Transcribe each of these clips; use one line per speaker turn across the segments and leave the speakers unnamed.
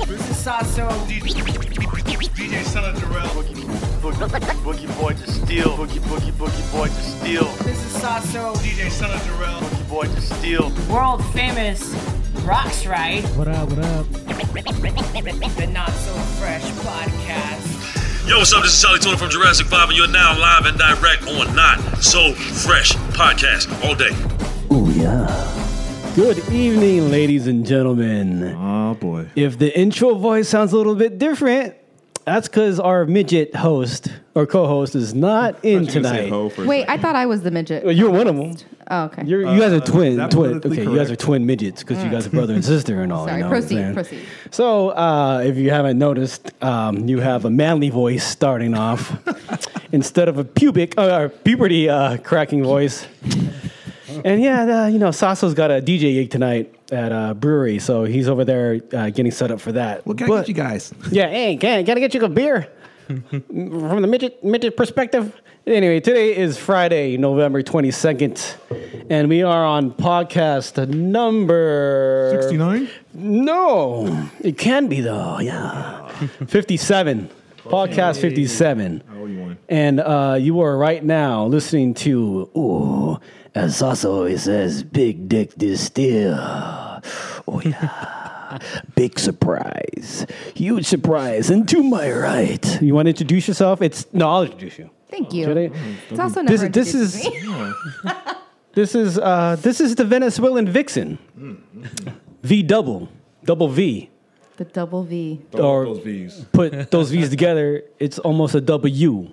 Sasso.
DJ, DJ Son of Jarrell.
Boogie, boogie, boogie boy to steal. Boogie, boogie, boogie boy to steal.
This is Sasso.
DJ Son of Jarrell.
Boogie boy to steal.
World famous Rocks Right,
What up, what up?
the Not So Fresh podcast.
Yo, what's up? This is Charlie Tuna from Jurassic 5, and you're now live and direct on Not So Fresh podcast all day.
Good evening, ladies and gentlemen.
Oh boy.
If the intro voice sounds a little bit different, that's because our midget host or co-host is not in tonight.
Wait, I thought I was the midget.
Well, You're one of them.
oh, okay.
You're, you guys are
Uh, is
twin.
that
twin. Okay,
politically
you guys are
correct?
twin midgets because you guys are brother and sister and all. you
Sorry,
Oh, know what I'm
proceed,
saying?
proceed.
So, uh, if you haven't noticed, um, you have a manly voice starting off instead of a pubic uh, or puberty uh, cracking voice. And yeah, uh, you know, Sasso's got a DJ gig tonight at a brewery, so he's over there uh, getting set up for that.
What can I
But-
get you guys?
yeah, hey, can gotta get you a beer from the midget midget perspective. Anyway, today is Friday, November twenty second, and we are on podcast number
69?
No, it can be though. Yeah, fifty seven. Podcast fifty seven.
I owe you one.
And uh, you are right now listening to, ooh, as Sasso always says, Big Dick Distill. Oh, yeah. Big surprise. Huge surprise. And to my right. You want to introduce yourself? It's, no, I'll introduce you.
Thank you.
Should I-
It's also
This,
never
this
introduced
is,
me.
this is, uh, this is the Venezuelan vixen. V double, double V.
the double V.
Or-
those V's.
Put those V's together, it's almost a W.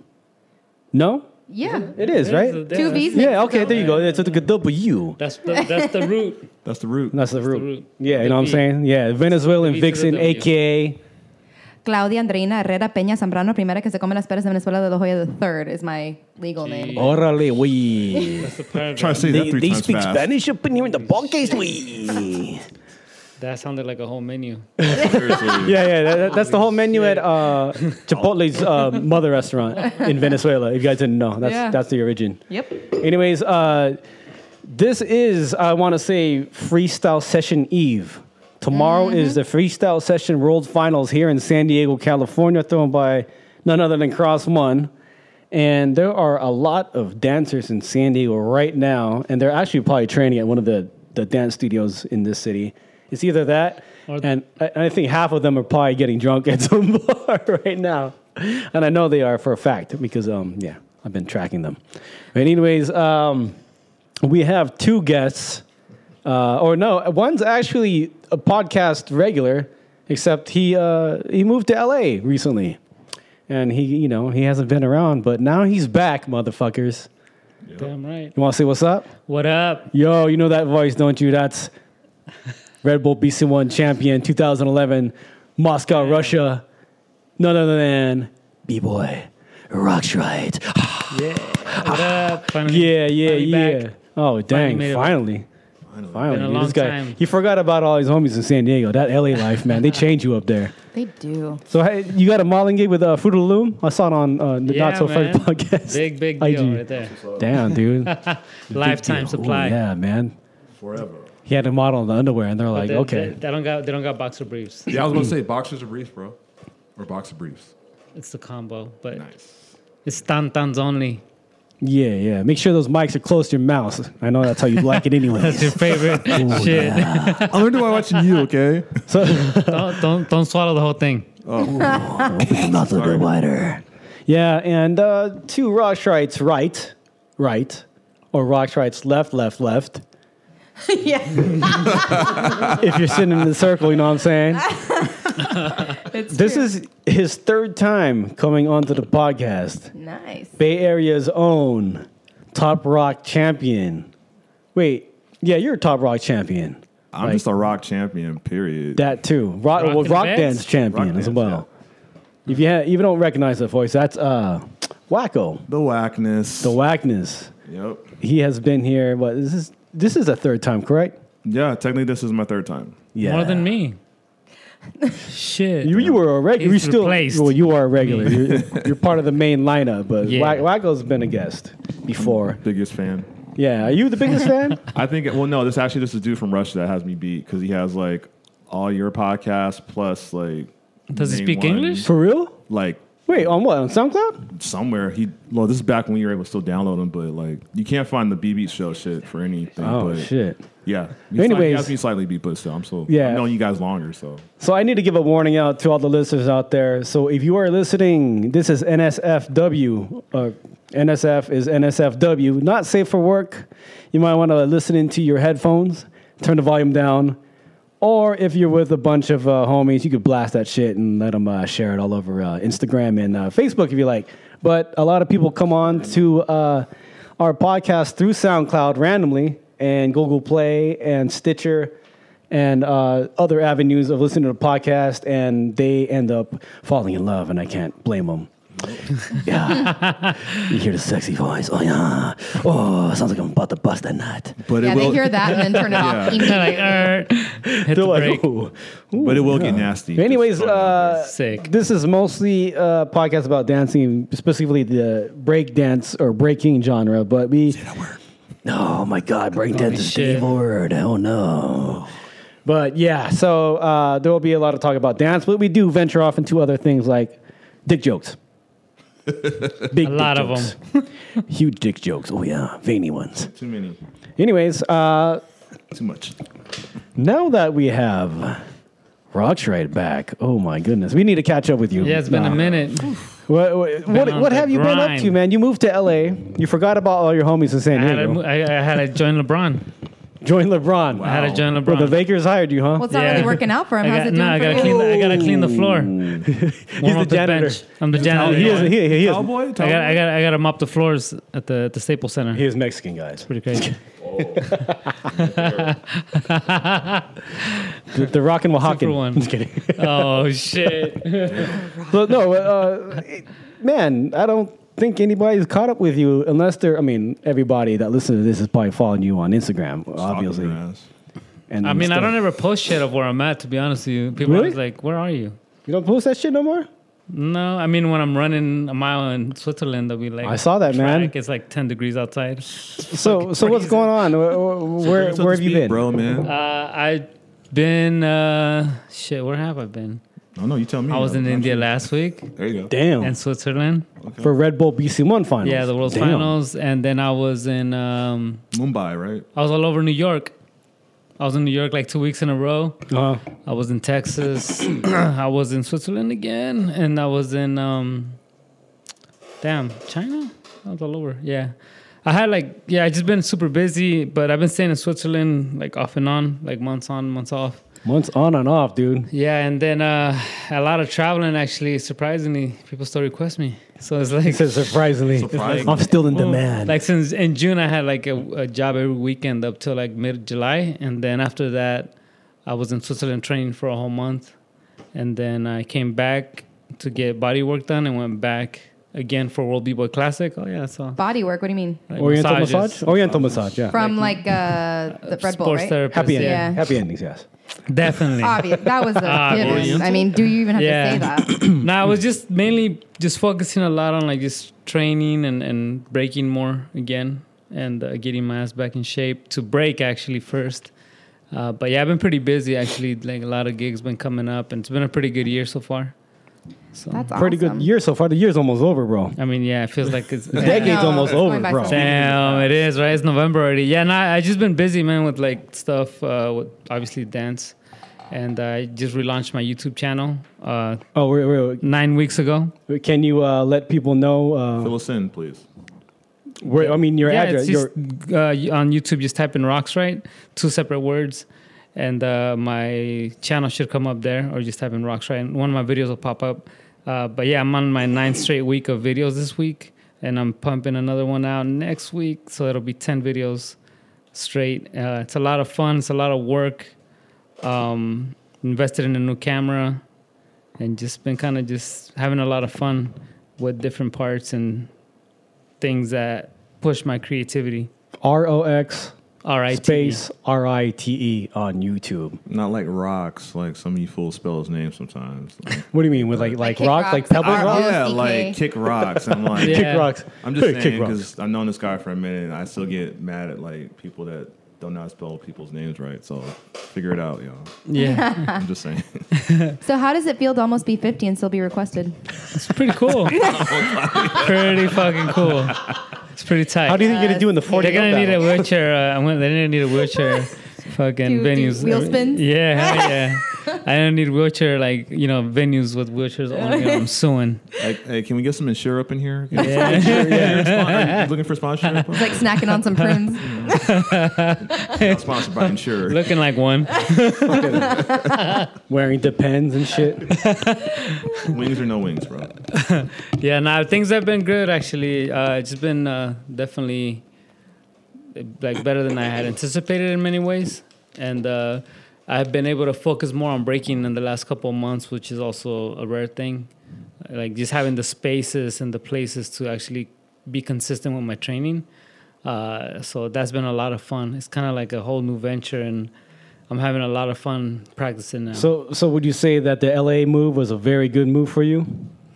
No?
Yeah,
It is, right?
two V's. makes
yeah,
a
okay,
double.
there you go. It's a W.
That's the, that's the root.
That's the root.
That's the root.
root.
Yeah, you know what I'm
The V.
saying? Yeah, Venezuelan
The V to the
vixen,
W.
aka
Claudia Andreina Herrera Peña Zambrano Primera que se come las peras de Venezuela de la Joya the third is my legal name.
Orale, we.
That's the parent.
Try to say that
They,
three
they
times
speak
fast.
Spanish up in here in the podcast, we.
That sounded like a whole menu.
Seriously.
Yeah, yeah, that- that, that's the whole menu at uh, Chipotle's uh, mother restaurant in Venezuela. If you guys didn't know, that's
Yeah.
that's the origin.
Yep.
Anyways, uh, this is I want to say freestyle session eve. Tomorrow is the freestyle session world finals here in San Diego, California, thrown by none other than Cross One. And there are a lot of dancers in San Diego right now, and they're actually probably training at one of the, the dance studios in this city. It's either that,
Or-
and I, I think half of them are probably getting drunk at some bar right now. And I know they are for a fact because, um, yeah, I've been tracking them. But, anyways, um, we have two guests, uh, or no, one's actually a podcast regular, except he uh, he moved to LA recently, and he you know he hasn't been around, but now he's back, motherfuckers.
Damn right.
You want to say what's up?
What up?
Yo, you know that voice, don't you? That's Red Bull BC1 champion 2011, Moscow, Russia. None other than B Boy Rocks Right.
Yeah. What up? Finally,
Yeah, yeah,
finally
yeah.
back.
Oh, dang,
made it.
finally. Finally,
Been a
dude,
long
this guy,
time.
he forgot about all his homies in San Diego. That LA life, man, they change you up there.
They do.
So hey, you got a modeling gig with uh, Fruit of the Loom? I saw it on uh, the
Yeah,
Not So Funny
man.
podcast.
Big, big
IG.
deal right there.
Damn, dude. Big
Lifetime
deal. Ooh,
supply.
yeah, man.
Forever.
He had a model in the underwear, and they're like,
They-
okay.
They, they don't got they don't got boxer briefs.
Yeah, I was going to say boxers or briefs, bro. Or boxer briefs.
It's the combo, but
Nice.
it's tantans only.
Yeah, yeah. Make sure those mics are close to your mouth. I know that's how you like it
That's your
anyways.
favorite shit.
I learned by watching you, okay?
so,
don't, don't don't swallow the whole thing.
not a little wider. Yeah, and uh, two Rosh rights, right, right, or Rosh rights, left, left, left.
yeah,
If you're sitting in the circle, you know what I'm saying?
it's
This
true.
is his third time coming onto the podcast.
nice.
Bay Area's own top rock champion. Wait, yeah, you're a top rock champion.
I'm just a rock champion, period.
That too. Rock,
Rock
well,
and
rock
Vance?
dance champion
Rock
as
dance,
well. If you, ha- if you don't recognize that voice, that's uh, Wacko,
the whackness.
the Wackness.
yep.
He has been here. What this is? This is a third time, correct?
Yeah, technically, this is my third time.
Yeah.
More than me. shit.
You, you were a regular. You
He's
still
replaced
well. You are a regular. You're, you're part of the main lineup, but
Yeah.
Wack Wacko's been a guest before.
Biggest fan.
Yeah. Are you the biggest fan?
I think, well, no, this actually, this is dude from Russia that has me beat because he has like all your podcasts plus like
Does he
Name
speak
one.
English?
For real?
Like
Wait, on what? On SoundCloud?
somewhere he. Well, this is back when you were able to still download them, but like you can't find the BB show shit for anything.
Oh
but
shit.
Yeah.
Anyways.
he has me slightly beat, but still, I'm so.
Yeah.
I've known you guys longer, so
So I need to give a warning out to all the listeners out there. So if you are listening, this is NSFW. Uh, NSF is NSFW. Not safe for work. You might want to listen into your headphones, turn the volume down, or if you're with a bunch of uh, homies, you could blast that shit and let them uh, share it all over uh, Instagram and uh, Facebook if you like. But a lot of people come on to uh, our podcast through SoundCloud randomly and Google Play and Stitcher and uh, other avenues of listening to the podcast, and they end up falling in love, and I can't blame them. yeah. You hear the sexy voice. Oh, yeah. Oh, sounds like I'm about to bust a nut.
but
Yeah,
it will,
they hear that and then turn it
Yeah.
off.
They're
immediately.
like, "Alright." hit the
They're like,
break.
"Ooh,
but it will get nasty.
Anyways,
Just throwing it out
uh,
Sick.
this is mostly a podcast about dancing, specifically the break dance or breaking genre. But we, oh my god, break dance is the
shit.
evil word. Oh no. But yeah, so uh, there will be a lot of talk about dance, but we do venture off into other things like dick jokes. Big
A lot
dick
of
jokes.
them.
Huge dick jokes. Oh yeah, veiny ones.
there. too many,
Anyways, uh,
too much.
now that we have Rock's right back. Oh my goodness, we need to catch up with you.
Yeah, it's been
Nah.
a minute.
What, what, what,
on
what
the
have you been up
grind.
to, man? You moved to LA. You forgot about all your homies in San
I had,
Diego.
to, I, I had to join LeBron.
Join LeBron.
I had to join LeBron.
Well, the Lakers hired you, huh?
Well, it's not really working out for him.
I
How's
got-
it doing
nah, I
for
gotta
you?
clean. The, I gotta clean the floor.
He's
Warm
the
up the
janitor.
bench. I'm the janitor.
Oh, he, is, he, he, is,
Cowboy,
I got. I
Cowboy?
got. I got to mop the floors at the at the Staples Center.
he is Mexican, guys.
Pretty crazy.
They're rocking Oaxacan.
one.
I'm just kidding.
oh shit!
but no, uh, it- man, I don't think anybody's caught up with you unless they're, I mean, everybody that listens to this is probably following you on Instagram, obviously.
Fucking ass.
And
I mean, I
stuff.
don't ever post shit of where I'm at. To be honest with you, people are
Really?
always like, "Where are you?"
You don't post that shit no more?
No, I mean when I'm running a mile in Switzerland, I'll be like,
I saw that, man.
It's like 10 degrees outside.
So, so what's going on? Where, where,
Bring us up
where
to
have you
speed,
been?
bro, man?
Uh, I've been uh, shit. Where have I been?
no, no, you tell me.
I was in
I'm
India
sure-
last week
There you go.
Damn.
and Switzerland.
for Red Bull BC1 finals.
Yeah, the World
Damn.
Finals, and then I was in um,
Mumbai, right?
I was all over New York. I was in New York like two weeks in a row.
Uh,
I was in Texas. I was in Switzerland again, and I was in um, damn China. I was all over. Yeah, I had like yeah, I just been super busy, but I've been staying in Switzerland like off and on, like months on, months off.
months on and off, dude.
Yeah, and then uh, a lot of traveling actually. Surprisingly, people still request me. So it's like
He says surprisingly,
Surprisingly.
I'm still in
Well,
demand.
Oh, Like since in June, I had like a, a job every weekend up till like mid July, and then after that, I was in Switzerland training for a whole month, and then I came back to get body work done, and went back again for World B Boy Classic. Oh yeah, so
Body work. What do you mean?
like,
Oriental
massages.
massage? Oriental massage, yeah.
From like uh, the Red Bull,
Sports
right?
therapist.
Happy ending.
yeah.
Yeah.
Happy endings, yes.
Definitely.
Obvious. That was a given.
Oriental?
I mean, do you even have
Ah, Yeah.
to say that?
no, I was just mainly just focusing a lot on like just training and, and breaking more again and uh, getting my ass back in shape to break actually first. Uh, but yeah, I've been pretty busy actually. Like a lot of gigs been coming up, and it's been a pretty good year so far. So
That's awesome.
Pretty good year so far. The year's almost over, bro.
I mean, yeah, it feels like it's
Decade's
No,
almost
it's going
over,
by
bro.
so fast.
Damn, it is right. It's November already. Yeah, no, I I just been busy, man, with like stuff. Uh, with obviously dance, and uh, I just relaunched my YouTube channel uh,
Oh, wait, wait,
nine weeks ago.
wait. can you uh, let people know uh,
Fill us in, please.
where? I mean, your
yeah,
address.
it's just,
Your,
uh, on YouTube, just type in rocks, right? Two separate words, and uh, my channel should come up there, or just type in rocks, right? And one of my videos will pop up. Uh, but yeah, I'm on my ninth straight week of videos this week, and I'm pumping another one out next week, so it'll be 10 videos straight. Uh, it's a lot of fun, it's a lot of work. Um, invested in a new camera, and just been kind of just having a lot of fun with different parts and things that push my creativity.
R O X
All right.
space R I T E on YouTube.
Not like rocks, like some of you fools spell his name sometimes. Like, Oh,
What do you mean with like like
kick
rock,
rocks, Uh,
like pebble
R-
rock,
yeah,
OCK.
like kick rocks. I'm like,
Yeah.
kick rocks?
I'm just
Hey,
saying
kick rocks.
because I've known this guy for a minute, and I still get mad at like people that don't know how to spell people's names right. So figure it out, you know.
Yeah,
I'm just saying.
So how does it feel to almost be 50 and still be requested?
it's pretty cool. pretty fucking cool. It's pretty tight.
How do you think you're gonna do in the 40
Uh, They're gonna need a
battle?
wheelchair. Uh, I'm gonna- they're gonna need a wheelchair. Fucking
Do- do
venues.
wheel spins?
Yeah, hell yeah. I don't need wheelchair like you know venues with wheelchairs only. I'm suing.
like, hey, can we get some insure up in here? Can we-
Yeah.
Are you looking for sponsorship?
It's like snacking on some prunes.
Not sponsored by insure.
Looking like one.
Wearing depends and shit.
Wings or no wings, bro.
Yeah, now things have been good actually. Uh, it's been uh, definitely like better than I had anticipated in many ways, and uh, I've been able to focus more on breaking in the last couple of months, which is also a rare thing. Like just having the spaces and the places to actually be consistent with my training. Uh, so that's been a lot of fun. It's kind of like a whole new venture, and I'm having a lot of fun practicing now.
So, so would you say that the LA move was a very good move for you?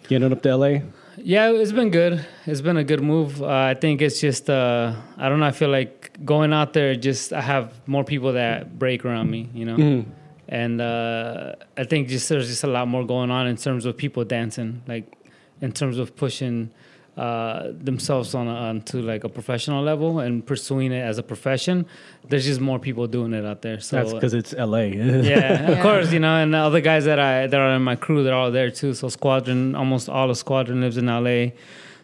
Getting up to LA?
Yeah, it's been good. It's been a good move. Uh, I think it's just uh, I don't know. I feel like going out there. Just I have more people that break around me, you know. And uh, I think just there's just a lot more going on in terms of people dancing, like in terms of pushing uh, themselves on onto like a professional level and pursuing it as a profession. There's just more people doing it out there. So
That's because it's LA.
yeah, of course, you know, and the other guys that I that are in my crew, they're all there too. So squadron, almost all of squadron lives in LA,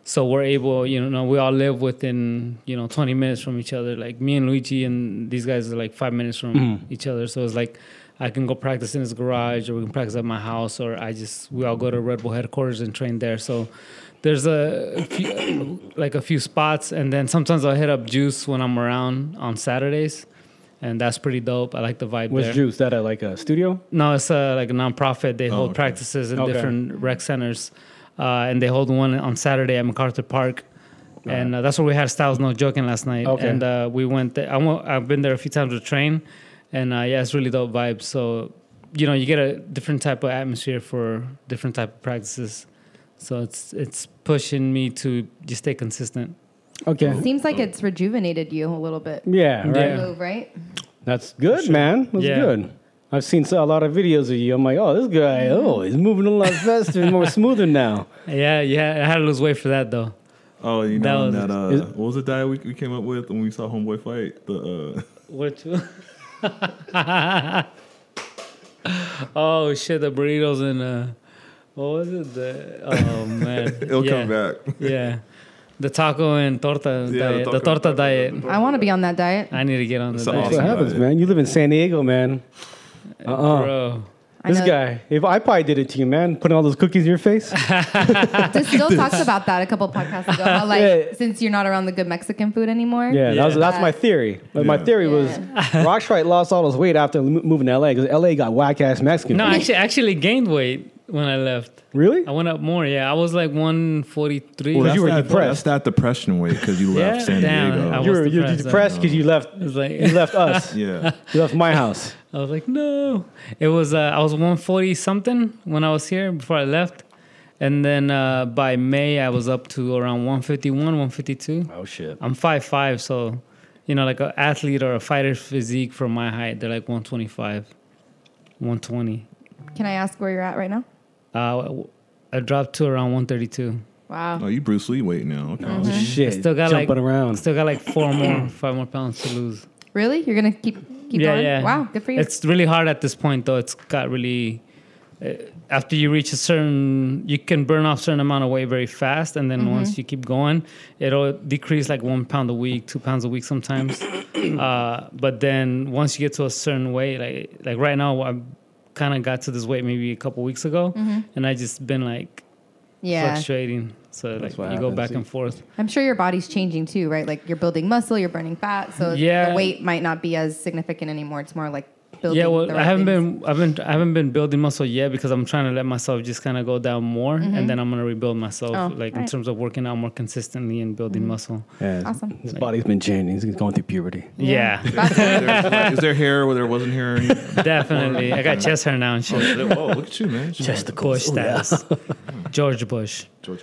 so we're able, you know, we all live within you know 20 minutes from each other. Like me and Luigi and these guys are like five minutes from each other. So it's like I can go practice in his garage, or we can practice at my house, or I just we all go to Red Bull headquarters and train there. So. There's a few, like a few spots, and then sometimes I'll hit up Juice when I'm around on Saturdays, and that's pretty dope. I like the vibe
Was
there.
Juice that at like a studio?
No, it's uh, like a nonprofit. They hold
okay.
practices in
Oh, Okay.
different rec centers, uh, and they hold one on Saturday at MacArthur Park. And uh, that's where we had Styles No Joking last night.
Okay.
And uh, we went. There. I went, I've been there a few times to train, and uh, yeah, it's really dope vibes. So, you know, you get a different type of atmosphere for different type of practices. So it's it's pushing me to just stay consistent.
Okay.
Seems like it's rejuvenated you a little bit.
Yeah, right.
Yeah.
Move, right?
That's good, man. That's
Yeah.
good. I've seen so- a lot of videos of you. I'm like, oh, this guy, oh, he's moving a lot faster and more smoother now.
Yeah, yeah. I had to lose weight for that though.
Oh, you
That
know
was-
that, uh,
is-
what was the diet we, we came up with when we saw Homeboy fight? The uh,
What? oh shit! The burritos and uh, what was it? The oh man,
it'll
yeah.
come back.
Yeah, the taco and
Yeah,
torta
the
diet. Ah,
taco
The,
and
torta
taco.
diet.
I want to be on that diet.
I need to get on the
It's
diet,
That's what
Awesome
happens,
diet.
man. You live in San Diego, man. Oh. Uh-uh.
bro.
I
This
know-
guy, if I probably did it to you, man, putting all those cookies in your face.
Distill talked about that a couple podcasts ago. How, like,
Yeah.
since you're not around the good Mexican food anymore.
Yeah, That was,
Yeah.
that's my theory. But My
Yeah.
theory was Rockstrike lost all his weight after mo- moving to LA because LA got whack ass Mexican.
No,
food.
actually, actually gained weight when I left.
really?
I went up more. Yeah, I was like one forty three.
Well,
you were
that,
depressed.
That's that depression weight because you left
Yeah,
San
damn, I
Diego.
was-
You were you're
depressed, I
depressed because you left
was like-
you left us.
yeah,
You left my house.
I was like, no. It was uh, I was 140 something when I was here before I left, and then uh, by May I was up to around 151, 152.
Oh shit.
I'm five five, so you know, like an athlete or a fighter's physique for my height, they're like 125, 120.
Can I ask where you're at right now?
Uh, I dropped to around 132.
Wow.
oh, you Bruce Lee weight now. Okay.
Mm-hmm. Shit.
Still got
jumping
like
around.
Still got like four more, five more pounds to lose.
Really? You're gonna keep keep
yeah,
going?
yeah.
Wow. Good for you.
It's really hard at this point, though. It's got really. Uh, after you reach a certain, you can burn off certain amount of weight very fast, and then
Mm-hmm.
once you keep going, it'll decrease like one pound a week, two pounds a week sometimes. uh, but then once you get to a certain weight, like like right now, I kind of got to this weight maybe a couple weeks ago, and I just been like
Mm-hmm. yeah.
fluctuating. So like you
what
go
happens.
back and forth.
I'm sure your body's changing too, right? Like you're building muscle, you're burning fat, so
Yeah.
the weight might not be as significant anymore. It's more like building.
yeah well
the
i
right
haven't
things.
been i've been i haven't been building muscle yet because i'm trying to let myself just kind of go down more and then i'm going to rebuild myself
Mm-hmm. Oh, Mm-hmm.
like in
alright.
terms of working out more consistently and building muscle
Yeah.
Awesome.
His body's been changing. He's going through puberty.
yeah,
Is there hair where there wasn't hair? Any-
definitely i got chest hair now and
Oh,
shit
Whoa, look at you, man. Just
bush status george bush
George.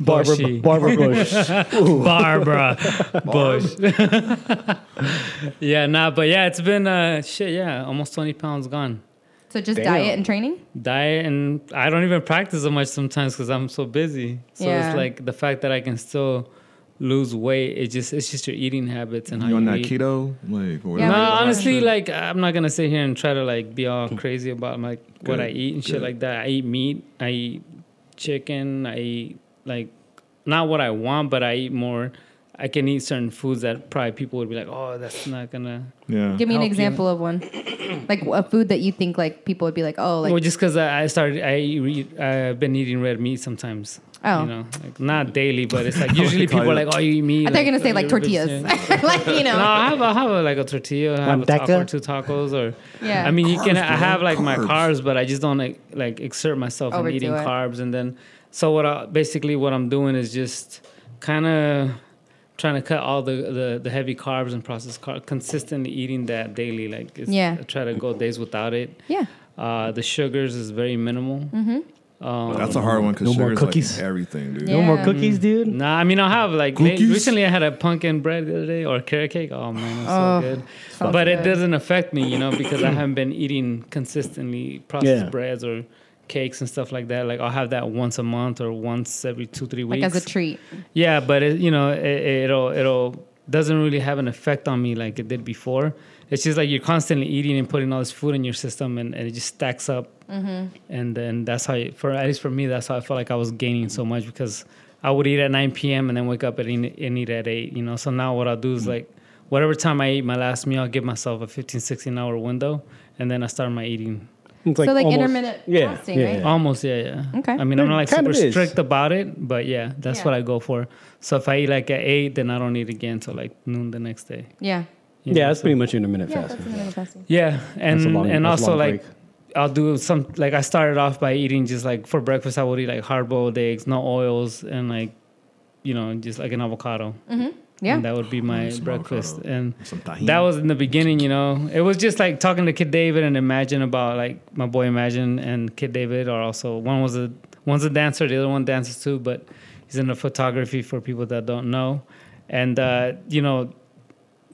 Barbara,
Bushy.
Barbara Bush.
Barbara Bush. yeah, nah, but yeah, it's been uh, shit. Yeah, almost twenty pounds gone.
So just
Damn.
diet and training.
Diet and I don't even practice that much sometimes because I'm so busy. So
Yeah.
it's like the fact that I can still lose weight. It just it's just your eating habits and how
You on
you
that
eat.
keto? Like, or
Yeah.
No,
whatever.
honestly, like I'm not gonna sit here and try to like be all crazy about like what I
Hmm. Good,
eat and shit
good.
like that. I eat meat, I eat chicken, I eat like not what I want, but I eat more. I can eat certain foods that probably people would be like, "Oh, that's not gonna."
yeah.
Give me an
Help you.
example of one, like a food that you think like people would be like, oh, like
well, just because I I started, I re, I've been eating red meat sometimes.
Oh.
you know, like not daily, but it's like usually people are like, "Oh, you eat meat."
I thought you were gonna say
you're
like
a bitch."
tortillas,
Yeah.
like you know.
No, I have, I have a, like a tortilla, I have
One
a taco
taco?
or two tacos, or
Yeah.
I mean, you can.
Carbs,
I have
bro,
like my
carbs.
carbs, but I just don't like, like exert myself in
Overdo
eating
it.
carbs, and then so what? I, basically, what I'm doing is just kind of trying to cut all the, the the heavy carbs and processed carbs, consistently eating that daily. Like, it's,
Yeah.
I try to go days without it.
Yeah.
Uh, the sugars is very minimal.
Mm-hmm.
That's a hard one because
No more
sugar's
cookies.
like everything, dude.
No more
Yeah.
cookies, dude.
Nah, I mean I have like la-
Cookies?
recently I had a pumpkin bread the other day or carrot cake. Oh man, that's
Oh,
so good.
sounds
But it
good.
doesn't affect me, you know, because I haven't been eating consistently processed
Yeah.
breads or cakes and stuff like that. Like I'll have that once a month or once every two three
Like
weeks.
as a treat.
Yeah, but it, you know it, it'll it'll doesn't really have an effect on me like it did before. It's just like you're constantly eating and putting all this food in your system, and, and it just stacks up. And then that's how, it, for at least for me, that's how I felt like I was gaining so much because I would eat at 9 p.m. and then wake up and eat, and eat at 8. You know, so now what I'll do is like whatever time I eat my last meal, I'll give myself a 15, 16 hour window, and then I start my eating.
It's
So like
almost-
intermittent fasting, right?
Almost, yeah, yeah.
Okay.
I mean, I'm not like
Kind
super
of is.
strict about it, but yeah, that's
Yeah.
what I go for. So if I eat like at eight, then I don't eat again till like noon the next day.
Yeah.
Yeah,
you know,
that's
so-
pretty much intermittent
Yeah, that's
fasting.
another fasting.
Yeah, and
That's a long-
and
that's a
also
long
like
break.
I'll do some like I started off by eating just like for breakfast I would eat like hard boiled eggs, no oils, and like you know just like an avocado. And
Yeah.
that would be my
Some
breakfast.
avocado,
And
some tahini.
that was in the beginning, you know. It was just like talking to Kid David and Imagine about like my boy Imagine and Kid David are also one was a one's a dancer, the other one dances too, but he's in the photography for people that don't know. And uh, you know,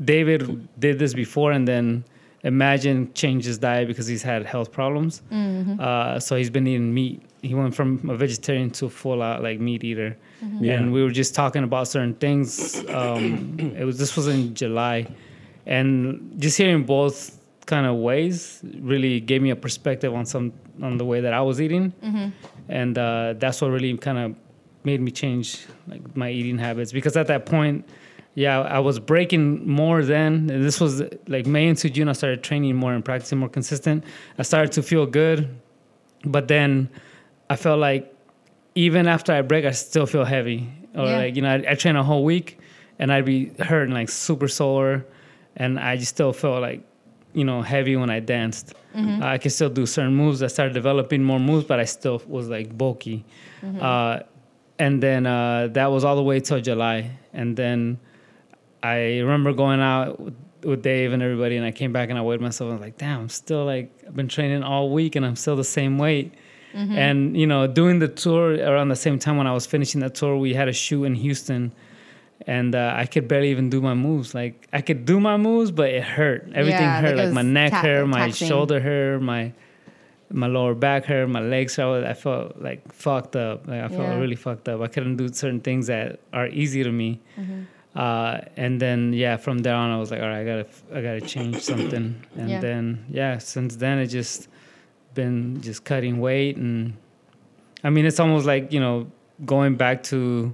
David did this before and then Imagine changed his diet because he's had health problems. Uh, so he's been eating meat. He went from a vegetarian to a full out like meat eater. And we were just talking about certain things. Um, it was this was in July, and just hearing both kind of ways really gave me a perspective on some on the way that I was eating, and uh, that's what really kind of made me change like my eating habits because at that point. Yeah, I was breaking more then. And This was like May into June. I started training more and practicing more consistent. I started to feel good, but then I felt like even after I break, I still feel heavy. Or
Yeah.
like you know, I, I train a whole week, and I'd be hurting like super sore, and I just still felt like you know heavy when I danced. I could still do certain moves. I started developing more moves, but I still was like bulky. Uh, and then uh, that was all the way till July, and then I remember going out with- with Dave and everybody, and I came back and I weighed myself. and I was like, damn, I'm still like, I've been training all week and I'm still the same weight.
Mm-hmm.
And, you know, doing the tour around the same time when I was finishing the tour, we had a shoot in Houston. And uh, I could barely even do my moves. Like I could do my moves, but it hurt. Everything
Yeah,
hurt.
like it
Like my
was
neck
ta-
hurt, my
taxing.
shoulder hurt, my my lower back hurt, my legs. hurt. I, was, I felt like fucked up. Like I felt
Yeah.
really fucked up. I couldn't do certain things that are easy to me. Uh, and then yeah, from there on, I was like, all right, I gotta I gotta change something. And
Yeah.
then yeah, since then it just been just cutting weight and I mean it's almost like you know going back to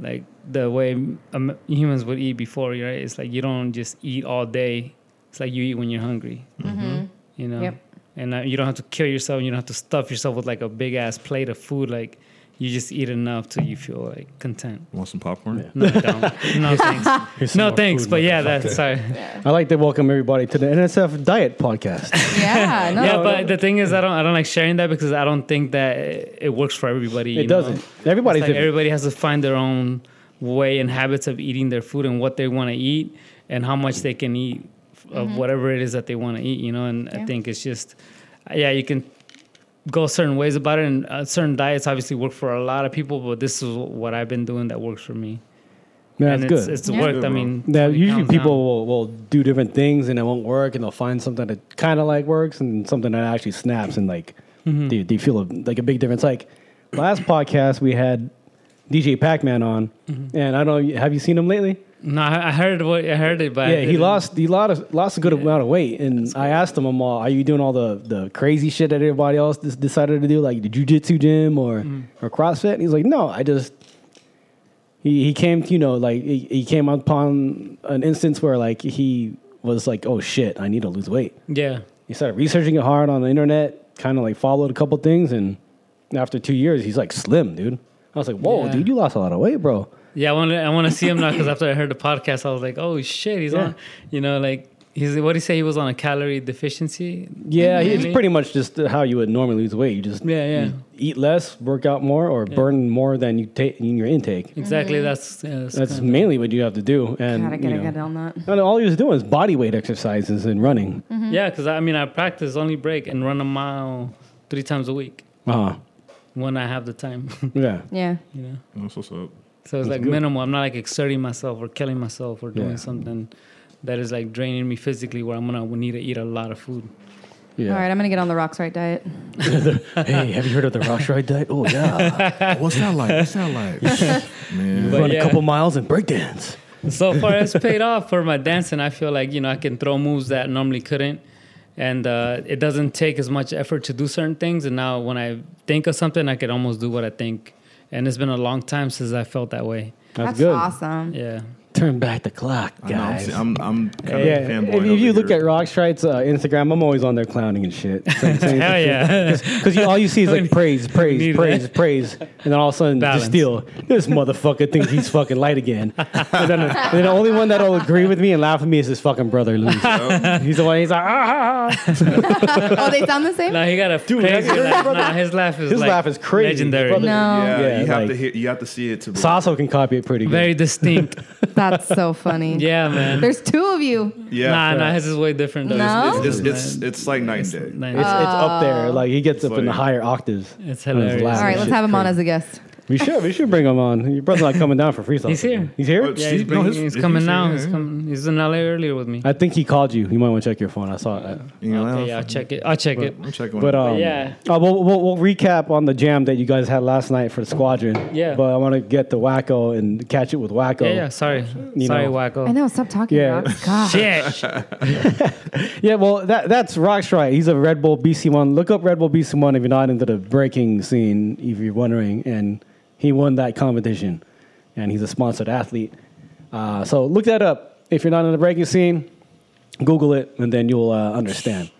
like the way um, humans would eat before, right? It's like you don't just eat all day. It's like you eat when you're hungry. You know,
Mm-hmm. Yep.
and uh, you don't have to kill yourself. You don't have to stuff yourself with like a big ass plate of food. Like you just eat enough till you feel like content.
Want some popcorn?
No, I don't. no thanks.
Here's some
No
more
thanks.
food,
But
motherfucker.
yeah, that's sorry.
I'd like to welcome everybody to the NSF Diet Podcast.
Yeah. No.
Yeah, but the thing is, I don't, I don't like sharing that because I don't think that it, it works for everybody.
It
you know?
doesn't. Everybody's
It's like
different.
everybody has to find their own way and habits of eating their food and what they want to eat and how much they can eat of whatever it is that they want to eat you know and i
Mm-hmm. Yeah.
think it's just yeah you can go certain ways about it, and uh, certain diets obviously work for a lot of people. But this is what I've been doing that works for me,
Yeah,
and
that's
it's
good.
it's
Yeah.
worked.
Good,
I
bro.
mean,
Now,
20
usually
pounds down.
people will, will do different things and it won't work, and they'll find something that kind of like works and something that actually snaps and like they, they feel a, like a big difference. Like last podcast we had DJ Pac-Man on, and I don't know, have you seen him lately?
No, I I heard what I heard it, but I
yeah, he
didn't-
lost he lost lost a good amount of weight, and I asked him, "I'm all, are you doing all the the crazy shit that everybody else des- decided to do, like the jujitsu gym or
Mm-hmm.
or CrossFit?" And he's like, "No, I just." He, he came, you know, like he, he came upon an instance where like he was like, "Oh shit, I need to lose weight."
Yeah,
He started researching it hard on the internet, kind of like followed a couple things, and after two years, he's like slim, dude. I was like, "Whoa,
Yeah.
dude, you lost a lot of weight, bro."
yeah. I want to I want to see him now because after I heard the podcast, I was like, oh shit, he's
Yeah.
on. You know, like he's what did he say he was on a calorie deficiency.
Yeah, he- it's
Really?
pretty much just how you would normally lose weight. You just
Yeah, yeah.
you eat less, work out more, or burn more than you take in your intake.
Exactly. That's yeah, that's,
That's
kind
mainly what you have to do. And
Gotta
you
get,
know,
get on that.
and all you're doing is body weight exercises and running.
of- yeah. Because I mean, I practice only break and run a mile three times a week
Uh-huh.
when I have the time.
Yeah,
Yeah.
Oh,
That's what's up.
So it's like minimal. I'm not like exerting myself or killing myself or doing
Yeah.
something that is like draining me physically where I'm gonna need to eat a lot of food.
yeah.
All right, I'm gonna get on the rocks right diet.
hey, have you heard of the Rockstride diet? Oh yeah,
What's that like? What's that like? Man.
But
run
yeah.
a couple miles and breakdance.
so far it's paid off for my dancing. I feel like you know I can throw moves that I normally couldn't, and uh, it doesn't take as much effort to do certain things. And now when I think of something, I can almost do what I think. And it's been a long time since I felt that way.
That's, good.
awesome.
Yeah,
Turn back the clock,
I know, I'm,
guys.
se- I'm, I'm kind
yeah,
of a fanboy.
if, if you look at Rockstride's uh, Instagram, I'm always on there clowning and shit. Saying- saying
hell
shit.
yeah.
Because all you see is
We-
like praise,
need
praise, praise,
that.
praise, and then all of a sudden,
Balance.
just steal. This motherfucker thinks he's fucking light again. And then, and then the only one that'll agree with me and laugh at me is his fucking brother, Luis. he's the one. He's like, ah, ah, ah."
oh, they sound the same.
no, he got a
Dude,
crazy
that-
laugh. Nah, his laugh is
His
like
laugh is crazy.
legendary,
Brother-
No,
yeah,
Yeah,
you have to
like-
hear, you have to see it to. believe.
Sasso can copy it pretty good.
very distinct.
that's so funny.
yeah, man.
There's two of you.
Yeah,
nah, nah, his is way different. Though.
No?
It's, it's, it's, it's like night and day.
Nice.
it's, it's up there. Like he gets up in the
Funny.
higher octaves.
It's
his
hilarious.
laugh.
All right, let's
Shit
have him on
crazy.
as a guest.
We should. We should bring him on. Your brother's not coming down for freestyle.
He's here.
He's here.
Yeah.
Yeah, he's,
Steve, no,
been-
his-
he's
his
coming
PC,
now.
yeah,
He's
yeah.
coming. He's in LA earlier with me.
I think he called you. You might want to check your phone. I saw it.
You know,
Okay, yeah, I'll check it. I'll check it.
I'm checking.
But um,
yeah.
uh, we'll, we'll, we'll recap on the jam that you guys had last night for the squadron.
Yeah.
but I want to get the wacko and catch it with wacko.
Yeah, yeah. Sorry,
You
sorry,
know.
Wacko.
I know. Stop talking.
Oh. Yeah.
Yeah. God.
Shit.
Yeah, well, that that's Rock's right. He's a Red Bull BC One. Look up Red Bull BC One if you're not into the breaking scene, if you're wondering. And he won that competition, and he's a sponsored athlete. Uh, so look that up if you're not in the breaking scene. Google it, and then you'll uh, understand.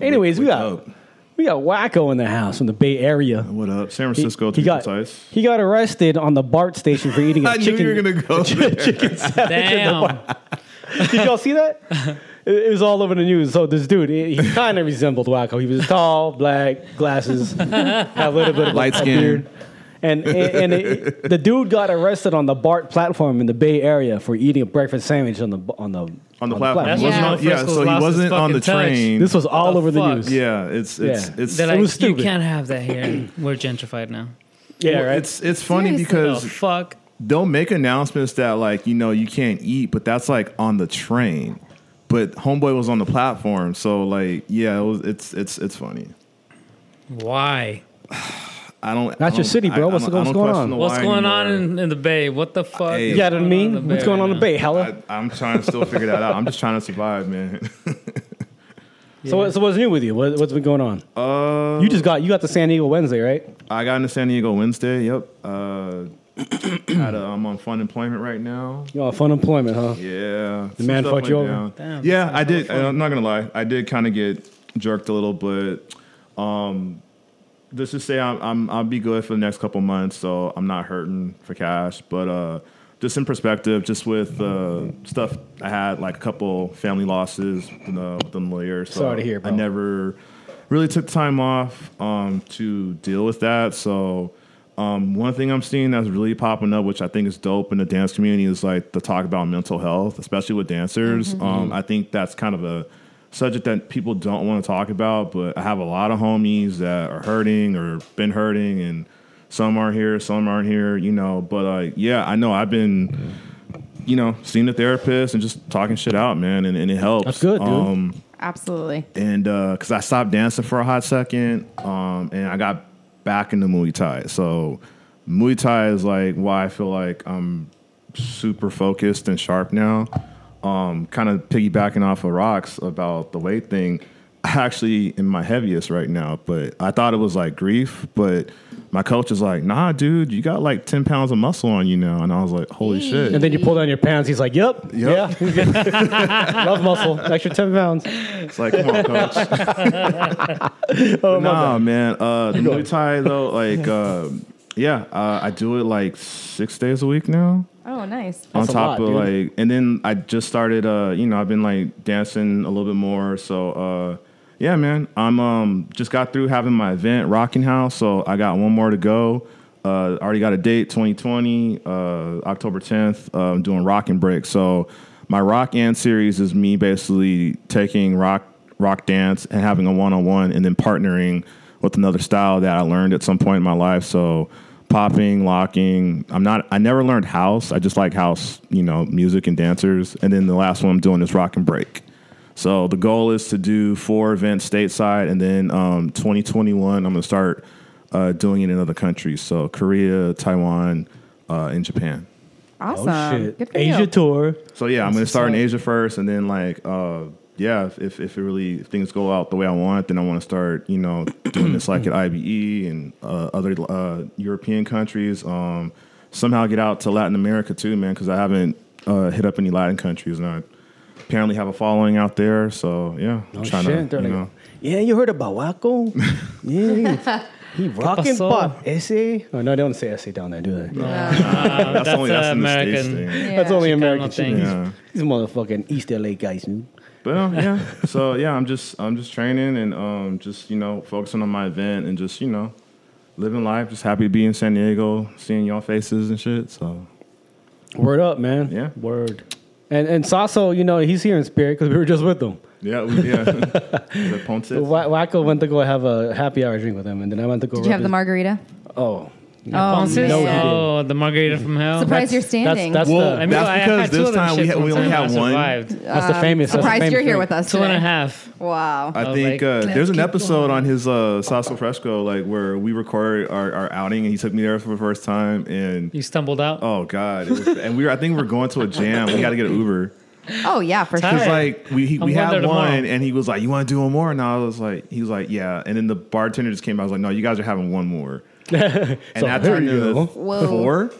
Anyways, we
Wake
got
up.
we got Wacko in the house from the Bay Area.
What up, San Francisco? to
he
be
got
precise.
he got arrested on the BART station for eating
I
a
knew
chicken.
you were gonna go. there.
Damn.
Did y'all see that? It it was all over the news. So this dude, he, he kind of resembled Wacko. He was tall, black, glasses, had a little bit of a-
Light
a
skin.
beard. And and, and it, the dude got arrested on the BART platform in the Bay Area for eating a breakfast sandwich on the on the
on the platform.
That's
He
what
wasn't
San
on- yeah,
Francisco's
so he
lost his
wasn't on the
fucking touch.
train.
This was all
The
over the
fuck?
news.
yeah, it's it's
Yeah.
it's
They're like,
It was
you
stupid.
can't have that here. We're gentrified now.
yeah, right.
it's it's funny
Seriously.
Oh
because
fuck.
they'll make announcements that like you know you can't eat, but that's like on the train. But homeboy was on the platform, so like yeah, it was, it's it's it's funny.
Why?
I don't. I
That's your
don't-
city,
I-
bro.
I
What's-
don't- I
what's
don't
going
question
on?
the
What's
why
going on
anymore.
in, in the bay? What the fuck?
Hey.
is
you got what I
going on in the
mean? What's
Bay
going on in the
right
Bay? Hella.
I, I'm trying to still figure that out. I'm just trying to survive, man.
So what- so what's new with you? What, what's been going on?
Uh,
You just got you got the San Diego Wednesday, right?
I got into San Diego Wednesday. Yep. Uh, had a, I'm on fun employment right now.
You on fun employment, huh?
Yeah. The
man fucked you over?
Damn,
yeah, I did. I'm not gonna lie. I did kind of get jerked a little, but um, let's just say I'm, I'm I'll be good for the next couple months, so I'm not hurting for cash. But uh, just in perspective, just with uh, stuff I had like a couple family losses you know, with them lawyers. So
Sorry to hear,
I
bro.
never really took time off um, to deal with that. So. Um, one thing I'm seeing that's really popping up, which I think is dope in the dance
Mm-hmm.
community, is like the talk about mental health, especially with dancers. Um, I think that's kind of a subject that people don't want to talk about, but I have a lot of homies that are hurting or been hurting, and some are here, some aren't here, you know. But like, yeah, I know I've been, you know, seeing a therapist and just talking shit out, man, and, and it helps.
That's good, dude.
Um,
Absolutely.
and because I stopped dancing for a hot second, um, and I got back into Muay Thai. So Muay Thai is like why I feel like I'm super focused and sharp now. Um, kind of piggybacking off of Rocks about the weight thing. I actually am my heaviest right now, but I thought it was like grief. But my coach is like, "Nah, dude, you got like ten pounds of muscle on you now," and I was like, "Holy shit!"
And then you pull down your pants. He's like, "Yep, yeah, love muscle, extra ten pounds."
It's like, come on, coach.
Oh, my
nah, man. Uh, the Muay Thai though, like, uh, yeah, uh, I do it like six days a week now.
Oh, nice.
That's a
on top
lot,
of
dude.
like, and then I just started. Uh, you know, I've been like dancing a little bit more. So, uh, yeah, man. I'm um just got through having my event, Rocking House. So I got one more to go. Uh, already got a date, 2020, uh, October 10th. Uh, I'm doing Rock and Break. So my Rock and series is me basically taking rock rock dance and having a one on one, and then partnering with another style that I learned at some point in my life. So popping, locking. I'm not. I never learned house. I just like house, you know, music and dancers. And then the last one I'm doing is rock and break. So the goal is to do four events stateside, and then um, 2021 I'm gonna start uh, doing it in other countries. So Korea, Taiwan, uh, and Japan.
Awesome.
Oh,
God. shit.
Good for
Asia
you.
tour.
So yeah, I'm gonna start in Asia first, and then like. Uh, yeah, if, if if it really if things go out the way I want, then I want to start, you know, doing this like at IBE and uh, other uh, European countries. Um, somehow get out to Latin America too, man, because I haven't uh, hit up any Latin countries, and I apparently have a following out there. So yeah, I'm
Oh,
trying
shit.
to,
They're
you
like,
know,
yeah, you heard about Waco? yeah, he rocking
pasó?
pop. Ese? Oh no, they don't say ese down there, do they?
that's, only that's
that's, uh,
in the States
American.
thing.
That's only
Chicano
American
thing.
thing.
Yeah.
These motherfucking East LA guys. dude.
But um, yeah, so yeah, I'm just I'm just training and um, just you know focusing on my event and just you know living life. Just happy to be in San Diego, seeing y'all faces and shit. So
Word up, man.
Yeah.
Word. And and Sasso, you know, he's here in spirit because we were just with him.
yeah, we, yeah. the Ponce.
Wa- Wacko went to go have a happy hour drink with him, and then I went to go.
Did you have the
mark?
margarita?
Oh,
Oh,
Ponce's?
No, he didn't.
oh, the margarita from hell.
Surprised you're
that's
standing.
that's
Well,
the
That's because
had two
this
of them
time we
shits
had- we
once
only
and
had
I
one.
survived.
that's the famous. that's the
Um, Surprised
famous
you're here
drink.
with us
Two and
today.
a half.
Wow.
I
Oh,
think
like-
uh, there's an episode on his uh, Sasso Fresco like where we record our, our outing and he took me there for the first time and
You stumbled out.
oh god, it was, and we were I think we were going to a jam. We got to get an Uber.
oh, yeah, for
Tired.
It's
sure.
like we he,
I'm
we
going there
had
tomorrow.
one, and he was like, "You want to do one more?" And I was like, "He was like, yeah." And then the bartender just came. out. I was like, "No, you guys are having one more." And
So
that
here
turned
you
into
go.
Whoa.
four.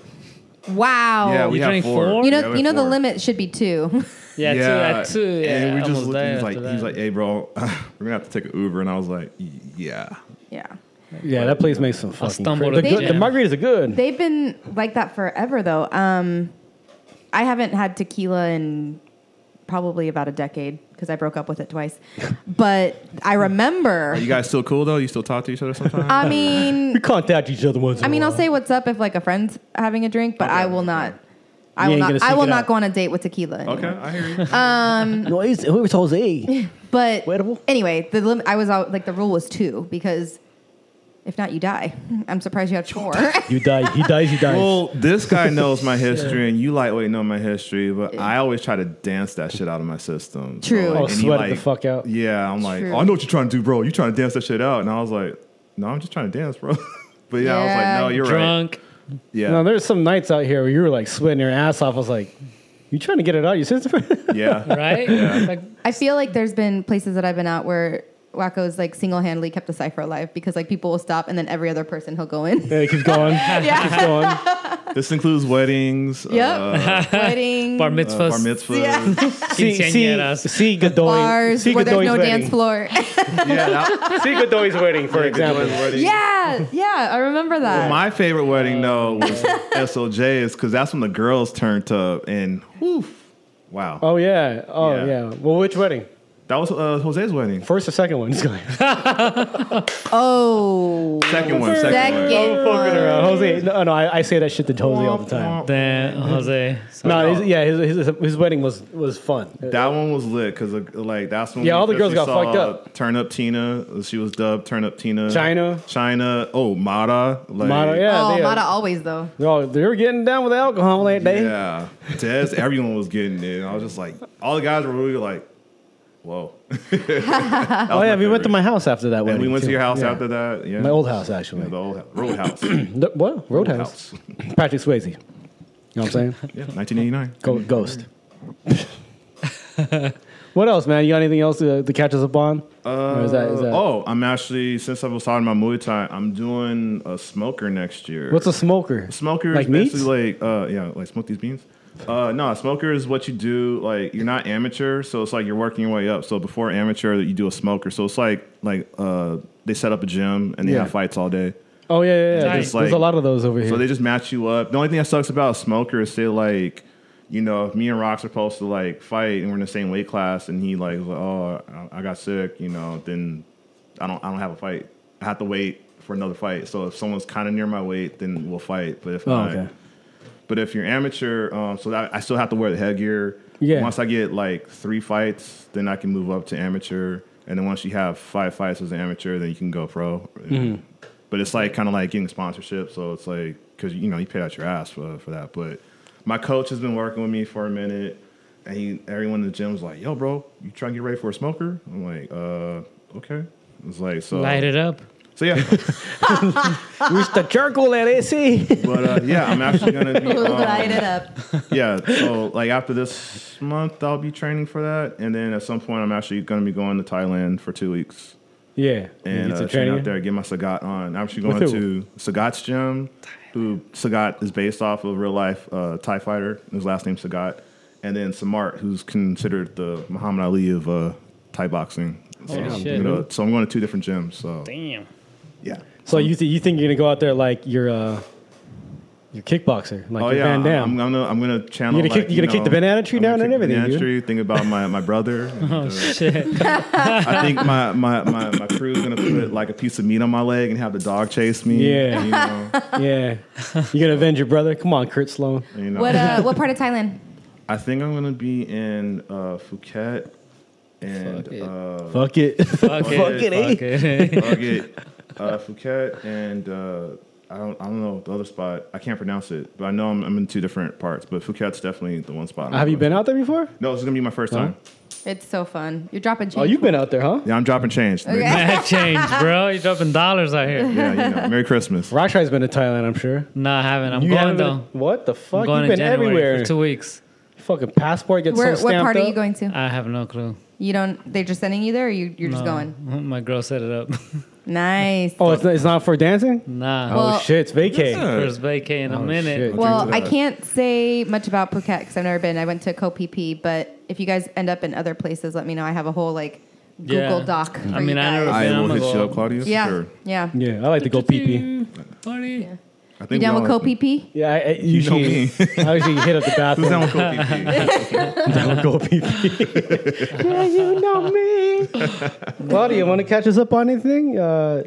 Wow.
Yeah, we
You
had
drank
four.
four?
you know,
Yeah, we had
you know the
four.
limit should be two.
yeah, two. I two. Yeah,
and we
I
just
almost
looked.
died
He was like,
after
he was
that.
like, "Hey, bro, we're gonna have to take an Uber." And I was like, "Yeah."
yeah.
Yeah, that place makes some fucking.
stumble
cra-
to
the,
the
good, the
jam.
margaritas are good.
They've been like that forever, though. Um, I haven't had tequila in probably about a decade because I broke up with it twice. But I remember.
You guys still cool though? You still talk to each other sometimes?
I mean,
we contact each other once. in
I
a
mean, I'll
while.
say what's up if like a friend's having a drink, but I will not. I
You
will
ain't gonna
not. I
stick
will
it
not
out.
go on a date with tequila. anymore.
okay, I hear you.
Um,
no, it's, who was Jose?
But
Wearable?
anyway, the lim- I was out like the rule was two because if not, you die. I'm surprised you had four.
you die. He dies. He dies.
Well, this guy knows my history, and you lightweight know my history, but I always try to dance that shit out of my system. So,
True. Oh,
and he,
sweat it the fuck out.
Yeah, I'm like,
True.
oh, I know what you're trying to do, bro. You trying to dance that shit out, and I was like, no, I'm just trying to dance, bro. but yeah, I was
Yeah.
like, no, you're right.
drunk.
Yeah,
Now there's some nights out here where you were like sweating your ass off. I was like, "You trying to get it out your system?"
yeah.
Right? Like,
I feel like there's been places that I've been out where Wacko's like single handedly kept the cipher alive because like people will stop and then every other person he'll go in.
yeah, it keeps going. Keeps going.
this includes weddings,
Yep.
uh,
Wedding,
bar
uh,
mitzvahs.
bar mitzvahs. Yeah,
See, see,
quinceañeras.
see Godoy.
bars
see
where there's
Godoy's
no
wedding.
dance floor.
that-
See Godoy's wedding, for example.
Wedding.
yeah, yeah, I remember that.
My favorite wedding though
Uh.
was SOJ's because that's when the girls turned up and whew, wow.
Oh yeah. Oh yeah.
Yeah.
Well, which wedding?
That was uh, Jose's wedding.
First or second one? He's going.
Oh.
Second one. Second,
Second.
one.
one.
Uh, Jose, no, no, I, I say that shit to Jose all the time.
Then Jose.
No, his, yeah, his, his, his wedding was was fun.
That one was lit because like that's when
Yeah,
we
all the girls got
officially
fucked
saw
up.
Turn up Tina, she was dubbed Turn up Tina.
China.
China. Oh, Mata. Like,
Mata, yeah,
oh,
they,
Mata always though.
they all- they were getting down with alcohol that day.
Yeah, Des, everyone was getting it. And I was just like, all the guys were really like, "Whoa!"
Oh yeah, we went to my house after that
And
wedding.
we went to
too.
your house
Yeah.
after that. Yeah,
my old house actually.
Yeah, the old house, Roadhouse.
The- what Roadhouse?
Roadhouse.
Patrick Swayze. You know what I'm saying?
yeah, 1989.
Go, ghost. what else, man? You got anything else to, to catch us up on?
Uh,
Or is that- is that-
Oh, I'm actually since I was talking about Muay Thai, I'm doing a smoker next year.
What's a smoker?
smoker?
Like
is basically
meats?
like uh, yeah, like smoke these beans. Uh, no, a smoker is what you do. Like you're not amateur, so it's like you're working your way up. So before amateur, you do a smoker. So it's like like uh, they set up a gym and they
Yeah.
have fights all day.
Oh yeah, yeah, yeah. There's,
Just
there's a
like-
lot of those over here. Oh,
So they just match you up. The only thing that sucks about a smoker is say like, you know, if me and Rock's are supposed to like fight and we're in the same weight class, and he like, was like, oh, I I got sick, you know, then I don't I don't have a fight. I have to wait for another fight. So if someone's kind of near my weight, then we'll fight. But if
oh,
not,
okay.
but if you're amateur, um, so that I still have to wear the headgear.
Yeah.
Once I get like three fights, then I can move up to amateur. And then once you have five fights as an amateur, then you can go pro. But it's like kind of like getting sponsorship. So it's like because you know you pay out your ass for, for that. But my coach has been working with me for a minute, and he everyone in the gym was like, "Yo, bro, you trying to get ready for a smoker?" I'm like, "Uh, okay." It's like so.
Light it up.
So yeah,
Mr. Charcoal at AC.
but uh, yeah, I'm actually gonna be, um,
Light it up.
yeah. So like after this month, I'll be training for that, and then at some point, I'm actually going to be going to Thailand for two weeks
yeah. You
and
get
uh, train
to train
out there, get my Sagat on. I'm actually
With
going
who?
to Sagat's gym, who Sagat is based off of real life uh, Thai fighter. His last name Sagat, and then Samart, who's considered the Muhammad Ali of uh, Thai boxing. So,
Holy
I'm
shit.
gonna- so I'm going to two different gyms. So
Damn.
yeah.
So you th- you think you're gonna go out there like you're uh, your kickboxer, like
Oh
your
yeah,
Van Damme?
I'm, I'm gonna I'm gonna channel.
gonna kick-
like,
you gonna kick the banana tree
I'm gonna
down and
kick the
everything,
Banana
dude. Oh,
tree. Think about my my brother. and, uh,
Shit.
I think my my my, my crew is gonna put like a piece of meat on my leg and have the dog chase me.
Yeah.
you know,
yeah. You're gonna avenge your brother? Come on, Kurt Sloan.
you know.
What uh, what part of Thailand?
I think I'm gonna be in uh, Phuket and
Fuck it.
uh,
Fuck it.
Fuck it.
Fuck it,
eh?
Fuck it.
Phuket, uh, Phuket and uh, I don't I don't know the other spot. I can't pronounce it, but I know I'm, I'm in two different parts. But Phuket's definitely the one spot. I'm
Have you
going
been
to.
out there before?
No, this is gonna be my first time.
It's so fun. You're dropping change.
Oh, you've been out there, huh?
Yeah, I'm dropping change.
Okay.
Mad change, bro. You're dropping dollars out here.
Yeah, you know, Merry Christmas.
Rakshai's been to Thailand, I'm sure.
No, I haven't. I'm
You
going
haven't been-
though.
What the fuck?
I'm going
You've
in
been
January
everywhere.
for two weeks.
Fucking passport gets
Where,
so
what
stamped
part are you
up.
going to?
I have no clue.
You don't. They're just sending you there, or you, you're just
No.
going.
My girl set it up.
Nice.
Oh, it's not, it's not for dancing?
nah.
Well-
oh shit, it's vacay.
First vacay in a
Oh,
minute.
shit.
Well,
drink
I
that.
can't say much about Phuket because I've never been. I went to Koh Phi Phi, but if you guys end up in other places, let me know. I have a whole like Google
Yeah.
Doc. For
I mean,
you
I never-
guys.
I
Yeah,
will
I'ma
hit you
go.
up, Claudius.
yeah,
Sure.
yeah.
Yeah, I like to go pee pee.
Party.
I think
You down
we
with
all-
Koh Phi Phi?
Yeah, I, I usually I usually hit up the
Who's down
bathroom.
with Kobe?
Don't go pee pee. yeah, you know me. Claudia, want to catch us up on anything? Uh,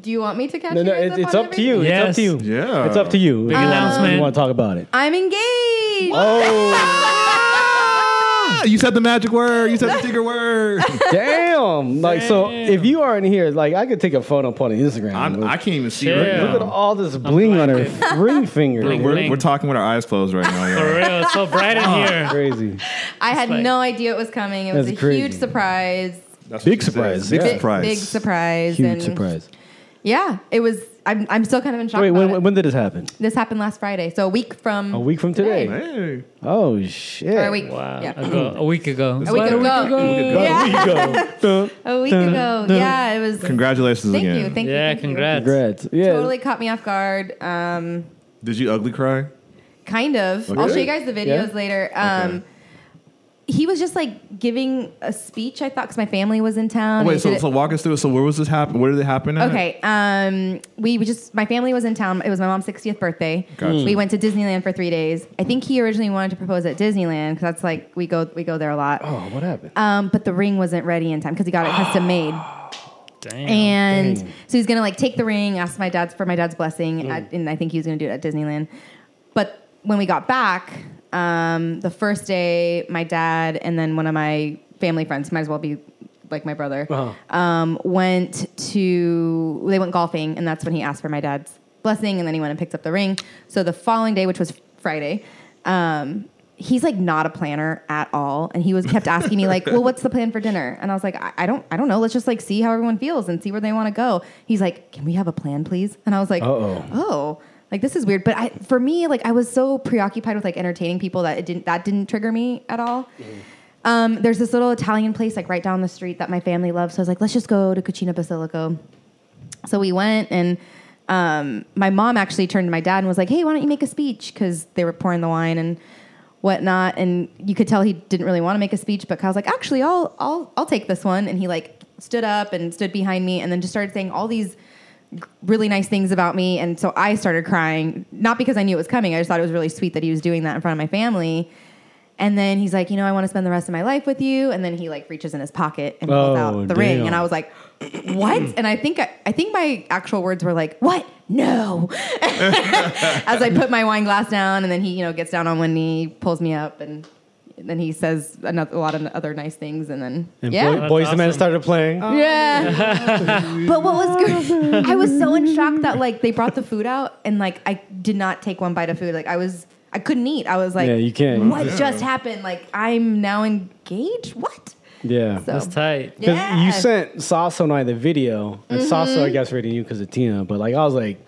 Do you want me to catch
no,
you
no,
guys
it, it's
on
up to you. It's up to you.
Yes.
Yeah.
It's up to you.
Um,
Big announcement.
You want to talk about it?
I'm engaged.
Oh.
Ah, you said the magic word. You said the digger word.
Damn! Like so, if you aren't here, like I could take a photo up on Instagram.
I'm,
Look-
I can't even see
Yeah.
right
Look at
now.
all this bling on her ring finger.
Bling.
We're, we're talking with our eyes closed right now.
For
yeah.
real. It's so bright in here.
Crazy.
I had
like-
no idea it was coming. It was
That's
a
crazy.
huge surprise.
That's
Big
what she said.
surprise,
Big
yeah.
Big-
surprise.
Big surprise.
Huge
and
surprise.
Yeah, it was. I'm, I'm still kind of in shock.
Wait,
about
when,
it.
when did this happen?
this happened last Friday, so a week from
A week from today.
Hey.
Oh
or a
shit!
week.
Wow.
Yeah.
Ago, Uh, a week ago.
A week ago.
About a week ago.
A week ago. Yeah, it was.
Congratulations
Thank
again.
you. Thank you.
Yeah,
thank you.
congrats.
Congrats. Yeah.
Totally caught me off guard. Um,
Did you ugly cry?
kind of. I'll show you guys the videos
Yeah?
later. Um, he was just like giving a speech. I thought because my family was in town. and
Wait,
he
so,
Oh, did it-
so walk us through it. So where was this happen? Where did it happen? at?
Okay. Um, we we just my family was in town. It was my mom's 60th birthday.
Gotcha.
We went to Disneyland for three days. I think he originally wanted to propose at Disneyland because that's like we go we go there a lot.
Oh, what happened?
Um, but the ring wasn't ready in time because he got it custom made.
Damn.
And so he's gonna like take the ring, ask my dad's for my dad's blessing, at, and I think he was gonna do it at Disneyland. But when we got back, um, the first day, my dad and then one of my family friends might as well be like my brother um, went to they went golfing, and that's when he asked for my dad's blessing, and then he went and picked up the ring. So the following day, which was Friday. Um, He's like not a planner at all, and he was kept asking me like, "Well, what's the plan for dinner?" And I was like, "I, I don't, I don't know. Let's just like see how everyone feels and see where they want to go." He's like, "Can we have a plan, please?" And I was like,
Uh-oh.
oh like this is weird but I, for me like i was so preoccupied with like entertaining people that it didn't that didn't trigger me at all um, there's this little italian place like right down the street that my family loves so i was like let's just go to cucina basilico so we went and um, my mom actually turned to my dad and was like hey why don't you make a speech because they were pouring the wine and whatnot and you could tell he didn't really want to make a speech but kyle's like actually i'll i'll i'll take this one and he like stood up and stood behind me and then just started saying all these really nice things about me. And so I started crying, not because I knew it was coming. I just thought it was really sweet that he was doing that in front of my family. And then he's like, you know, I want to spend the rest of my life with you. And then he like reaches in his pocket and pulls
Oh,
out the
damn.
ring. And I was like, what? and I think I, I think my actual words were like, what? No. As I put my wine glass down, and then he, you know, gets down on one knee, pulls me up, and then he says another, a lot of other nice things, and then
And
yeah, Uh,
boy, boys, the men
awesome.
started playing.
yeah. but what was good? I was so in shock that like they brought the food out and like I did not take one bite of food. Like I was, I couldn't eat. I was like,
Yeah, you can't.
What just happened? Like I'm now engaged. What?
yeah.
So-
That's tight.
Because
Yeah.
you sent Sasso and I the video,
Mm-hmm.
and Sasso, I guess, already knew because of Tina, but like, I was like,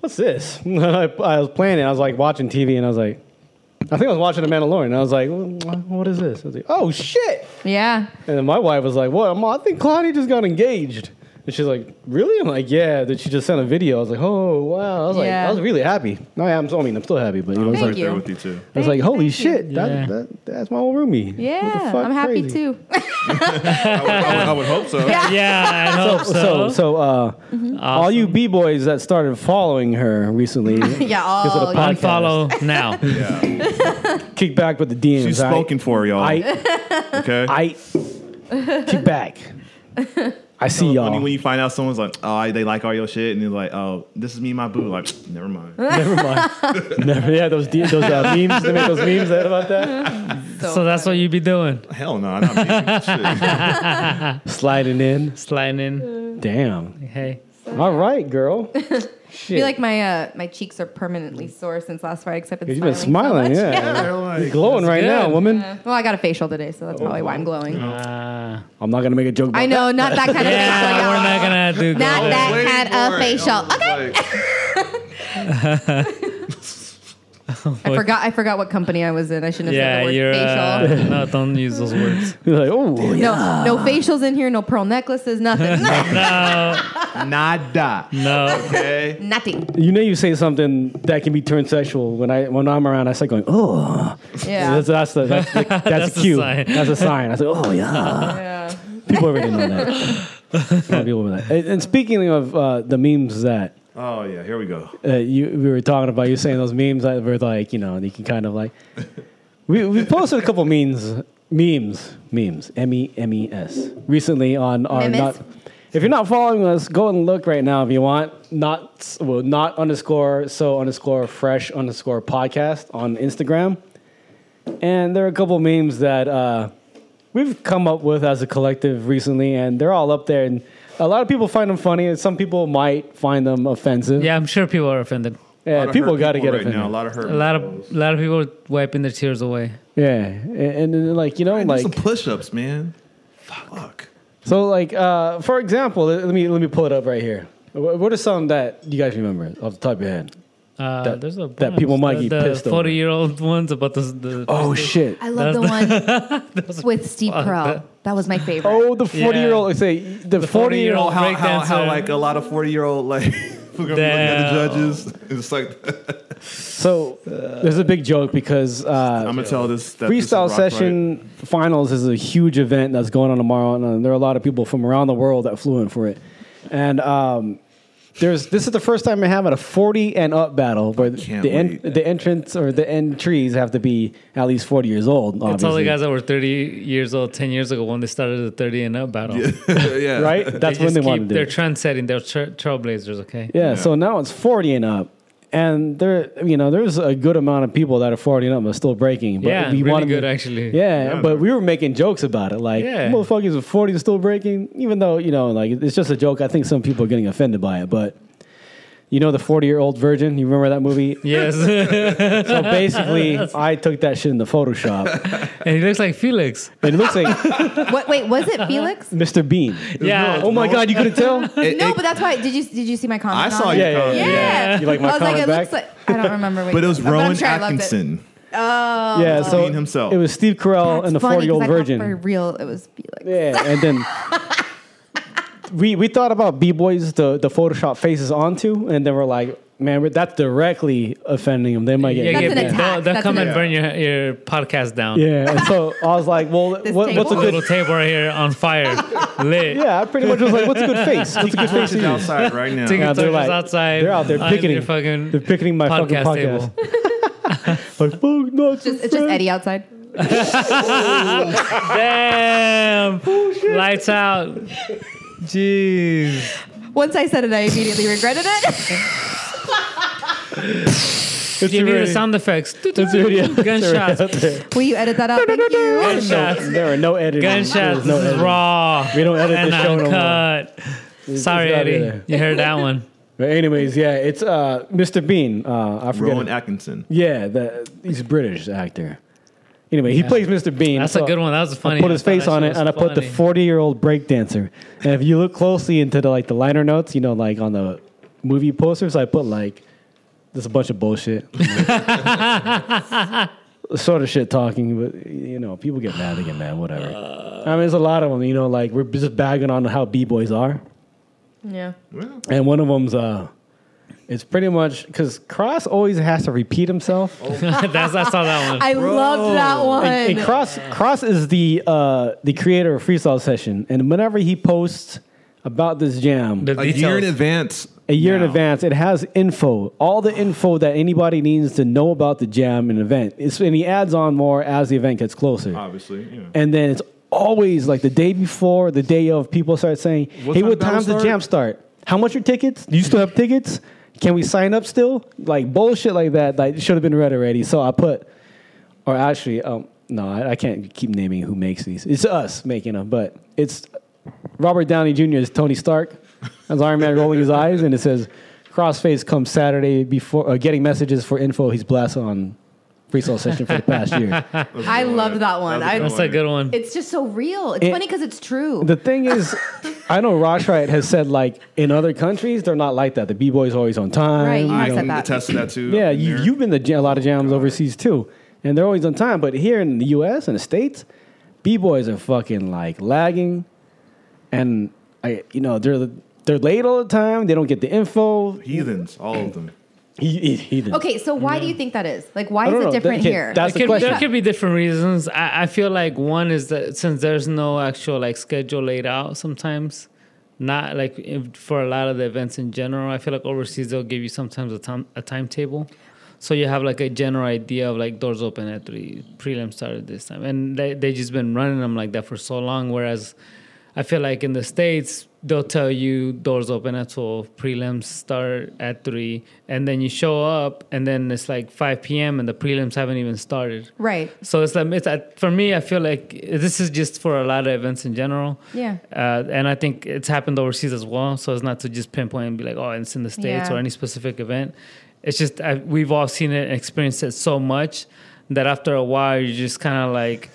what's this? I, I was playing it, I was like watching TV, and I was like, I think I was watching The Mandalorian, and I was like, "Wh- what is this? I was like, oh shit!
Yeah.
And then my wife was like, what? Mom, I think Claudia just got engaged. And she's like, really? I'm like, yeah, that she just sent a video. I was like, oh, wow. I was like,
Yeah.
I was really happy. No, yeah, I'm, I mean, I'm still happy, but you know, I was
Thank
like,
you.
there with you too.
I was like,
Thank-
holy
thank you.
shit, that,
Yeah.
that, that's my old roomie. What the
Yeah.
fuck?
I'm happy
Crazy.
too.
I would, I would- I would hope so. Yeah.
Yeah, I hope so.
So, so uh,
Mm-hmm.
all you b boys that started following her recently,
yeah.
Because of
All
the podcast.
Unfollow now.
kick back with the DMs.
She's
all right?
spoken for y'all.
I,
okay.
I, kick back. I see
When you,
y'all.
when you find out someone's like, oh, they like all your shit, and they're like, oh, this is me and my boo. Like, never mind.
Never mind. Never. Yeah, those D- those uh, memes. They make those memes about that.
so that's what you be doing.
Hell no, not me. Shit.
Sliding in.
Sliding in.
Damn.
Hey.
All right, girl. Shit.
I feel like my uh, my cheeks are permanently sore since last Friday because I've been
You've
smiling.
been smiling.
so much.
yeah.
They're like,
You're glowing right
good.
now, woman.
Yeah. Well, I got a facial today, so that's
Oh,
probably why I'm glowing.
Uh,
I'm not gonna make a joke. About
I know, not that kind of facial.
yeah,
y'all.
we're not gonna
Not
do
Oh,
good.
that
waiting
kind
for
of
it.
facial. Okay. I forgot. I forgot what company I was in. I shouldn't have
Yeah,
said the
you're.
word
Uh,
facial.
no, don't use those words.
You're like, oh,
no, no facials in here. No pearl necklaces. Nothing.
Nada.
No.
Okay.
nothing.
you know, you say something that can be turned sexual. When I when I'm around, I start going, oh.
Yeah.
That's, that's, the, that's, the, that's,
That's a
cute.
sign.
That's a sign. I said, oh, yeah.
yeah.
People already know that. Some people know that. And, and speaking of uh, the memes that
Oh yeah, here we go.
uh, you, we were talking about, you were saying those memes that were like, you know, you can kind of like. We, we posted a couple memes, memes, memes, M E M E S, recently on our
Memes?
not. If you're not following us, go and look right now if you want. Not well, not underscore so underscore fresh underscore podcast on Instagram. And there are a couple memes that uh, we've come up with as a collective recently, and they're all up there. And a lot of people find them funny, and some people might find them offensive.
Yeah, I'm sure people are offended.
A
Yeah,
lot of
people
hurt
got to get
right
offended.
now. A lot of hurt.
A lot of a lot of people wiping their tears away.
Yeah, and, and then, like you know,
Hey, do
like
some push-ups, man. Fuck.
So, like, uh, for example, let let me let me pull it up right here. Wh- What are some that you guys remember off the top of your head?
Uh,
That-
there's a
that
bunch.
people might
the,
get
the
pissed over.
Forty year old ones about this. The,
Oh shit!
I love the one with Steve Carell. That was my favorite.
Oh, the forty-year-old. Say the
Oh,
forty-year-old.
uh,
40-year-old.
how, how, how
Breakdancer.
like a lot of forty-year-old like. We're gonna be looking at the
Damn.
judges. It's like
So there's a big joke because uh,
I'm gonna tell this that this is
freestyle
rock
session finals is a huge event that's going on tomorrow, and uh, there are a lot of people from around the world that flew in for it. And um, there's this is the first time they have a 40 and up battle where
can't
the en-
wait.
the entrance or the entries have to be at least 40 years old. Obviously.
It's all the guys that were 30 years old 10 years ago when they started the 30 and up battle.
right? yeah,
right? That's when
just
they
keep-
wanted to do.
They're
it.
trendsetting. They're tra- trailblazers. Okay.
Yeah, so now it's 40 and up. And there, you know, there's a good amount of people that are 40 and up but still breaking. But
Yeah, really
wanted to-
good, actually.
Yeah, but we were making jokes about it, like
Yeah.
motherfuckers are 40 and still breaking, even though you know, like it's just a joke. I think some people are getting offended by it, but you know, the 40 year old virgin. You remember that movie?
Yes.
So basically, I took that shit into Photoshop.
and he looks like Felix.
It looks like
What? Wait, was it Felix?
Mr. Bean.
Yeah.
Oh my God, you couldn't tell.
It-
no,
it-
but that's why. Did you did you see my comment?
I saw
on
you.
it?
Yeah, yeah,
Yeah.
You like my
I was
comment
like, it
back?
looks like I don't remember. What
But it was
said, I'm
Rowan
sure I loved it.
Atkinson.
Oh,
yeah,
Mr.
so
Bean himself.
It was Steve Carell Oh,
That's
and the
funny,
40 year
'cause
old
I thought
virgin.
For real, it was Felix.
Yeah, and then we we thought about b boys the the Photoshop faces onto, and then we're like, man, we're, that's directly offending them. They might get
Yeah,
That's
yeah,
an
they'll-
attack.
They'll
That's
come
an
and burn your, your podcast down.
yeah. And so I was like, well, what,
This
what's a
table?
good
Little table right here on fire, lit.
yeah? I pretty much was like, what's a good face? What's a good face? to
Torches
use?
outside right now.
Take
Yeah,
a
they're
torches
like-
outside.
they're out there
on
picketing.
your fucking
They're picketing my fucking
podcast
podcast.
table.
Like, fuck, no, it's
Just, it's just Eddie outside.
Damn!
Oh,
Lights out. Jeez.
Once I said it, I immediately regretted it.
It's
You need the
already-
sound effects.
it's already out there.
Gunshots.
Will you edit that out? Thank you.
Gunshots.
There are no editing. There's
Gunshots.
no
This is
editing.
raw.
We don't edit
And uh,
this show no more.
uncut. Sorry,
it's out
Eddie.
there.
You heard that one.
But anyways, yeah, it's uh, Mr. Bean. Uh, I forget.
Rowan Atkinson.
Yeah, the, he's a British actor. Anyway, he plays Mr. Bean.
That's
so
a good one. That was funny.
I put his
thought
face
that
on
shit
it,
was
and I put the
funny.
forty-year-old breakdancer. And if you look closely into the like the liner notes, you know, like on the movie posters, I put like there's a bunch of bullshit, sort of shit talking. But you know, people get mad, they get mad, whatever. I mean, there's a lot of them. You know, like we're just bagging on how b boys are.
Yeah.
And one of them's uh, it's pretty much because Cross always has to repeat himself.
That's I saw that one.
I loved that one.
And, and Cross Cross is the uh, the creator of Freestyle Session, and whenever he posts about this jam
The
A year in
details.
advance.
a year in
now.
advance, it has info, all the info that anybody needs to know about the jam and event. It's, and he adds on more as the event gets closer,
Obviously, yeah.
and then it's always like the day before, the day of. People start saying,
What
"Hey,
time
what
battle
time's the
start?"
jam start? How much are tickets? Do you still have tickets? Can we sign up still?" Like bullshit like that. Like should have been read already. So I put or actually, um, no, I, I can't keep naming who makes these. It's us making them, but it's Robert Downey Jr. is Tony Stark as Iron Man rolling his eyes, and it says, "Crossface comes Saturday before uh, getting messages for info he's blasted on pre-sale session for the past year."
I loved that one.
That was
I,
That's a good one.
it's just so real. It's
It-
funny because it's true.
The thing is, I know Rosh Riot has said like in other countries they're not like that. The b boys always on time.
Right, you
you
have
I
said
can
that.
attest to that too.
Yeah,
I've been
you,
there.
you've been to jam, a lot of jams overseas too, and they're always on time. But here in the U.S. and the states, b boys are fucking like lagging, and I, you know, they're they're late all the time. They don't get the info.
heathens, all of them.
He, he, heathen.
Okay, so why do you think that is? Like, why
I
is
don't
it
know.
different
Okay,
here?
that's-
It
the
could,
question.
there could be different reasons. I, I feel like one is that since there's no actual like schedule laid out, sometimes not like if, for a lot of the events in general. I feel like overseas they'll give you sometimes a time a timetable, so you have like a general idea of like doors open at three, prelim started this time, and they they just been running them like that for so long. Whereas I feel like in the states they'll tell you doors open at twelve, prelims start at three, and then you show up, and then it's like five p.m. and the prelims haven't even started.
right.
So it's like it's, uh, for me, I feel like this is just for a lot of events in general.
Yeah.
Uh, and I think it's happened overseas as well. So it's not to just pinpoint and be like, oh, it's in the states
Yeah.
or any specific event. It's just I, we've all seen it, and experienced it so much that after a while, you're just kind of like,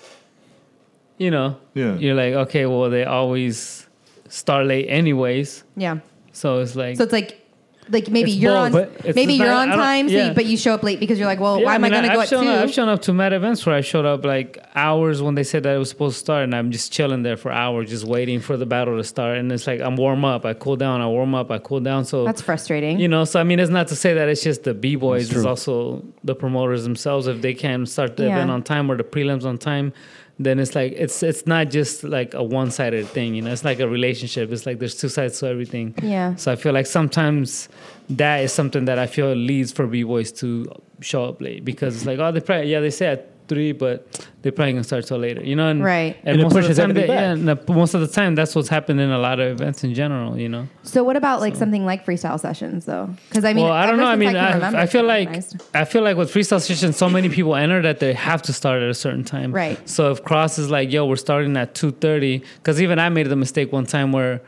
you know,
Yeah.
you're like, okay, well, they always start late anyways.
Yeah.
So it's like,
So it's like Like maybe
It's
you're
both, but
on
it's
maybe
just
you're
not-
on
I don't-
time, so you-
yeah.
but you show up late because you're like, well,
Yeah,
why
I
am
mean,
I going to
I-
go
I've
at
shown Up, I've
two?
shown up to mad events where I showed up like hours when they said that it was supposed to start, and I'm just chilling there for hours, just waiting for the battle to start. And it's like I'm warm up, I cool down, I warm up, I cool down. So
That's frustrating.
You know, so I mean, it's not to say that it's just the b boys;
That's
it's
true.
also the promoters themselves. If they can start the
Yeah.
event on time or the prelims on time, then it's like it's it's not just like a one sided thing. You know, it's like a relationship. It's like there's two sides to everything.
Yeah.
So I feel like sometimes that is something that I feel leads for b boys to show up late because it's like oh they probably yeah they say at three but they're probably gonna start till later. You know, and
Right.
And,
And it
most of
pushes
the time, they,
everything
yeah,
back.
and the- most of the time that's what's happened in a lot of events in general. You know.
So what about like something like freestyle sessions though? Because I mean,
well, I don't
ever
know. I
since
mean,
can
I,
remember,
I
it's
feel
been
like
organized.
I feel like with freestyle sessions, so many people enter that they have to start at a certain time.
Right.
So if Cross is like, "Yo, we're starting at 2.30, because even I made the mistake one time where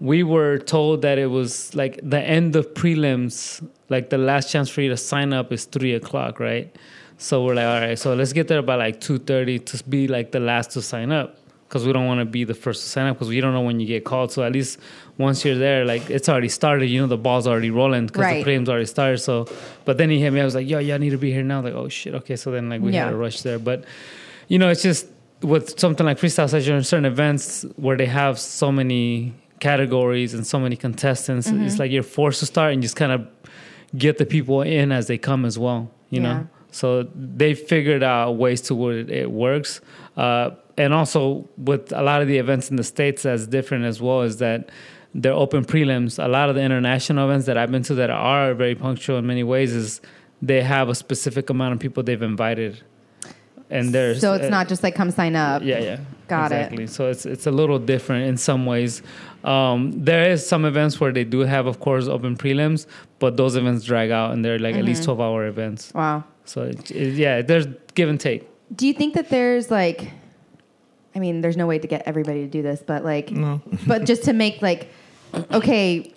we were told that it was like the end of prelims, like the last chance for you to sign up is three o'clock, right? So we're like, all right, so let's get there by like two thirty to be like the last to sign up because we don't want to be the first to sign up because we don't know when you get called. So at least once you're there, like it's already started. You know the ball's already rolling because
Right.
the prelims already started. So, but then he hit me. I was like, yo, yeah, I need to be here now. Like, oh shit, okay. So then like we
Yeah.
had a rush there, but you know, it's just with something like freestyle session or certain events where they have so many categories and so many contestants, it's like you're forced to start and just kind of get the people in as they come as well.
Yeah.
You know. So they figured out ways to where it, it works. Uh, and also with a lot of the events in the States, that's different as well, is that they're open prelims. A lot of the international events that I've been to that are very punctual in many ways is they have a specific amount of people they've invited. And there's
so it's
uh,
not just like come sign up.
yeah, yeah.
Got it.
exactly. So it's it's a little different in some ways. Um, there is some events where they do have, of course, open prelims, but those events drag out and they're like at
Mm-hmm.
least twelve hour events.
Wow.
So it, it- yeah, there's give and take.
Do you think that there's like, I mean, there's no way to get everybody to do this, but like, but just to make like, okay,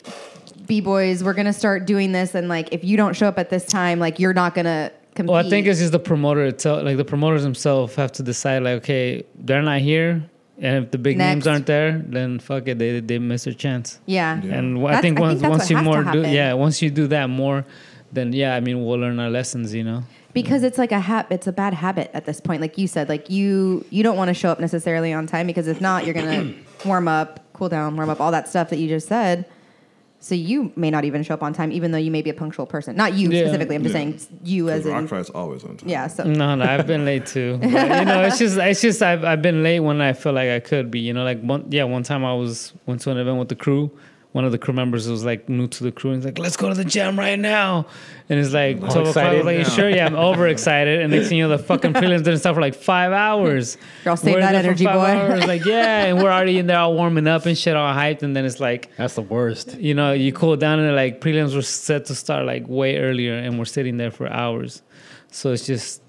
b boys, we're gonna start doing this, and like, if you don't show up at this time, like, you're not gonna compete.
Well, I think it's just the promoter itself. Like the promoters themselves have to decide. Like, okay, they're not here, and if the big
Next.
names aren't there, then fuck it, they they miss their chance.
yeah.
And wh-
That's-
I think
I think
once
that's what
once you
has to
more do
happen.
yeah, once you do that more, then yeah, I mean we'll learn our lessons. You know.
because it's like a hab it's a bad habit at this point like you said like you you don't want to show up necessarily on time because if not you're gonna warm up cool down warm up all that stuff that you just said so you may not even show up on time even though you may be a punctual person not you
Yeah.
specifically i'm just
Yeah.
saying you as in
Rock Fight's always on time.
yeah so
No, no, I've been late too. But, you know, it's just, it's just, I've, I've been late when I feel like I could be. You know, like one, yeah, one time I was went to an event with the crew. One of the crew members was like new to the crew and he's like, "Let's go to the gym right now," and it's like twelve o'clock. I was
excited
like,
now.
"Sure, yeah, I'm overexcited." And next thing you know, the fucking prelims didn't start for like five hours.
Girl, save
We're
that
there for
energy,
five
boy.
hours, Like, yeah, and we're already in there all warming up and shit, all hyped, and then it's like
That's the worst.
you know, you cool down and like prelims were set to start like way earlier and we're sitting there for hours. So it's just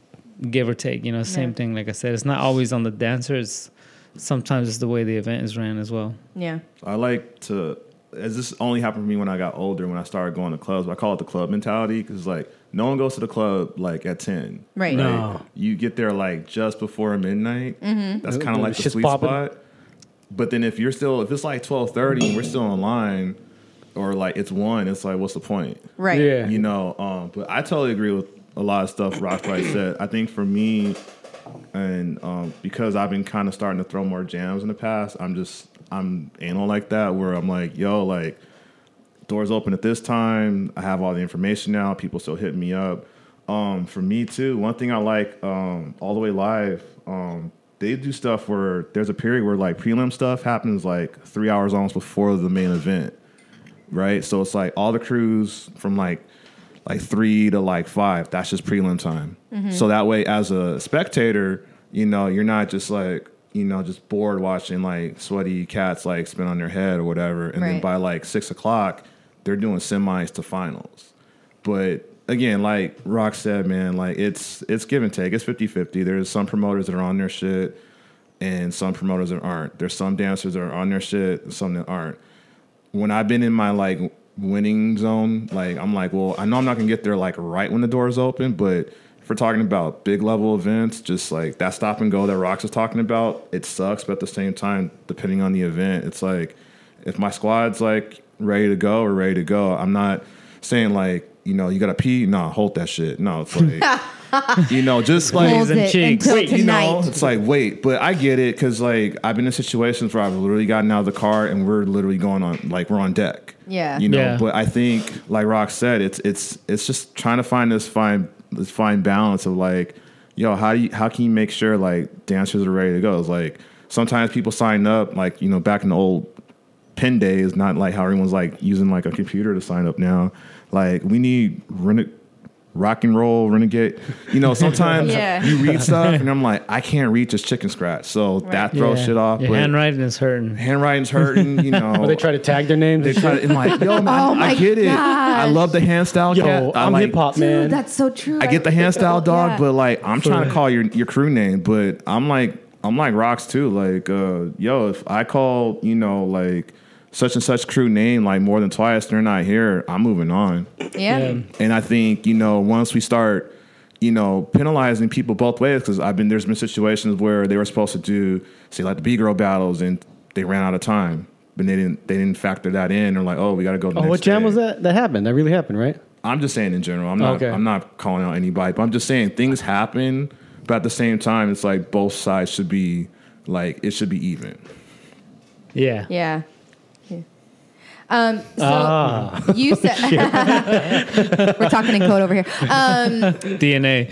give or take, you know, same
Yeah.
thing. Like I said, it's not always on the dancer. It's sometimes it's the way the event is ran as well.
yeah
I like to, as this only happened to me when I got older, when I started going to clubs, I call it the club mentality because, like, no one goes to the club like at 10.
Right.
No.
You get there like just before midnight. That's kind of like the
shit's
sweet
popping.
spot. But then if you're still, if it's like 1230 and we're still online or like it's one, it's like, what's the point?
right
Yeah.
you know um but i totally agree with a lot of stuff rock Fight said i think for me and um because i've been kind of starting to throw more jams in the past i'm just i'm anal like that where i'm like yo like doors open at this time i have all the information now people still hitting me up um for me too one thing i like um all the way live um they do stuff where there's a period where like prelim stuff happens like three hours almost before the main event right? So it's like all the crews from like like three to like five. That's just prelim time. So that way, as a spectator, you know, you're not just like you know just bored watching like sweaty cats like spin on their head or whatever. And then
Right.
by like six o'clock, they're doing semis to finals. But again, like Rock said, man, like it's it's give and take. It's 50-50. There's some promoters that are on their shit and some promoters that aren't. There's some dancers that are on their shit and some that aren't when I've been in my like winning zone, like I'm like, well, I know I'm not gonna get there like right when the doors open, but if we're talking about big level events, just like that stop and go that Rox is talking about, it sucks, but at the same time, depending on the event, it's like if my squad's like ready to go or ready to go, I'm not saying like, you know, you gotta pee. No, hold that shit. No, it's like, you know, just like
Hold
and
it
cheeks.
until
you know,
tonight.
it's like wait, but I get it because like I've been in situations where I've literally gotten out of the car and we're literally going on like we're on deck.
Yeah.
you know.
Yeah.
But I think like Rock said, it's it's it's just trying to find this fine this fine balance of like, yo, how do you how can you make sure like dancers are ready to go? It's like sometimes people sign up like you know back in the old pen day is not like how everyone's like using like a computer to sign up now. Like we need rene- rock and roll renegade. You know, sometimes
Yeah.
you read stuff and I'm like, I can't read this chicken scratch. So that throws
Yeah.
shit off.
Your
but
handwriting is hurting.
handwriting's hurting. You know,
Or they try to tag their names.
they
and
try to, and like, yo, man, I
Oh my
get it. I
gosh.
love the hand style.
shit.
cat.
Yo,
I
I'm
like-
hip hop man.
Dude, that's so true.
I get the hand style dog,
Yeah.
but like, I'm trying to call your your crew name, but I'm like, I'm like rocks too. Like, uh, yo, if I call, you know, like such and such crew name like more than twice, they're not here. I'm moving on.
yeah.
And I think you know once we start, you know, penalizing people both ways because I've been there's been situations where they were supposed to do say like the B girl battles and they ran out of time, but they didn't they didn't factor that in. They're like, oh, we got to go.
oh, what jam was that? That happened. That really happened, right?
I'm just saying in general. I'm not
Okay.
I'm not calling out anybody, but I'm just saying things happen. But at the same time, it's like both sides should be like it should be even.
Yeah.
Yeah. Yeah. Um, so
Ah.
you said we're talking in code over here. Um,
DNA.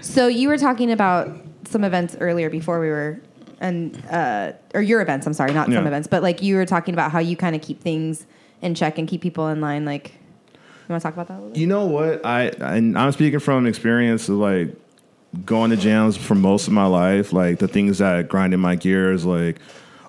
so you were talking about some events earlier before we were, and uh, or your events. I'm sorry, not some
Yeah.
events, but like you were talking about how you kind of keep things in check and keep people in line. Like, you want to talk about that a little bit?
You know what? I and I'm speaking from experience of like going to jams for most of my life. Like the things that grinded my gears. Like,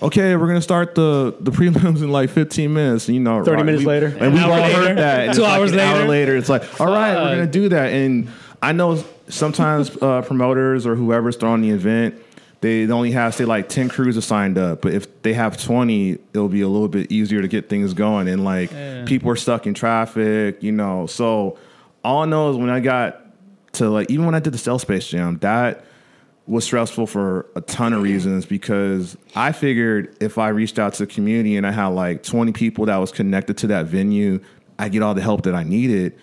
okay, we're gonna start the the prelims in like 15 minutes. And, you know,
30 minutes later.
and we've
An
all
hour later.
heard that. and
Two
it's like
hours
an hour
later.
later, it's like, all right, we're gonna do that. And I know sometimes uh, promoters or whoever's throwing the event. They only have say like ten crews are signed up, but if they have twenty, it'll be a little bit easier to get things going. And like people are stuck in traffic, you know. So all I know is when I got to like even when I did the Cell Space Jam, that was stressful for a ton of reasons because I figured if I reached out to the community and I had like 20 people that was connected to that venue, I get all the help that I needed.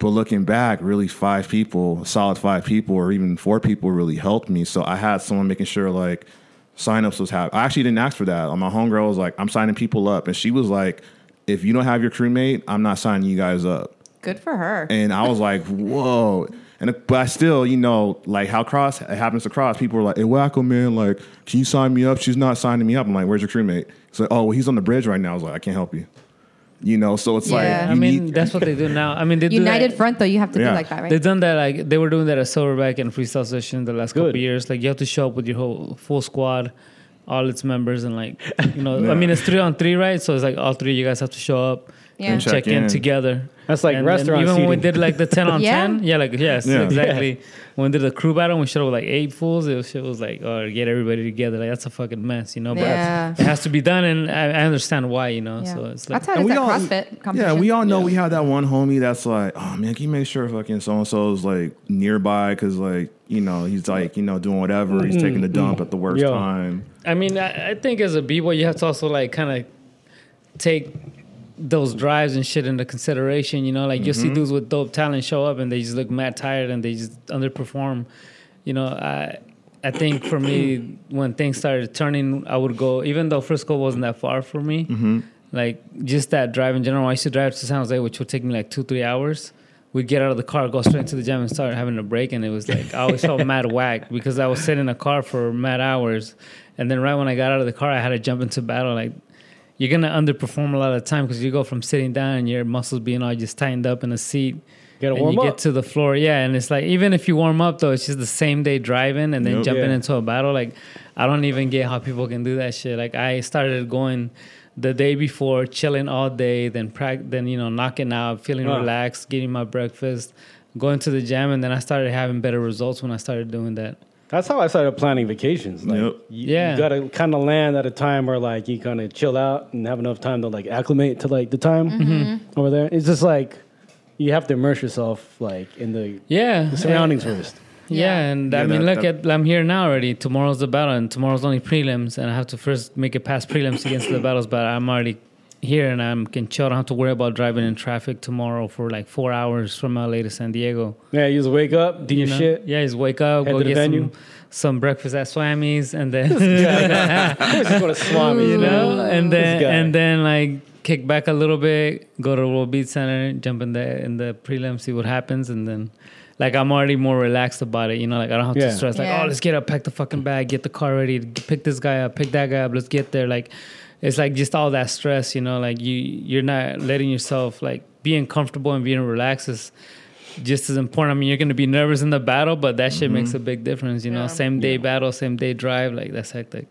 But looking back, really five people, solid five people, or even four people really helped me. So I had someone making sure like signups was happening. I actually didn't ask for that. My homegirl was like, I'm signing people up. And she was like, if you don't have your crewmate, I'm not signing you guys up
Good for her.
and I was like, whoa. And but I still, you know, like how cross it happens to cross. People were like, "Hey, Wacko man, like, can you sign me up?" She's not signing me up. I'm like, "Where's your crewmate?" It's like, "Oh, well, he's on the bridge right now." I was like, "I can't help you," you know. So it's
Yeah.
like,
I
you
mean,
need-
that's what they do now. I mean, they do that-
United Front, though, you have to
Yeah.
do like that, right?
They've done that. Like they were doing that at Silverback and Freestyle Session the last couple
Good.
years. Like you have to show up with your whole full squad, all its members, and like you know. I mean, it's three on three, right? So it's like all three of you guys have to show up
Yeah.
and check,
Check
in,
in.
together.
That's like
And-
restaurant
and Even when we
seating.
did like the ten on
Yeah.
ten, yeah, like yes,
Yeah.
exactly. When we did the crew battle, we showed up with like eight fools. It was, it was like, oh, get everybody together. Like that's a fucking mess, you know. But
Yeah.
it has to be done, and I, I understand why, you know.
yeah.
So it's like
that's how it
and
is
we
at
all-
CrossFit
yeah,
competition.
we all know we have that one homie that's like, "Oh man, can you make sure fucking so and so is like nearby?" Because like, you know, he's like, you know, doing whatever. He's taking a dump at the worst
Yo.
time.
I mean, I, I think as a b-boy, you have to also like kind of take those drives and shit into consideration. You know, like you'll see dudes with dope talent show up and they just look mad tired and they just underperform. You know, I I think for me when things started turning, I would go even though Frisco wasn't that far for me. Like just that drive in general. I used to drive to San Jose, which would take me like two three hours. We'd get out of the car, go straight to the gym, and start having a break. And it was like I always felt mad whack because I was sitting in a car for mad hours, and then right when I got out of the car, I had to jump into battle. Like you're gonna underperform a lot of the time because you go from sitting down and your muscles being all just tightened up in a seat.
Gotta
and
warm
you
up.
get to the floor, yeah, and it's like even if you warm up though, it's just the same day driving and then
Yep.
jumping
Yeah.
into a battle. Like I don't even get how people can do that shit. Like I started going the day before, chilling all day, then prac- then you know knocking out, feeling
Ah.
relaxed, getting my breakfast, going to the gym, and then I started having better results when I started doing that.
That's how I started planning vacations. Like,
Yep.
you,
Yeah.
you gotta kind of land at a time where like you kind of chill out and have enough time to like acclimate to like the time
Mm-hmm.
Mm-hmm. over there. It's just like you have to immerse yourself like in the,
Yeah,
the surroundings first.
Yeah, and I
Yeah,
mean,
that-
look
that-
at I'm here now already. Tomorrow's the battle, and tomorrow's only prelims, and I have to first make it past prelims against the battles. But I'm already here and I'm can chill. I don't have to worry about driving in traffic tomorrow for like four hours from LA to San Diego.
Yeah, you just wake up, do
you
your
know?
shit.
Yeah, just wake up,
Head
go
to the
get
venue.
some, some breakfast at Swami's, and then
Just go to Swami,
you know, and then
guy.
and then like kick back a little bit, go to World Beat Center, jump in the in the prelim, see what happens, and then. Like I'm already more relaxed about it, you know. Like I don't have
Yeah.
to stress. Like,
Yeah.
oh, let's get up, pack the fucking bag, get the car ready, pick this guy up, pick that guy up. Let's get there. Like, it's like just all that stress, you know. Like you, you're not letting yourself like being comfortable and being relaxed is just as important. I mean, you're going to be nervous in the battle, but that shit makes a big difference. You know,
Yeah.
same day battle, same day drive. Like that's hectic.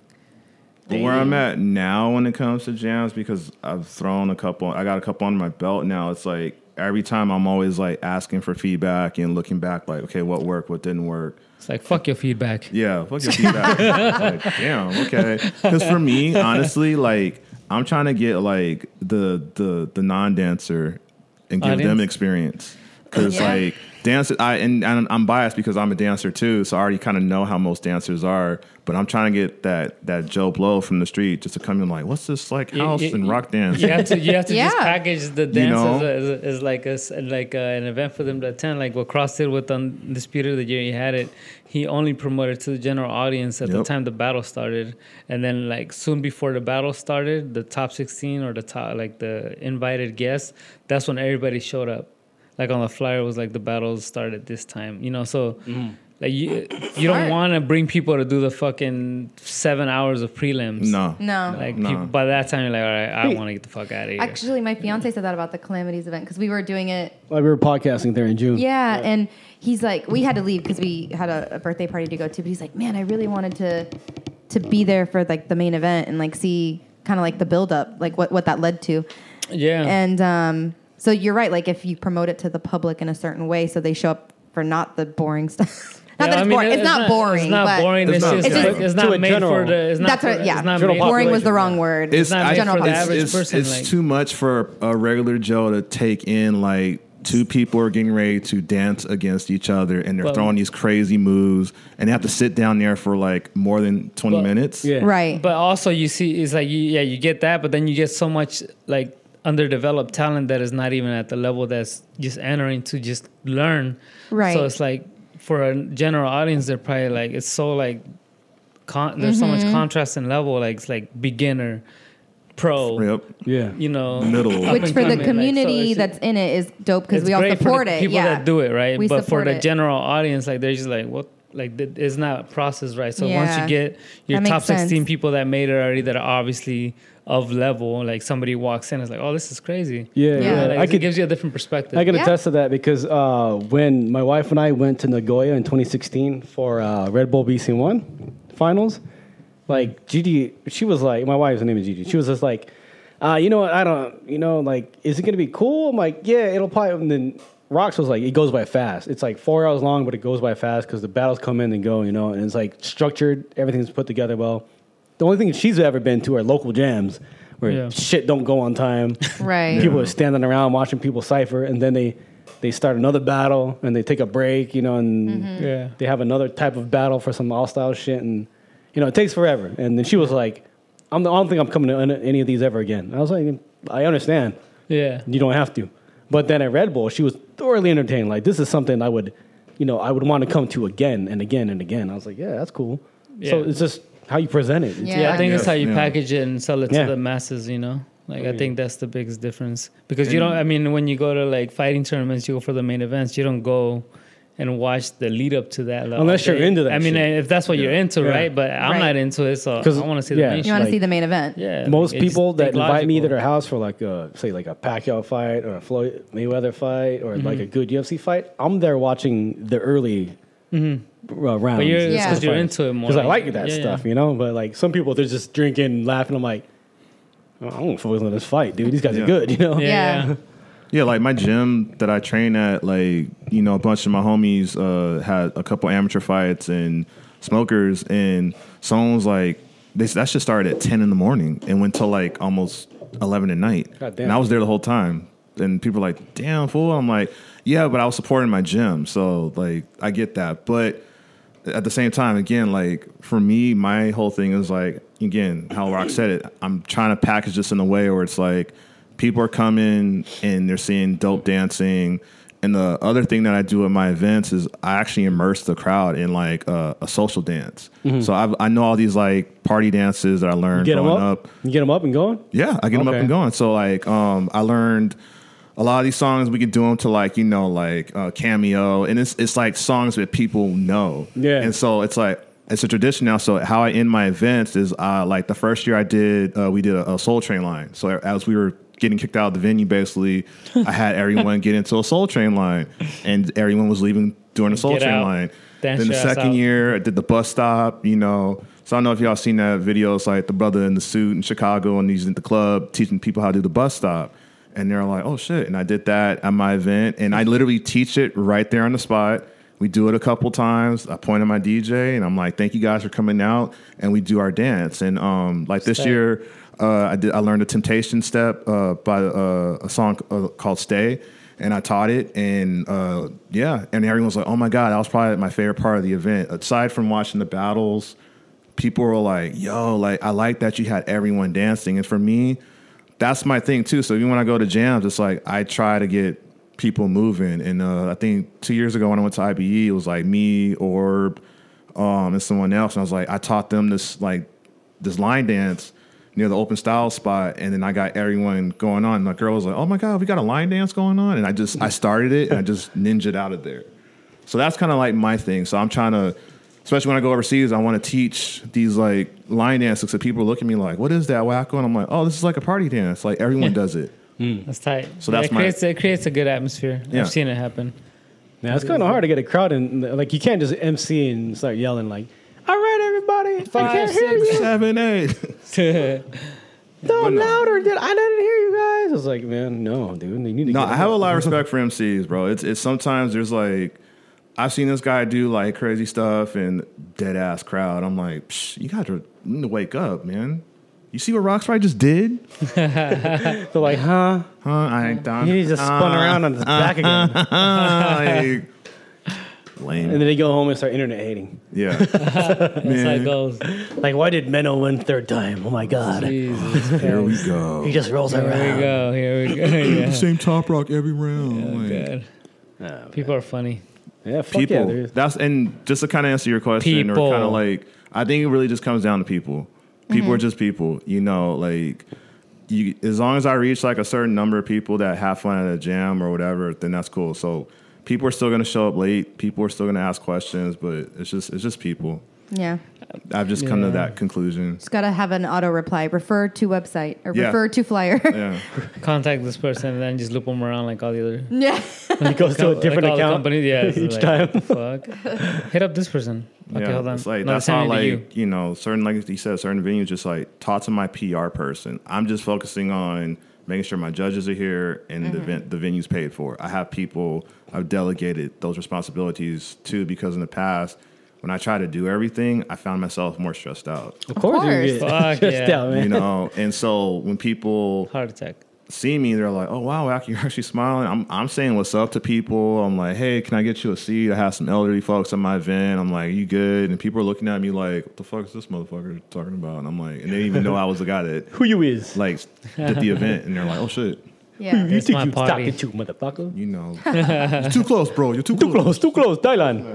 But where I'm at now when it comes to jams, because I've thrown a couple, I got a couple under my belt now. It's like every time I'm always like asking for feedback and looking back, like, okay, what worked, what didn't work.
It's like fuck your feedback.
Yeah, fuck your feedback. like, damn, okay. Because for me, honestly, like I'm trying to get like the the the non dancer and give them
Audience?
experience. Because
Yeah.
like dance, I and, and I'm biased because I'm a dancer too, so I already kind of know how most dancers are. But I'm trying to get that that Joe Blow from the street just to come in like, what's this like house
you-
and rock dance?
You have to you have to just
Yeah.
package the dance
know?
as, a, as, a- as like a s like uh an event for them to attend. Like what Cross did with Undisputed the year he had it, he only promoted to the general audience at the
Yep.
time the battle started, and then like soon before the battle started, the top sixteen or the top like the invited guests, that's when everybody showed up. Like on the flyer was like the battles started this time, you know. So. Like you, you don't
Smart.
want to bring people to do the fucking seven hours of prelims.
No,
No.
Like people, by that time, you're like, all right, I want to get the fuck out of here.
Actually, my fiance said that about the calamities event because we were doing it.
Like we were podcasting there in June.
Yeah, and he's like, we had to leave because we had a, a birthday party to go to. But he's like, man, I really wanted to to be there for like the main event and like see kind of like the build up, like what what that led to.
yeah,
And um, so you're right. Like if you promote it to the public in a certain way, so they show up for not the boring stuff. not
Yeah,
that it's
I mean,
boring. It's, not boring.
It's not
but
boring. It's,
It's not
just,
boring.
like, it's
To
not
a
made for
general-
the. It's not
That's
for,
right. Yeah,
It's not
General
made
boring
for-
was the wrong word.
it's
not
I-
made
for the
it's-
average
it's-
person,
It's
like-
too much for a regular Joe to take in like two people are getting ready to dance against each other and they're
But-
throwing these crazy moves and they have to sit down there for like more than 20
But-
minutes.
Yeah.
right.
But also, you see, it's like, you, yeah, you get that, but then you get so much like underdeveloped talent that is not even at the level that's just entering to just learn.
Right.
So it's like for a general audience, they're probably like, it's so like, con- there's so
Mm-hmm.
much contrast in level. Like it's like beginner, pro.
Yep.
Yeah.
You know,
Middle.
up
Which
and
for the
coming, like, so
community
it's-
that's in it is dope because
It's
we all
great
support
for the
it.
People
yeah.
that do it right,
We
but for
support
the
it.
general audience, like they're just like, what? Like th- it's not processed right. So once
Yeah.
you get your
That makes
top sixteen
sense.
people that made it already, that are obviously of level, like somebody walks in, it's like, oh, this is crazy.
Yeah,
You know,
yeah.
like,
I
it
could-
gives you a different perspective.
I can
Yeah.
attest to that because uh, when my wife and I went to Nagoya in 2016 for uh, Red Bull BC1 finals, like Gigi, she was like, my wife's name is Gigi. She was just like, uh, you know what? I don't, you know, like, is it gonna be cool? I'm like, yeah, it'll probably. And then Rox was like, it goes by fast. It's like four hours long, but it goes by fast because the battles come in and go, you know, and it's like structured. Everything's put together well. The only thing she's ever been to are local jams where
Yeah.
shit don't go on time.
Right.
People are standing around watching people cipher, and then they they start another battle, and they take a break, you know, and
Mm.
Yeah.
they have another type of battle for some all style shit, and you know, it takes forever. And then she was like, "I'm the, I don't think I'm coming to an- any of these ever again." I was like, "I understand,
Yeah.
you don't have to." But then at Red Bull, she was thoroughly entertained. Like, this is something I would, you know, I would want to come to again and again and again. I was like, "Yeah, that's cool." So
Yeah.
it's just how you present it. It's-
Yeah.
Yeah, I think it's how you
Yeah.
package it and sell it
Yeah. Oh,
to the masses, you know? Like, I think that's the biggest difference. Because you don't, I mean, when you go to like fighting tournaments, you go for the main events, you don't go and watch the lead up to that. Like,
Unless
all
you're
day.
into that
I mean,
shit.
if that's what you're into,
Yeah.
right? But I'm
Right.
not into it, so
'Cause-
I want to see the
yeah.
main
you want
shit.
to see
Like,
the main event.
Yeah. like,
most
it's just
people that
think
invite me to
logical.
their house for like a say like a Pacquiao fight or a Floyd Mayweather fight or like a
Mm-hmm.
good UFC fight, I'm there watching the early uh, rounds.
Mm-hmm. you're- it's
Yeah. 'cause
you're into it more.
Because I like that
Yeah, yeah.
stuff, you know. But like some people, they're just drinking, laughing. I'm like, "Oh, I don't focus on this fight, dude. These guys are
Yeah.
good, you know.
Yeah.
Yeah.
yeah.
Yeah, like my gym that I train at, like, you know, a bunch of my homies uh, had a couple amateur fights and smokers, and someone's like, this, that shit started at 10 in the morning and went till like almost 11 at night.
God damn.
And I was there the whole time. And people are like, damn, fool. I'm like, yeah, but I was supporting my gym. So, like, I get that. But at the same time, again, like for me, my whole thing is like again how Rock said it. I'm trying to package this in a way where it's like people are coming and they're seeing dope dancing. And the other thing that I do at my events is I actually immerse the crowd in like uh, a social dance. So I've, I know all these like party dances that I learned
Mm-hmm. Get them
growing
up.
up.
You get them up and going.
Yeah, I get them up
Okay.
and going. So like, um, I learned a lot of these songs. We could do them to like you know like uh, cameo, and it's it's like songs that people know.
Yeah.
and so it's like. It's a tradition now. So how I end my events is uh, like the first year I did, uh, we did a, a Soul Train line. So as we were getting kicked out of the venue, basically, I had everyone get into a Soul Train line, and everyone was leaving during the Soul
Get
Train
out.
line.
Dance
then the
your ass
second
out.
year year. I did the bus stop, you know. So I don't know if y'all seen that video. It's like the brother in the suit in Chicago and he's at the club teaching people how to do the bus stop. And they're like, oh shit. And I did that at my event. And I literally teach it right there on the spot. We do it a couple times. I point at my DJ and I'm like, thank you guys for coming out. And we do our dance. And um, like this
Stay.
year, uh, I, did, I learned a temptation step uh, by uh, a song uh, called Stay. And I taught it, and uh, yeah, and everyone was like, "Oh my god, that was probably my favorite part of the event." Aside from watching the battles, people were like, "Yo, like I like that you had everyone dancing." And for me, that's my thing too. So even when I go to jams, it's like I try to get people moving. And uh, I think two years ago when I went to IBE, it was like me, Orb, um, and someone else. And I was like, I taught them this like this line dance near the open style spot, and then I got everyone going on. And the girl was like, "Oh my god, we got a line dance going on!" And I just I started it and I just ninja'd out of there. So that's kind of like my thing. So I'm trying to, especially when I go overseas, I want to teach these like line dances. So people look at me like, "What is that wacko?" And I'm like, "Oh, this is like a party dance. Like everyone does it."
That's tight.
So
Yeah,
that's
it
my-
creates, it creates a good atmosphere.
Yeah.
I've seen it happen.
Yeah, it's kind of hard to get a crowd in. Like you can't just MC and start yelling like, "All right, everybody, I
Five,
can't hear
six,
you.
Seven, eight.
No, louder. Did I didn't hear you guys?" I was like, "Man, no, dude. You need to
No,
get
I have a lot of respect for MCs, bro. It's it's sometimes there's like I've seen this guy do like crazy stuff and dead ass crowd. I'm like, Psh, you got to you need to wake up, man. You see what Rockstar just did?
They're like, "Huh?
Huh? I ain't done. Ah,
You need to just
Uh-huh.
spun around on his back again."
like,
And
lame.
then they go home and start internet hating.
Yeah.
That's how it
man,
goes.
Like, why did Menno win third time? Oh my God.
Jesus.
here we go.
He just rolls
Here we
around.
go. Here we go. yeah.
Same top rock every round. like-
God.
Oh,
People are funny.
Yeah, fuck yeah.
people.
there is.
That's and just to kind of answer your question,
People.
or kind of like I think it really just comes down to people. People
Mm-hmm.
are just people, you know. Like you, as long as I reach like a certain number of people that have fun at a jam or whatever, then that's cool. So people are still gonna show up late. People are still gonna ask questions, but it's just it's just people.
Yeah.
I've just come to
Yeah.
that conclusion.
Just got to have an auto reply. Refer to website or
Yeah.
refer to flyer.
Yeah,
Contact this person and then just loop them around like all the other.
yeah.
He goes to a different
like all the
account.
companies, yeah, it's
each
like,
time.
Fuck. Hit up this person. Okay,
yeah.
hold on.
It's like
No,
that's
send
how
me to
like
you.
you. know certain like you said certain venues just like talk to my PR person. I'm just focusing on making sure my judges are here and
Mm-hmm.
the event the venue's paid for. I have people I've delegated those responsibilities to because in the past when I tried to do everything, I found myself more stressed out.
Of course, you
course.
get
Fuck,
stressed
yeah.
out, man.
You know, and so when people
Heart attack.
see me, they're like, "Oh wow, Ak, you're actually smiling." I'm I'm saying what's up to people. I'm like, "Hey, can I get you a seat?" I have some elderly folks at my event. I'm like, "You good?" And people are looking at me like, "What the fuck is this motherfucker talking about?" And I'm like, and they didn't even know I was the guy that
Who you is?
like did the event, and they're like, "Oh shit."
Yeah.
you
It's
think
my
you
party.
talking to, motherfucker?
You know, you're too close, bro. You're too,
Too close, too close, Thailand.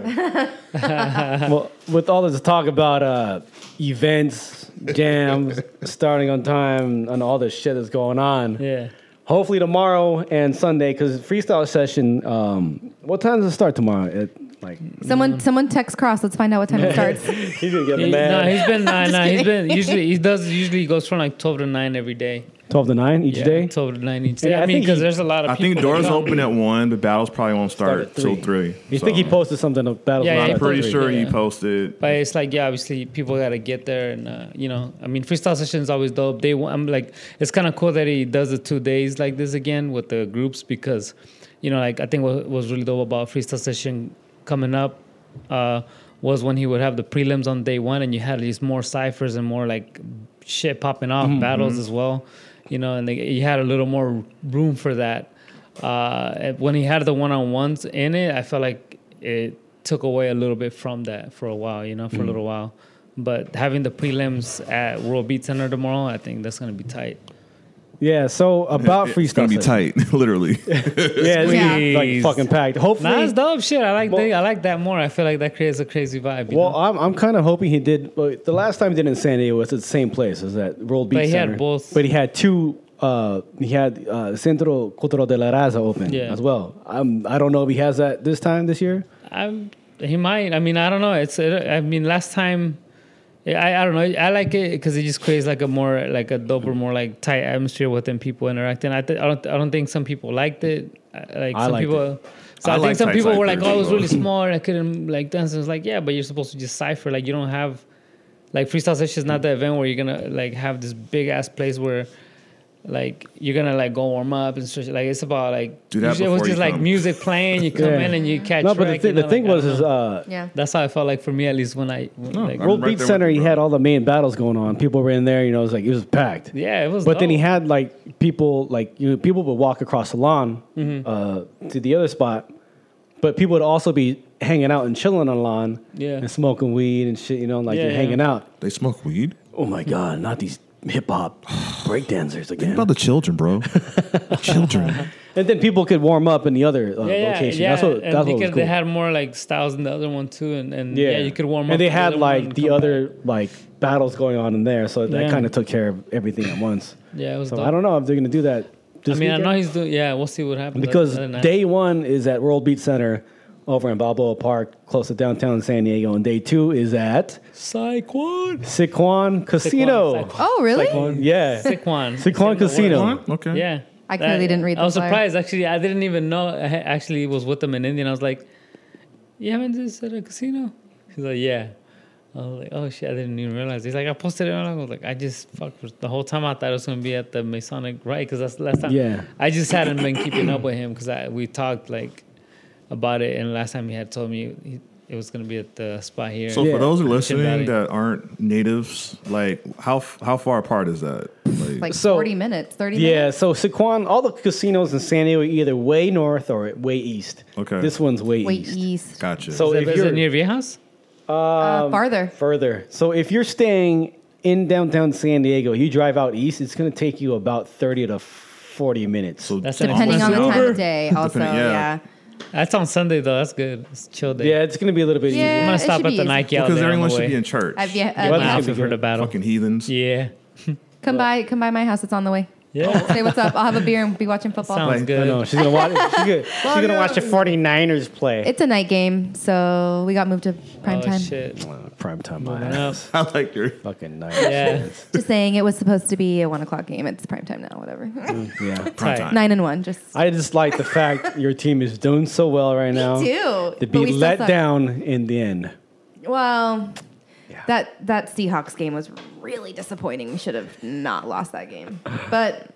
well, with all this talk about uh, events, jams, starting on time, and all this shit that's going on,
Yeah.
hopefully tomorrow and Sunday, because freestyle session, um, what time does it start tomorrow? At, like,
Someone someone text Cross. Let's find out what time it starts.
he's going to get
He,
mad.
no, he's been nah,
just
nah, he's
kidding.
been usually he does usually goes from like twelve to nine every day.
12 to 9 each
Yeah,
day?
twelve to nine each day.
Yeah, I
I, mean,
think
because
he-
there's a lot of
I
people.
think doors open at one, but battles probably won't
Start
start,
at
till
three.
three.
You think he
So,
posted something of Battles
Yeah,
of
yeah,
Honor
I'm pretty
posted
sure
it,
he
yeah.
posted.
But it's like, yeah, obviously people gotta get there, and uh, you know, I mean, freestyle session is always dope. They, I'm like, it's kind of cool that he does the two days like this again with the groups because, you know, like I think what was really dope about freestyle session coming up uh, was when he would have the prelims on day one, and you had these more ciphers and more like shit popping off battles as well, you know, and they, you had a little more room for that. Uh, when he had the one on ones in it, I felt like it took away a little bit from that for a while, you know, for a little while. But having the prelims at World Beat Center tomorrow, I think that's gonna be tight.
Yeah, so about freestyle.
It's gonna be
set.
tight, literally.
Yeah, it's gonna be, like
Please.
fucking packed. Hopefully,
Nah, it's dope shit. I like
Well-
the, I like that more. I feel like that creates a crazy vibe. You
Well,
know?
I'm, I'm kind of hoping he did. But the last time he did in San Diego was at the same place as that World Beat
he had
Center.
both.
But he had two. Uh, he had uh, Centro Cultural de la Raza open
Yeah.
as well. I'm, I don't know if he has that this time this year.
I'm, he might. I mean, I don't know. It's. It, I mean, last time, I, I don't know. I like it because it just creates like a more like a doper, more like tight atmosphere within people interacting. I, th- I don't. I don't think some people liked it. I- Like
I
some
liked
people. So
I
I,
like
think some
tight
people were like,
ciphers,
"Oh, I was
though.
really small. and I couldn't like dance." And it's like, yeah, but you're supposed to just cipher. Like you don't have, like freestyle session is not the event where you're gonna like have this big ass place where. Like you're gonna like go warm up and stretch. Like it's about like
Do that
usually it was
before you
just like
come.
music playing. You come
Yeah.
in and you catch.
no, but the,
track,
thi-
you
the
know,
thing
like, I
was
don't
is
know.
uh,
Yeah.
That's how I felt like for me at least when I like,
I'm
World
right
Beat
there with
Center.
you,
He
bro.
had all the main battles going on. People were in there. You know, it was like it was packed.
yeah, it was.
But then he
dope.
had like people like you know, people would walk across the lawn
Mm-hmm.
uh, to the other spot, but people would also be hanging out and chilling on the lawn
Yeah.
and smoking weed and shit. You know, like
Yeah,
you're
yeah.
hanging out.
they smoke weed.
Oh my god, not these hip hop breakdancers again.
About the children, bro. children.
And then people could warm up in the other uh,
yeah, yeah,
location.
yeah.
That's what
and
that's what
because
was cool.
they had more like styles in the other one too, and, and yeah. you could warm up.
And they
the
had
other one
like
and
the
come
other like battles going on in there, so that
Yeah.
kind of took care of everything at once.
back. Yeah, it was.
So
dope.
I don't know if they're gonna do that.
I
This
mean,
weekend.
I know he's doing. Yeah, we'll see what happens
because
other than that.
day one is at World Beat Center over in Balboa Park, close to downtown San Diego, and day two is at
Saquon,
Siquan Casino.
Saquon,
Oh, really?
Yeah,
Saquon,
Siquan Casino.
Okay.
Yeah,
I clearly didn't read
I
the
was
flyer.
surprised actually. I didn't even know. I ha- actually was with them in India. and I was like, "You haven't just at a casino?" He's like, "Yeah." I was like, "Oh shit!" I didn't even realize. He's like, "I posted it." And I was like, "I just fuck." with- The whole time I thought it was gonna be at the Masonic, right? Because that's the last time.
Yeah.
I just hadn't been keeping up with him because we talked like about it, and last time he had told me he, it was gonna be at the spot here.
So
Yeah.
for those who are
Valley.
listening that aren't natives, like how f- how far apart is that? Like,
Like
So-
40 minutes, 30
Yeah,
minutes.
so Siquan, all the casinos in San Diego are either way north or way east.
Okay.
this one's way,
Way
east.
east.
gotcha.
So
is
if
it, is
you're
it near Viejas? Um,
Uh, farther.
further, so if you're staying in downtown San Diego, you drive out east, it's going to take you about thirty to forty minutes.
So
That's an
Depending on the
expensive
time
Uber.
of day, also.
Depending- yeah.
Yeah.
That's on Sunday though. That's good. It's chill day.
yeah, it's going to be a little bit easier.
I'm
Yeah, it
gonna stop
should
at
be
the
easy.
Nike outlet.
because
on the
everyone should
way.
be in church.
I've yet,
Well,
Nah,
Yeah.
I
Should be
prefer
good.
the battle.
Fucking heathens.
Yeah.
come by, come by my house. It's on the way.
Yeah.
Say what's up. I'll have a beer and be watching football.
Sounds
Like,
I
good.
know she's gonna watch. She's gonna, she's gonna watch the 49ers play.
It's a night game, so we got moved to prime
oh
time.
shit.
Uh, prime time, my
Moving up.
ass.
I like your
Fucking nice.
Yeah.
Just saying, it was supposed to be a one o'clock game. It's prime time now. Whatever.
Mm.
yeah.
prime
Tight.
time.
Nine and one. Just
I just like the fact your team is doing so well right now.
too.
To
But we
be
still
let
suck.
down in the end.
well, that that Seahawks game was really disappointing. We should have not lost that game, but.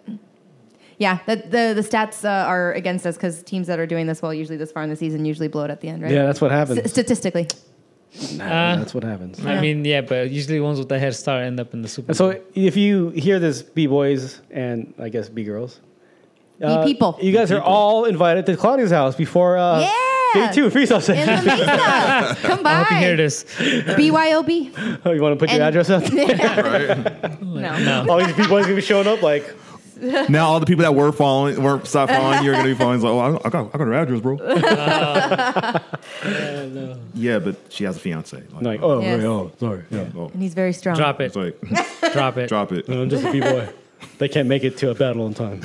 Yeah, the the, the stats uh, are against us because teams that are doing this well, usually this far in the season, usually blow it at the end, right?
Yeah, that's what
S-
happens.
statistically.
Uh,
that's what happens.
I mean, yeah, but usually ones with the head start end up in the Super.
And
Bowl.
so if you hear this, b boys and I guess b girls,
Uh,
Be people.
Uh, you guys are all invited to Claudia's house before uh,
Yeah!
day two freestyle
In
session.
La Mesa. Come by.
I hope you hear this.
BYOB.
Oh, you want to put your
And-
address out? there?
No.
all these b boys gonna be showing up like.
Now all the people that were following, were stopped following, you're gonna be following. It's like, oh, I got, I got her address, bro.
Uh,
Yeah, but she has a fiance. Like,
Like, oh,
Yes.
right, oh, sorry. Yeah.
And he's very strong.
Drop
it's
it.
like
Drop it.
drop it.
I'm just a b-boy. they can't make it to a battle on time.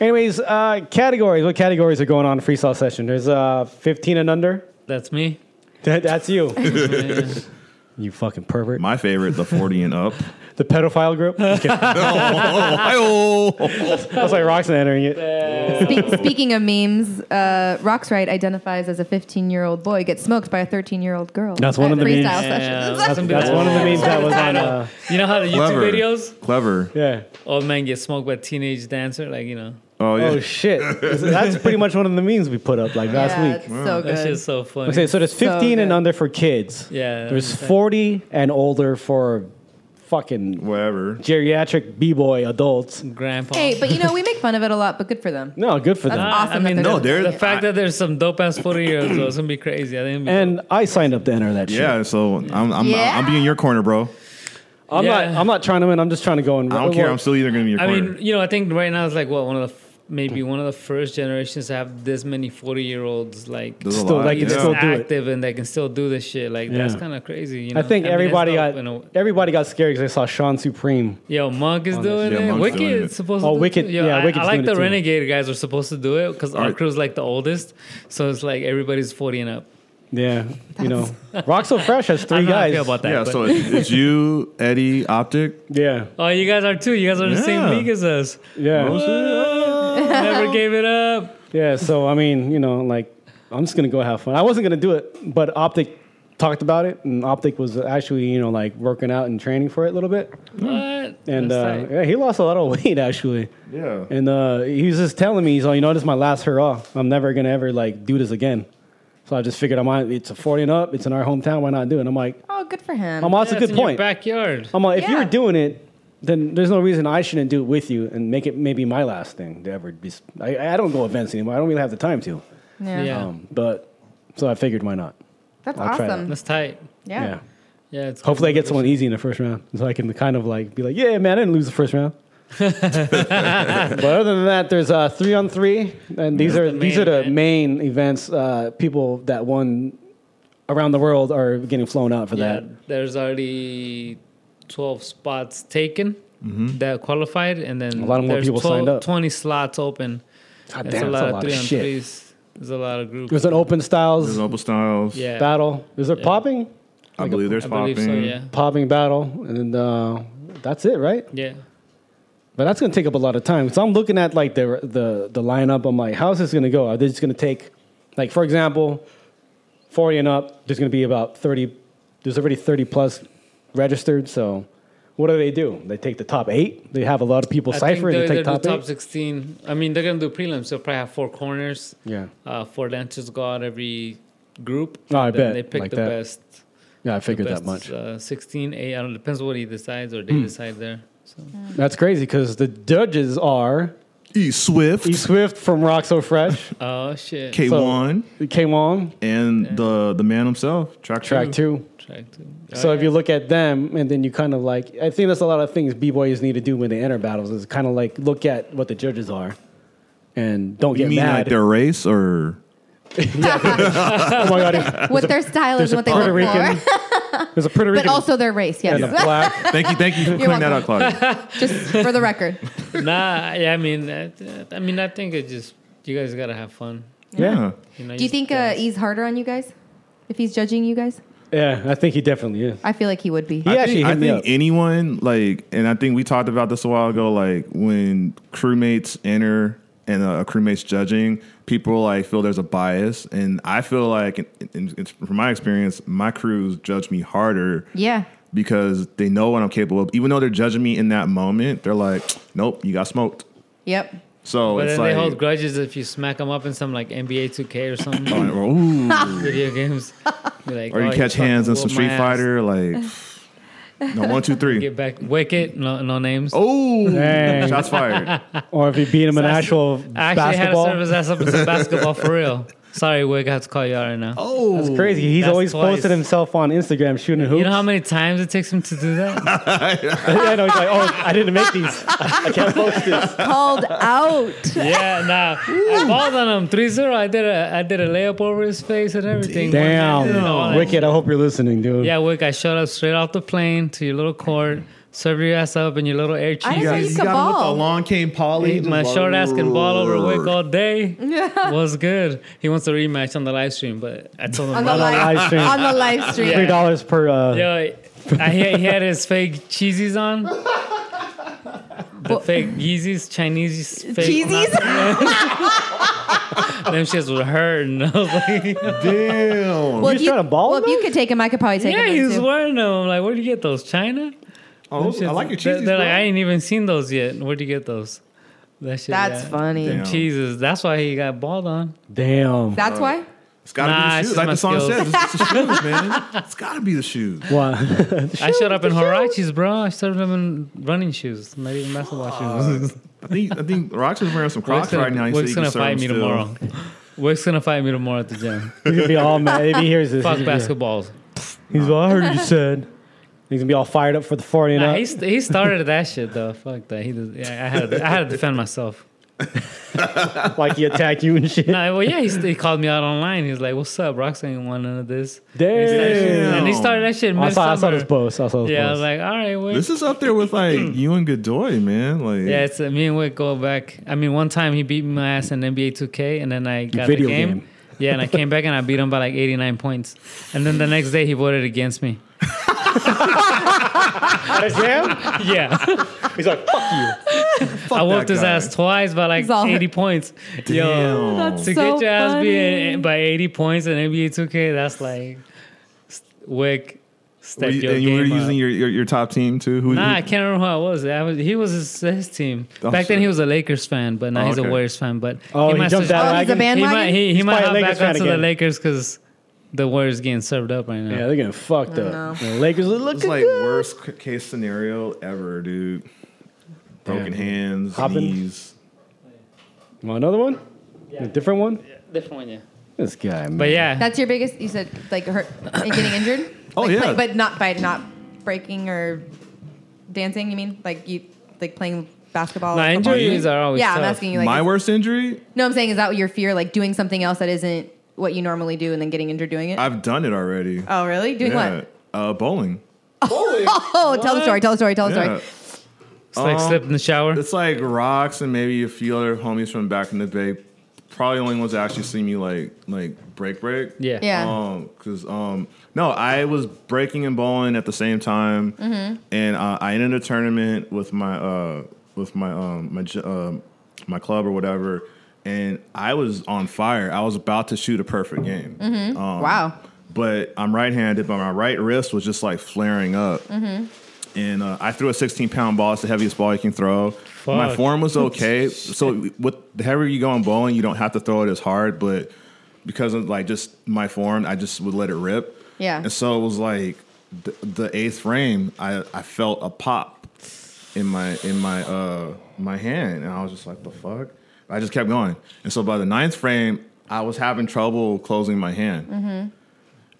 Anyways, uh, categories. What categories are going on in freestyle session? There's uh, 15 and under.
That's me.
That, that's you.
Yeah.
you fucking pervert.
My favorite, the 40 and up. Oh,
The pedophile group. That's like Roxanne entering it.
Spe- speaking of memes, uh, Rock's Right identifies as a 15 year old boy, gets smoked by a 13 year old girl.
That's one
at
of the memes.
freestyle
Yeah,
sessions.
that's something
That's
that-
one of the memes that was on. Uh,
uh, You know how the YouTube
Clever.
videos?
Clever.
yeah.
Old man gets smoked by teenage dancer. Like you know,
Oh yeah.
Oh shit. That's pretty much one of the memes we put up like
Yeah,
last
it's
week.
so
that
good.
shit's so funny.
Okay, so there's
So
15 and
good.
under for kids.
Yeah,
There's
that's-
40 and older for fucking
whatever.
geriatric b boy adults.
grandpa.
Hey, but you know, we make fun of it a lot, but good for them.
No, good for
That's
them.
awesome.
I
that
mean,
they're
no,
doing
they're-
the
it.
fact that there's some dope ass forty year olds though, it's gonna be crazy. I didn't.
And I signed up to enter that shit.
Yeah, so I'm I'm
Yeah.
I'm being your corner, bro.
I'm
Yeah.
not. I'm not trying to win. I'm just trying to go and.
I don't care. I'm still either gonna be your
I
corner.
mean, you know, I think right now it's like what one of the f- maybe one of the first generations to have this many forty year olds like
There's a
still
lot,
like
yeah.
it's
that's
still do it.
active and they can still do this shit. Like that's
Yeah.
kind of crazy. You know?
I think
mean,
everybody
that's
got
dope, you know.
everybody got scared because I saw Sean Supreme.
Yo, Monk is doing
Yeah,
it.
Monk's
Wicked
doing it.
is supposed
Oh,
to. do
Wicked-
it. Yo,
yeah,
I,
Wicked's
I like
doing
the
it too.
Renegade guys are supposed to do it because our
Alright.
crew's like the oldest, so it's like everybody's forty and up.
Yeah, you know, Rock So Fresh has
I
three
don't know how I
guys.
feel about that.
yeah,
but-
so it's, it's you, Eddie, Optic.
yeah,
oh, you guys are too. You guys are the same
Yeah.
league as us.
yeah,
Never gave it up.
yeah. So I mean, you know, like I'm just gonna go have fun. I wasn't gonna do it, but Optic talked about it, and Optic was actually you know like working out and training for it a little bit,
What?
Mm. and
That's
uh,
tight.
yeah, he lost a lot of weight actually.
Yeah.
And uh, he was just telling me, he's like, you know, this is my last hurrah. I'm never gonna ever like do this again. So I just figured I might. It's a 40 and up. It's in our hometown. Why not do it? And I'm like,
Oh, good for him.
I'm like, that's
Yeah,
a good
it's in your
point. Oh,
backyard.
I'm like, if
Yeah.
you're doing it, then there's no reason I shouldn't do it with you and make it maybe my last thing to ever be. I, I don't go events anymore. I don't really have the time to.
yeah.
Yeah.
Um, but so I figured, why not?
That's
I'll try
awesome.
That's tight.
Yeah.
Yeah, it's
Hopefully, I get someone easy in the first round, so I can kind of like be like, yeah, man, I didn't lose the first round. but other than that, there's uh, three on three, and these are
the
these
main
are the
event.
main events. Uh, people that won around the world are getting flown out for
Yeah,
that.
there's already 12 spots taken that qualified, and then
Mm-hmm. A lot more
there's
people signed up.
20 slots open.
God
That's
damn,
a lot of three on
shit.
threes. There's a lot of groups.
There's an open styles
There's Opal Styles.
yeah,
battle. Is there popping?
I believe there's
I
popping.
believe so. Yeah,
popping battle, and uh, that's it, right?
yeah.
But that's gonna take up a lot of time. So I'm looking at like the the the lineup. I'm like, how's this gonna go? Are they just gonna take, like for example, 40 and up? There's gonna be about 30. There's already 30 plus registered. So what do they do? They take the top eight. They have a lot of people
I
cipher. They
think they're,
take
they're
top
the top
eight.
16. I mean, they're gonna do prelims. They'll probably have four corners.
Yeah.
uh, four dancers go out every group.
Oh, I
and then
bet.
they pick
Like
the
that.
best.
Yeah, I figured
best
that much. Hmm.
Uh, 16, eight. I don't know. Depends what he decides or they decide there. So
That's crazy because the judges are
E Swift,
E Swift from Rock So Fresh,
oh shit.
K1,
K Wong,
and the the man himself, track
track
two.
two.
Track two.
So if you look at them and then you kind of like, I think that's a lot of things b boys need to do when they enter battles is kind of like look at what the judges are and don't
You
get
mean like
mad.
their race or
oh my god,
What their style is
there's a
and what they
Puerto
look
Rican,
for,
there's a Puerto
but
Rican
also their race. Yes,
and a black.
thank you, thank you for clearing that up, Claudia.
just for the record.
nah, yeah, I mean, I, I mean, I think it just you guys gotta have fun.
yeah.
You know,
Do you think uh, he's harder on you guys if he's judging you guys?
Yeah, I think he definitely is.
I feel like he would be.
He
I
actually
think, I
hit me
think
up.
anyone like, and I think we talked about this a while ago. Like when crewmates enter and uh, a, crewmate's judging, people like feel there's a bias, and I feel like, and, and it's, from my experience, my crews judge me harder
Yeah.
because they know what I'm capable of. Even though they're judging me in that moment, they're like, "Nope, you got smoked."
Yep.
So
But
it's
then
like,
they hold grudges if you smack them up in some like NBA 2K or something
or, ooh,
video games. You're like,
or you
"Oh, he
catch hands in
fucking
some
whooped
Street
my ass."
Fighter, like, no one, two, three.
Get back, wicked, no, no names.
Oh,
Dang.
shots fired.
Or if you beat him in actual
I actually
basketball,
had to serve his ass up in some basketball for real. Sorry, Wick, I have to call you out right now.
that's crazy. He's
That's
always posted
twice.
himself on Instagram shooting hoops.
You know
Oh.
how many times it takes him to do that?
I know he's like, oh, I didn't make these. I can't post this.
Called out.
yeah, nah. I balled on him 3-0. I did a I did a layup over his face and everything. One-handed and all
Damn,
that
wicked. I hope you're listening, dude.
Yeah, Wick, I showed up straight off the plane to your little court, served your ass up in your little air
I
cheese.
didn't know you could ball.
Along came Polly.
My short ass can ball over Wick all day. Was good. He wants a rematch on the live stream, but I told him.
on the
no.
live
live stream.
on the live stream.
Three dollars per. Uh,
Yo, I, he he had his fake cheesies on. The fake Yeezys, Chinese fake.
Cheesies.
Them shits were hurting. I was like,
Damn.
Well,
You
if
just trying to ball
Well, if
him
you could take him, I could probably take
yeah,
him.
he's
too.
wearing them. I'm like, where do you get those? China?
Oh, I like your
They're,
cheese.
they're like, I ain't even seen those yet. Where do you get those? That shit,
That's
yeah.
funny.
Damn.
Jesus, that's why he got balled on.
Damn.
That's why.
It's gotta
Nah,
be the
it's
shoes.
just
Like
my
the song
skills.
says, it's, it's the shoes, man. It's gotta be the shoes.
Wow.
I showed up in Harachis, bro. I showed up in running shoes, not even basketball shoes.
I think I think Rox is wearing some Crocs
Wick's gonna,
right now. He said
Wick's
he can
gonna
serve
fight
them
me
still.
tomorrow. Wick's gonna fight me tomorrow at the gym.
He's gonna be all mad if he hears this.
Fuck
he's gonna be-
basketballs.
He's like, I heard what you said. He's gonna be all fired up for the 40 and
Nah,
up.
he, st- he started that shit though. Fuck that. He does, yeah, I had to, I had to defend myself.
like he attacked you and shit.
Nah, well, yeah, he, st- he called me out online. He was like, "What's up, Roxanne? Want none of this?"
Damn.
And he started that shit
I
mid
saw, I saw this post. I saw this
Yeah, I was
post.
like, "All right, Wick."
This is up there with like you and Godoy, man. Like
Hmm. yeah, it's uh, me and Wick go back. I mean, one time he beat my ass in NBA 2K, and then I got
Video
the game.
game.
Yeah, and I came back and I beat him by like 89 points. And then the next day he voted against me.
That's him?
Yeah,
He's like, fuck you.
I
that
whooped his
guy.
ass twice by like
He's all-
80 points. Yo,
Damn.
That's
to
so
get your ass
funny.
beat by 80 points in NBA 2K, that's like s- Wick
Were
step
you-
your
and you
game
were
up.
using your, your, your top team too. Who?
Nah,
who-
I can't remember who I was. I was he was his, his team.
Oh,
Back then
shit.
he was a Lakers fan, but now
Oh,
he's
okay.
a Warriors fan. But
Oh, he jumped
switch-
out
Oh, he's a
wagon?
He
bandwagon.
might he, he
He's
might
probably a
hop
Lakers
back
fan
onto the
again.
Lakers because the Warriors getting served up right now.
Yeah, they're getting fucked up. The Lakers are
It's
looking
like
good.
worst c- case scenario ever, dude. Broken
Damn.
hands,
Hopping.
knees.
Want another one? A different one?
Different one, yeah.
This guy, man.
But yeah,
That's your biggest. You said like hurt, getting injured.
Oh,
Like,
yeah.
play- but not by not breaking or dancing. You mean like you like playing basketball?
no,
or football?
injuries are always
Yeah,
tough.
I'm asking you. Like,
My
is-
worst injury?
no, I'm saying is that what your fear? Like doing something else that isn't what you normally do, and then getting injured doing it.
I've done it already.
oh, really? Doing
yeah.
what?
Uh, bowling.
Oh, tell the story. Tell the story. Tell the
Yeah.
story.
It's like
Oh.
Um,
slip in the shower.
It's like rocks and maybe a few other homies from back in the day. Probably only ones that actually seen me like like break break.
Yeah.
Yeah.
Um, cause um, no, I was breaking and bowling at the same time,
Mm-hmm.
and uh, I ended a tournament with my uh with my um my j- uh, my club or whatever, and I was on fire. I was about to shoot a perfect game.
Mm-hmm.
Um,
Wow.
But I'm right handed, but my right wrist was just like flaring up. And uh, I threw a 16 pound ball. It's the heaviest ball you can throw. My
Fuck.
form was okay. so, with the heavier you go on bowling, you don't have to throw it as hard. But because of like just my form, I just would let it rip.
Yeah.
And so it was like the, the eighth frame, I, I felt a pop in my in my uh my hand, and I was just like, the fuck. I just kept going, and so by the ninth frame, I was having trouble closing my hand.
Mm-hmm.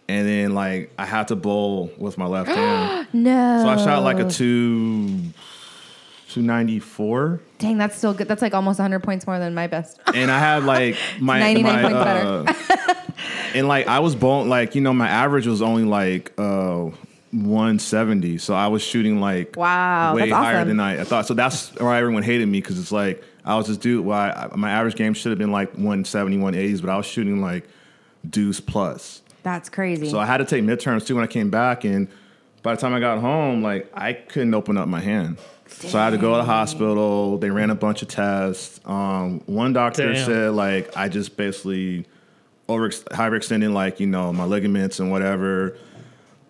And then like I had to bowl with my left hand,
No.
so I shot like a two, two ninety four,
Dang, that's still good. That's like almost 100 points more than my best.
and I had like my my,
99 points
uh, and like I was bowling like you know my average was only like uh one seventy, so I was shooting like
Wow,
way
that's
higher
awesome.
than I, I thought. So that's why everyone hated me because it's like I was this dude. Why I- my average game should have been like 170, 180s, but I was shooting like deuce plus.
That's crazy.
So I had to take midterms too when I came back, and by the time I got home, like I couldn't open up my hand. So I had to go to the hospital. They ran a bunch of tests. Um, one doctor
Damn.
said like I just basically over hyperextending like you know my ligaments and whatever.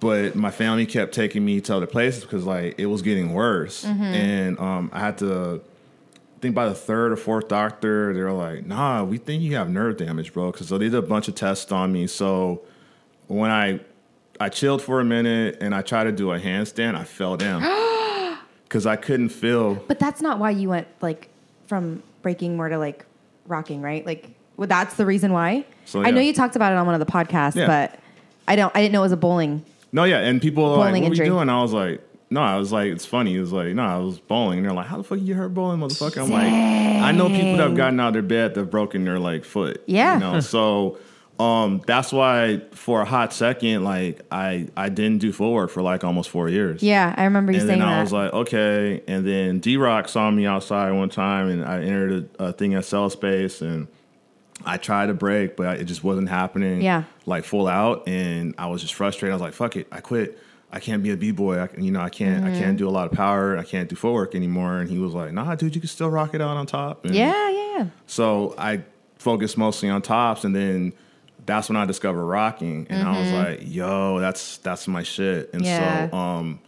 But my family kept taking me to other places because like it was getting worse, and um, I had to. I think by the third or fourth doctor, they were like, "Nah, we think you have nerve damage, bro." Because so they did a bunch of tests on me. So when I I chilled for a minute and I tried to do a handstand, I fell down because I couldn't feel.
but that's not why you went like from breaking more to like rocking, right? Like well, that's the reason why.
So,
I know
yeah.
you talked about it on one of the podcasts,
Yeah.
but I don't. I didn't know it was a bowling.
No, yeah, and people were like,
Bowling
"What are
injury.
you doing?" I was like, "No," I was like, "It's funny." It was like, "No," I was bowling. And they're like, "How the fuck you hurt bowling, motherfucker?" I'm like, "I know people that have gotten out of their bed that have broken their like foot."
Yeah.
you know? so. Um, that's why for a hot second, like I I didn't do forward for like almost four years.
Yeah, I remember you
and
saying
then I
that.
was like, okay. And then D Rock saw me outside one time, and I entered a, a thing at Cell Space, and I tried to break, but I, it just wasn't happening.
Yeah.
like full out, and I was just frustrated. I was like, fuck it, I quit. I can't be a b boy. I, you know, I can't.
Mm-hmm.
I can't do a lot of power. I can't do footwork anymore. And he was like, nah, dude, you can still rock it out on top. And
yeah, yeah, yeah.
so I focused mostly on tops, and then that's when I discovered rocking, and I was like, "Yo, that's that's my shit." And
Yeah.
so, um,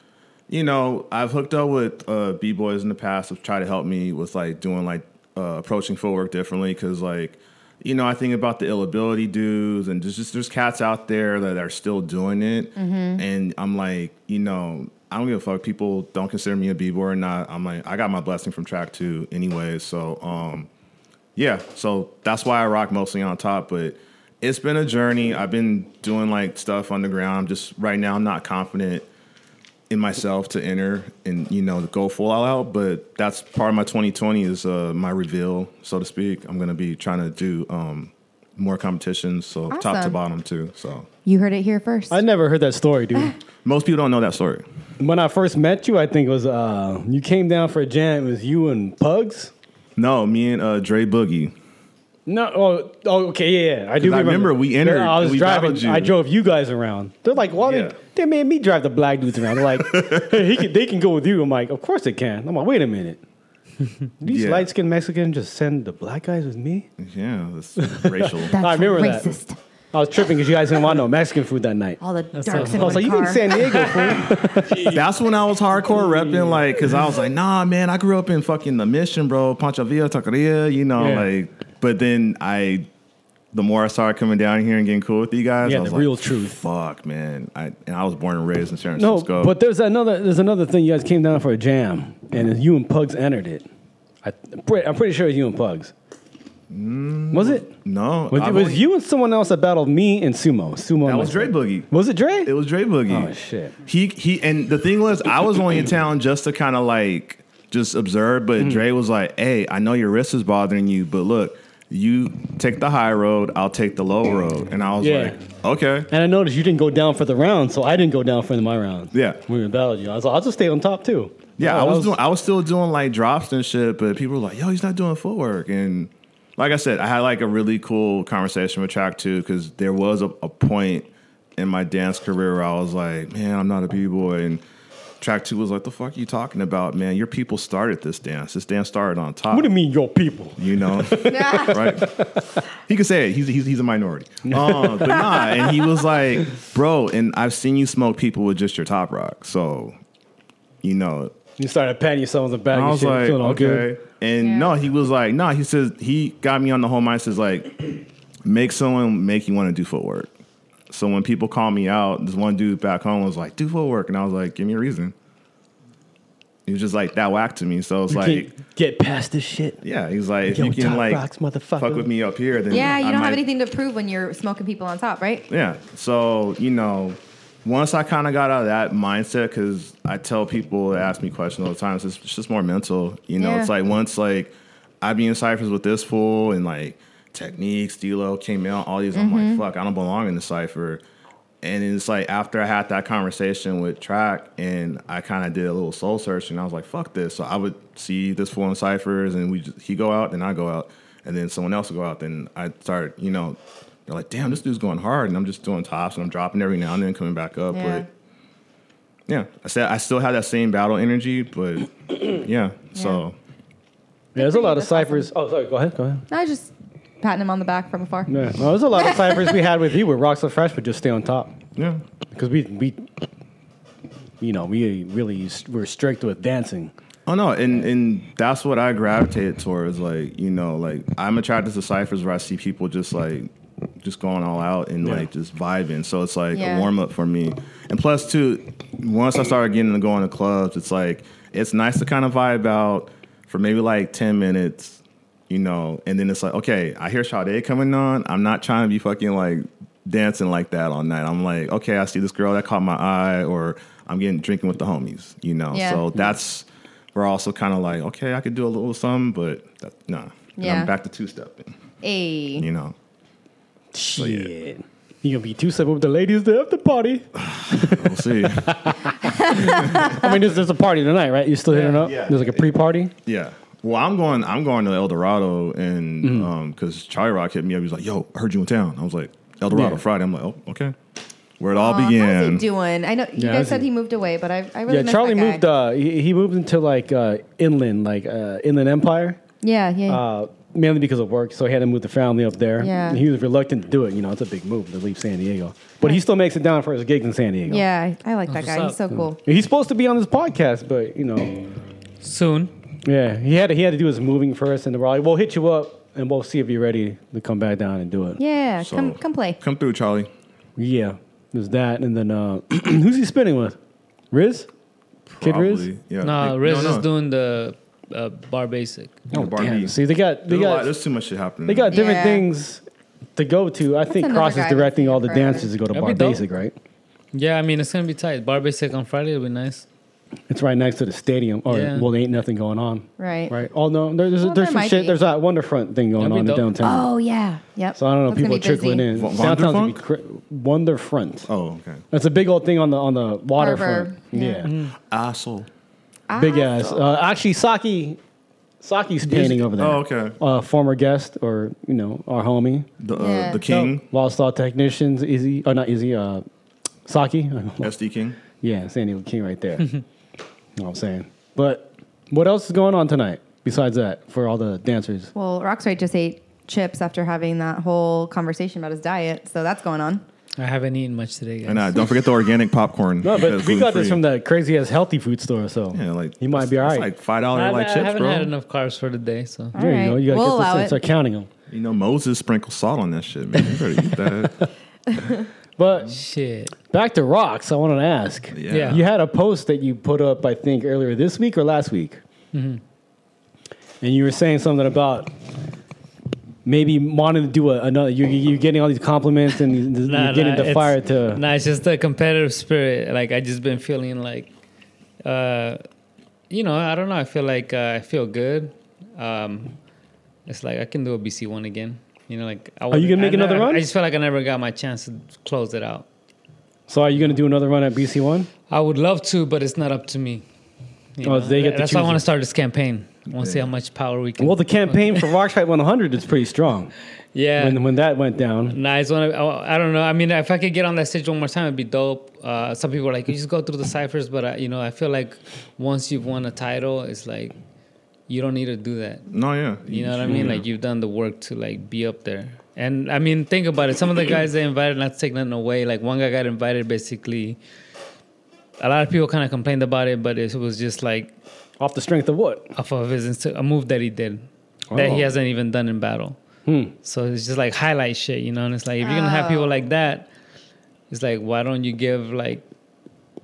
you know, I've hooked up with uh, b boys in the past to try to help me with like doing like uh, approaching footwork differently because like you know, I think about the ill ability dudes and just, just there's cats out there that are still doing it. And I'm like, you know, I don't give a fuck. People don't consider me a b-boy or not. I'm like, I got my blessing from track two anyway. So, um, yeah, so that's why I rock mostly on top, but it's been a journey. I've been doing like stuff underground. I'm just right now I'm not confident in myself to enter and you know to go full out, but that's part of my 2020 is uh, my reveal, so to speak. I'm gonna be trying to do um, more competitions, so top to
Awesome.
bottom too. So
You heard it here first.
I never heard that story, dude.
most people don't know that story.
when I first met you, I think it was uh, you came down for a jam. It was you and Pugs.
No, me and uh, Dre Boogie.
No, oh, oh, okay, yeah, yeah. I do
I
remember.
remember we entered
I was
and we
driving.
battled you.
I drove you guys around. They're like, "Why
Yeah.
they, they made me drive the black dudes around?" They're like, hey, he can, they can go with you. I'm like, "Of course they can." I'm like, "Wait a minute, these
Yeah.
light skinned Mexicans just send the black guys with me?"
Yeah, that's racial.
That's
I remember that.
racist.
I was tripping because you guys didn't want no Mexican food that night. I
All the darks in
was like,
one
"You
car.
in San Diego?" fool."
That's when I was hardcore repping, like, cause I was like, nah, man, I grew up in fucking the mission, bro, Pancho Villa, Taqueria, you know,
Yeah.
like. But then I, the more I started coming down here and getting cool with you guys,
Yeah,
I was
the
like,
real truth.
Fuck, man, I and I was born and raised in San
no,
Francisco.
but there's another. There's another thing. You guys came down for a jam, and you and Pugs entered it. I, I'm pretty sure it was you and Pugs.
Mm.
was it?
no,
Was,
I've
it was
only-
you and someone else that battled me and Sumo. Sumo.
That
and
was Dre
myself.
Boogie.
Was it Dre?
It was Dre Boogie.
Oh, shit.
He he, and the thing was, I was only in town just to kind of like just observe.
Mm.
But Dre was like, "Hey, I know your wrist is bothering you, but look, you take the high road, I'll take the low road." And I was
Yeah.
like, "Okay."
and I noticed you didn't go down for the round, so I didn't go down for my round.
Yeah.
When we battled you. I was like, I'll just stay on top too.
Yeah,
Oh,
I
that
was, doing. I was still doing like drops and shit, but people were like, "Yo, he's not doing footwork." And like I said, I had like a really cool conversation with Track Two because there was a, a point in my dance career where I was like, "Man, I'm not a b boy," and Track Two was like, "The fuck are you talking about, man? Your people started this dance. This dance started on top."
What do you mean, your people?
You know, right? He could say it. He's he's, he's a minority, uh, but nah. And he was like, "Bro," and I've seen you smoke people with just your top rock, so you know
You started patting yourself on the back.
and
and
I was
shit,
like,
feeling all
okay.
good.
And
Yeah.
no, he was like, no. he says he got me on the whole mindset. Like, make someone make you want to do footwork. So when people call me out, this one dude back home was like, do footwork, and I was like, give me a reason. He was just like that whack to me. So it's
You
like,
can't get past this shit.
yeah, he's like, if
Yo,
you can
Top
like
Rocks, motherfucker.
fuck with me up here, then
yeah, you
I
don't
might-
have anything to prove when you're smoking people on top, right?
yeah. So, you know, once I kind of got out of that mindset, because I tell people that ask me questions all the time, it's just, it's just more mental. You know,
Yeah.
it's like once like I be in ciphers with this fool and like techniques, D'Lo came out, all these. I'm like, fuck, I don't belong in the cipher. And it's like after I had that conversation with Track, and I kind of did a little soul search, and I was like, "Fuck this!" So I would see this fool in ciphers, and we just, he go out, and I go out, and then someone else would go out. Then I start, you know, they're like, "Damn, this dude's going hard," and I'm just doing tops, and I'm dropping every now and then, coming back up.
Yeah.
But yeah, I said I still had that same battle energy, but yeah, so
Yeah, there's a lot of
That's awesome.
ciphers. Oh, sorry. Go ahead. Go ahead.
I just patting him on the back from afar.
Yeah. Well, there's a lot of ciphers we had with you where Rocks Are Fresh would just stay on top.
yeah,
Because we, we, you know, we really s- were strict with dancing.
Oh no, and and that's what I gravitated towards. Like you know, like I'm attracted to ciphers where I see people just like just going all out and
Yeah.
like just vibing. So it's like
Yeah.
a warm up for me. And plus, too, once I started getting to going to clubs, it's like it's nice to kind of vibe out for maybe like ten minutes, you know. And then it's like, okay, I hear Sade coming on. I'm not trying to be fucking like dancing like that all night. I'm like, okay, I see this girl that caught my eye, or I'm getting drinking with the homies, you know.
Yeah.
So that's we're also kind of like, okay, I could do a little something, but that, nah. And
Yeah.
I'm back to two stepping,
Hey.
you know.
Shit. Oh, You gonna be too separate with the ladies to have the party.
We'll see.
I mean, there's, there's a party tonight, right? You still hitting up?
Yeah.
There's like a pre-party.
yeah. Well, I'm going. I'm going to El Dorado, and
Mm-hmm.
because Charlie Rock hit me up, he was like, "Yo, I heard you in town." I was like, "El Dorado
Yeah.
Friday." I'm like, "Oh, okay." Where it all
Aw, How's he
began.
doing? I know you
Yeah, how's
guys said
he-
he moved away, but I, I really
yeah,
miss
Charlie
that guy.
moved. Uh, he, he moved into like uh, inland, like uh, Inland Empire,
Yeah, yeah.
uh, mainly because of work. So he had to move the family up there.
Yeah.
And he was reluctant to do it. You know, it's a big move to leave San Diego, but he still makes it down for his gigs in San Diego.
yeah, I like that
That's
guy. He's
what's
so cool.
He's supposed to be on this podcast, but you know,
Soon.
yeah, he had to, he had to do his moving first, and the Raleigh. We'll hit you up. and we'll see if you're ready to come back down and do it.
Yeah,
So-
come come play.
Come through, Charlie.
Yeah, there's that, and then uh, who's he spinning with? Riz, Kid Riz.
Probably. Yeah.
No,
Like,
Riz
no,
is
no.
doing the uh, bar basic.
No, Barbie.
Damn, see, they got they
There's, a lot-
got
there's too much shit happening.
they got different
Yeah.
things to go to. I think
another
Cross is
guy I've
directing
seen
all the
forever.
dancers to go to
That'd
Bar
be dope.
Basic, right?
Yeah, I mean it's gonna be tight. Bar basic on Friday will be nice.
It's right next to the stadium, or
Yeah.
well, there ain't nothing going on,
Right.
right? Oh no, there- there's
Well,
there's
there
some
might
shit.
be.
There's that Wonderfront thing going
That'd be
on in
dope.
downtown.
Oh yeah. Yep.
So I don't know,
That's gonna
people
be
are trickling
busy.
in.
Wonderfront?
Downtown's gonna be cra- Wonderfront.
Oh, okay.
That's a big old thing on the on the waterfront.
Harbor,
Yeah,
Asshole.
big
Ah,
ass. Uh, actually, Saki, Saki's painting over there.
Oh, okay.
Uh, former guest, or you know, our homie,
The uh,
Yeah.
the King,
Lost Law Technicians, Izzy, or not Izzy, uh, Saki.
SD King.
yeah, San Diego King right there. you know what I'm saying? But what else is going on tonight besides that for all the dancers?
Well, Roxwright just ate chips after having that whole conversation about his diet, so that's going on.
I haven't eaten much today, guys.
And uh, don't forget the organic popcorn.
No, but we got this from the crazy ass healthy food store, so
Yeah, like
you might be all
it's
right.
Like five
I
dollar
haven't,
like
I
chips,
haven't
bro.
had enough carbs for today, so
All
there you
right.
go. You gotta get this
we'll allow
in,
it.
start counting them.
You know Moses sprinkle salt on that shit, man. You better eat that.
But
shit.
back to rocks, I wanted to ask.
Yeah.
Yeah.
You had a post that you put up, I think, earlier this week or last week.
Mm-hmm.
And you were saying something about maybe wanting to do a, another, you're, you're getting all these compliments and you're
Nah,
getting
nah,
the
it's-
fire to.
Nah, it's just the competitive spirit. Like I just been feeling like, uh, you know, I don't know. I feel like uh, I feel good. Um, it's like I can do a BC one again. You know, like I
Are you gonna
wasn't-
make
I
another
never-
run?
I just feel like I never got my chance to close it out.
So are you going to do another run at BC1?
I would love to, but it's not up to me. You
Oh,
know?
they get to
That's why I
choose it.
want to start this campaign. I want to see how much power we can.
Well, the campaign for Rock Fight 100 is pretty strong.
yeah,
When, when that went down,
Nah, it's one of, I I don't know. I mean, if I could get on that stage one more time, it'd be dope. Uh, some people are like, you just go through the ciphers, but I, you know, I feel like once you've won a title, it's like you don't need to do that.
No, yeah.
You know what I mean? Like you've done the work to like be up there. And I mean, think about it. Some of the guys they invited, not to take nothing away. Like one guy got invited, basically. A lot of people kind of complained about it, but it was just like
off the strength of what?
off of his Insta- a move that he did that he
Oh.
hasn't even done in battle. So it's just like highlight shit, you know. And it's like if you're gonna have people like that, it's like why don't you give like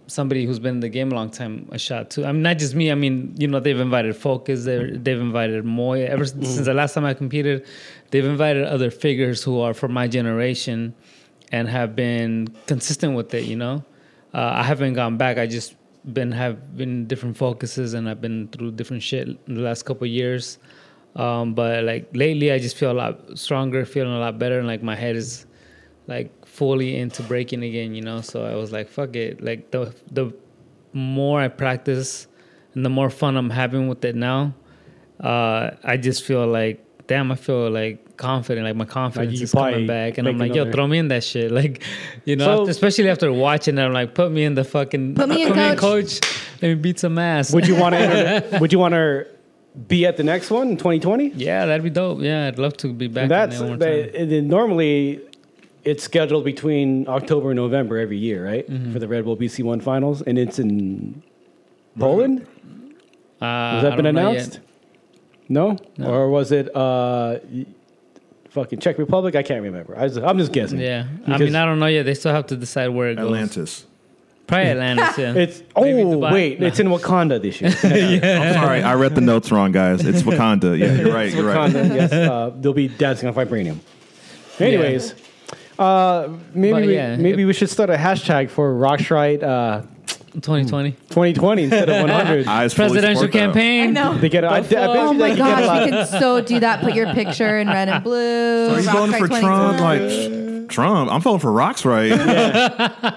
somebody who's been in the game a long time a shot too? I mean, not just me. I mean, you know, they've invited Focus, they're- they've invited Moy. Ever s- since the last time I competed, they've invited other figures who are from my generation and have been consistent with it. You know, uh, I haven't gone back. I just been have been different focuses and I've been through different shit in the last couple of years. Um, but like lately, I just feel a lot stronger, feeling a lot better, and like my head is like fully into breaking again, you know. So I was like, fuck it. Like the the more I practice and the more fun I'm having with it now, uh, I just feel like damn, I feel like confident. Like my confidence
you
is coming
probably
back, and I'm
make
like, yo,
another-
throw me in that shit. Like, you know,
So-
after- especially after watching it, I'm like, put me in the fucking
Put me in,
coach. Let me beat some ass.
Would you want to? would you want to be at the next one in 2020?
yeah, that'd be dope. Yeah, I'd love to be back. in
That's
there one more time.
they- they- normally it's scheduled between October and November every year, right?
Mm-hmm.
For the Red Bull BC One Finals, and it's in Poland.
Uh,
Has
I
that been
don't know yet.
announced? No? or was it uh, y- fucking Czech Republic? I can't remember. I was, I'm just guessing.
Yeah, I
Because
mean, I don't know yet. They still have to decide where it goes.
Atlantis.
Probably Atlantis, yeah.
It's
Maybe
oh
Dubai.
wait,
No.
it's in Wakanda this year.
I'm sorry, I read the notes wrong, guys. It's Wakanda. Yeah, you're right. You're right.
Wakanda, yes, uh, they'll be dancing on vibranium. Anyways, uh, maybe
But
we,
yeah,
maybe
it-
we should start a hashtag for Rockstrite uh,
2020
2020 instead of 100.
I fully
presidential
support that.
I
campaign.
know.
They get. I, I bet you
Oh
they
my
could get a
gosh,
lot.
we could so do that. Put your picture in red and blue.
Are you
Rock
voting
Fight
for
20.
Trump? Like psh, Trump? I'm voting for Rocks, right?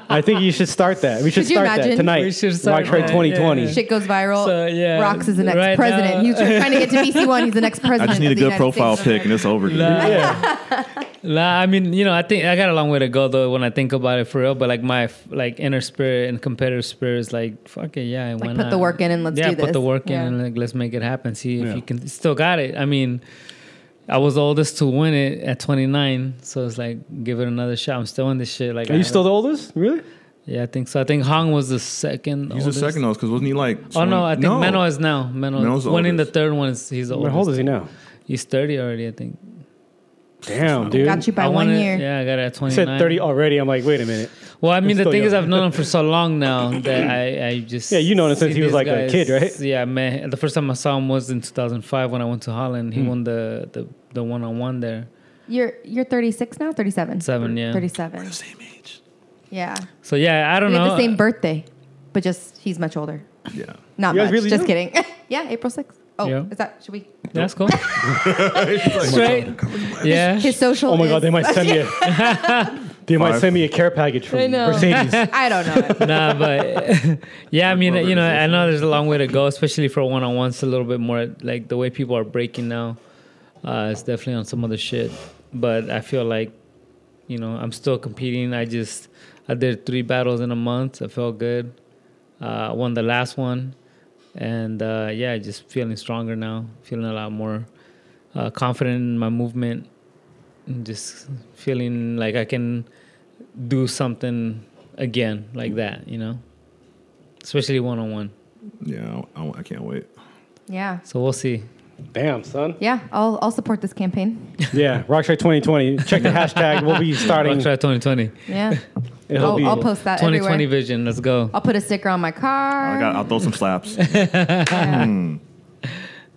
I think you should start that. We should
Could you
start that
imagine?
tonight.
We should start
Rockstrite
that,
2020.
yeah.
shit goes viral.
So, yeah,
Rox is the next
right
president.
now-
He's trying to get to BC one. He's the next
I
president.
just need a
of the
good
United
profile
States of
pic, and it's over. dude.
Yeah.
Nah, I mean, you know, I think I got a long way to go though when I think about it for real. But like my like inner spirit and competitive spirit is like, fuck it, yeah, why
put
not?
the work in and let's
yeah,
do
put the
this.
work
Yeah.
in and like let's make it happen. See if
Yeah.
you can still got it. I mean, I was the oldest to win it at 29, so it's like give it another shot. I'm still in this shit. Like,
Are
I
you still the oldest? Really?
haven't- Yeah, I think so. I think Hong was the second.
He's the
oldest.
second oldest because wasn't he like?
Oh no, I think
no.
Mano is now. Mano
Mano's the
winning the
oldest.
third one is he's the
How old
oldest.
is he now?
He's 30 already, I think.
Damn, dude.
Got you by
I
one
wanna-
year.
Yeah, I got it at
I
29.
said 30 already. I'm like, wait a minute.
Well, I mean,
He's
the
still
thing is,
young.
I've known him for so long now that I, I just
Yeah, you know him since
see
he was,
these
like, a kid, right?
Yeah, man. The first time I saw him was in 2005 when I went to Holland. He
Hmm.
won the the the one on one there.
You're you're 36 now, 37.
Seven, yeah.
37. We're the same age. Yeah.
So yeah, I don't
We
know.
have the same birthday, but just he's much older.
Yeah.
Not
You guys
much.
really
just
do?
kidding. yeah, April 6th. Oh,
Yeah.
is that should we?
That's cool. Straight. Yeah.
His social.
Oh my God,
is-
they might send me a, they might send me a care package from
I know.
Mercedes.
I don't know.
nah, but yeah, I mean, you know, I know there's a long way to go, especially for one on ones. A little bit more like the way people are breaking now. Uh, it's definitely on some other shit, but I feel like, you know, I'm still competing. I just I did three battles in a month. I felt good. Uh, I won the last one, and uh, yeah, just feeling stronger now. Feeling a lot more uh, confident in my movement. And just feeling like I can do something again like that, you know, especially one on one.
Yeah, I, I can't wait.
Yeah.
So we'll see.
Damn, son.
Yeah, I'll I'll support this campaign.
Yeah, Rockstrike 2020. Check the hashtag. We'll be starting.
Rock Try 2020.
Yeah,
It'll
I'll,
be-
I'll post that
2020
everywhere.
vision. Let's go.
I'll put a sticker on my car.
Oh,
I got. I'll throw some slaps.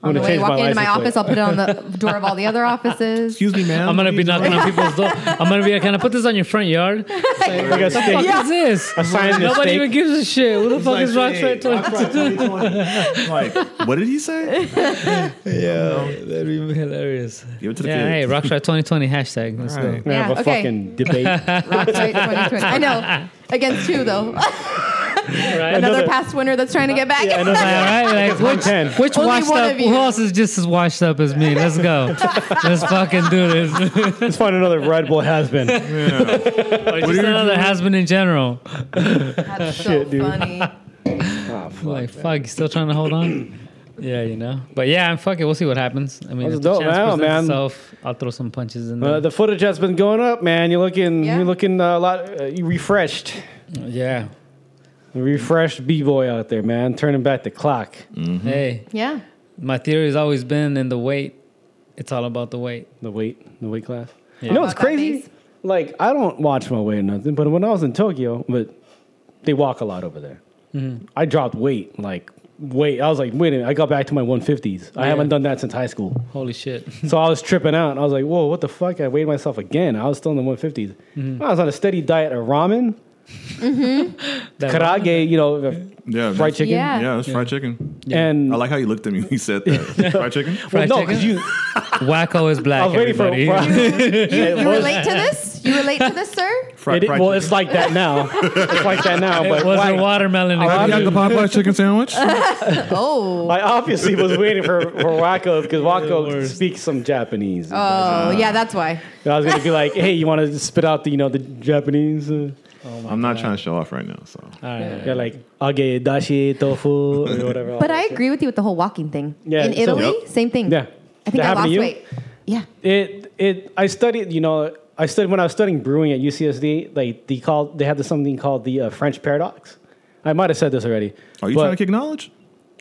on the
gonna
way
change my
walking into my
license
office, I'll put it on the door of all the other offices.
Excuse me, man.
I'm gonna be knocking on people's door. I'm gonna be like, can I put this on your front yard? What
like a steak,
the fuck is this?
a sign in the
Nobody
steak.
even gives a shit. Who the fuck is Rock Try 2020?
like, what did he say?
That'd be hilarious.
Give it to the
Yeah, hey,
kids.
Rock Try 2020 hashtag. Let's go.
We're gonna have
Yeah,
a
okay.
fucking debate.
Rock Fight 2020. I know. Against two though.
Right?
Another
Another-
past winner that's trying to get back.
Yeah, another-
All right, like which,
ten.
which
Only
washed
one
up?
of you.
Who else is just as washed up as me? Let's go. Let's fucking do this.
Let's find another Red Bull has been.
or just another husband in general.
That's so
Shit, dude.
funny.
like fuck, you still trying to hold on? yeah, you know. But yeah, I'm fuck it. We'll see what happens. I mean,
That's
if the
dope,
chance
man. Oh,
presents
Man.
itself, I'll throw some punches in there.
Uh, the footage has been going up, man. You're looking,
Yeah.
you're looking uh, a lot uh, you refreshed,
yeah.
refreshed b boy out there, man. Turning back the clock.
Hey,
Yeah.
my theory has always been in the weight. It's all about the weight.
The weight, the weight class. You know what's
About that
crazy?
base.
Like I don't watch my weight or nothing, but when I was in Tokyo, but they walk a lot over there. I dropped weight, like weight. I was like, wait a minute. I got back to my 150s. I
Yeah.
haven't done that since high school.
Holy shit.
So I was tripping out. I was like, whoa, what the fuck? I weighed myself again. I was still in the 150s. I was on a steady diet of ramen,
That-
karage, you know, the
Yeah,
fried chicken.
Yeah.
Yeah, it's fried chicken.
And
I like how you looked at me when you said that. fried chicken.
well,
Fried
no,
chicken?
because you,
Wacko is black.
I was waiting for,
everybody.
for- It
You
was-
relate to this? You relate to this, sir?
Fried,
it- well, it's like that now. it's like that now, but
it was
why- Oh,
a watermelon.
I
got the Popeye chicken sandwich.
Oh.
I obviously was waiting for, for Wacko because Wacko
worst.
speaks some Japanese.
Oh, yeah, that's why.
And I was gonna be like, "Hey, you want to spit out the you know the Japanese?" Uh,
I'm not trying to show off right now. So
they're like age dashi tofu or whatever. all
But
that
I
shit.
agree with you with the whole walking thing.
Yeah,
In
so-
Italy,
Yep.
same thing.
Yeah.
I think
That
I
happened
lost
to you?
weight. Yeah.
It it I studied you know I studied when I was studying brewing at UCSD like they called they had this something called the uh, French paradox. I might have said this already.
are you
but-
trying to kick knowledge?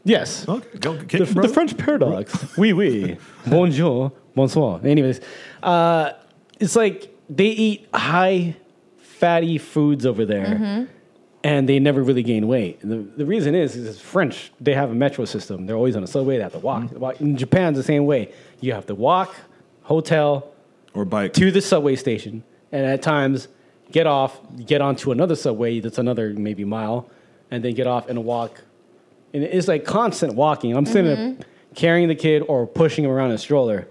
Yes.
Okay, go kick
The,
it, bro.
the French paradox. oui, oui. Bonjour, bonsoir. Anyways, uh, it's like they eat high fatty foods over there
Mm-hmm.
and they never really gain weight. And the, the reason is, is it's French, they have a metro system. They're always on a subway, they have to walk.
Mm-hmm.
walk. In Japan's the same way. You have to walk, hotel,
or bike.
to the subway station, and at times get off, get onto another subway that's another maybe mile, and then get off and walk. And it's like constant walking. I'm sitting
Mm-hmm.
there carrying the kid or pushing him around in a stroller,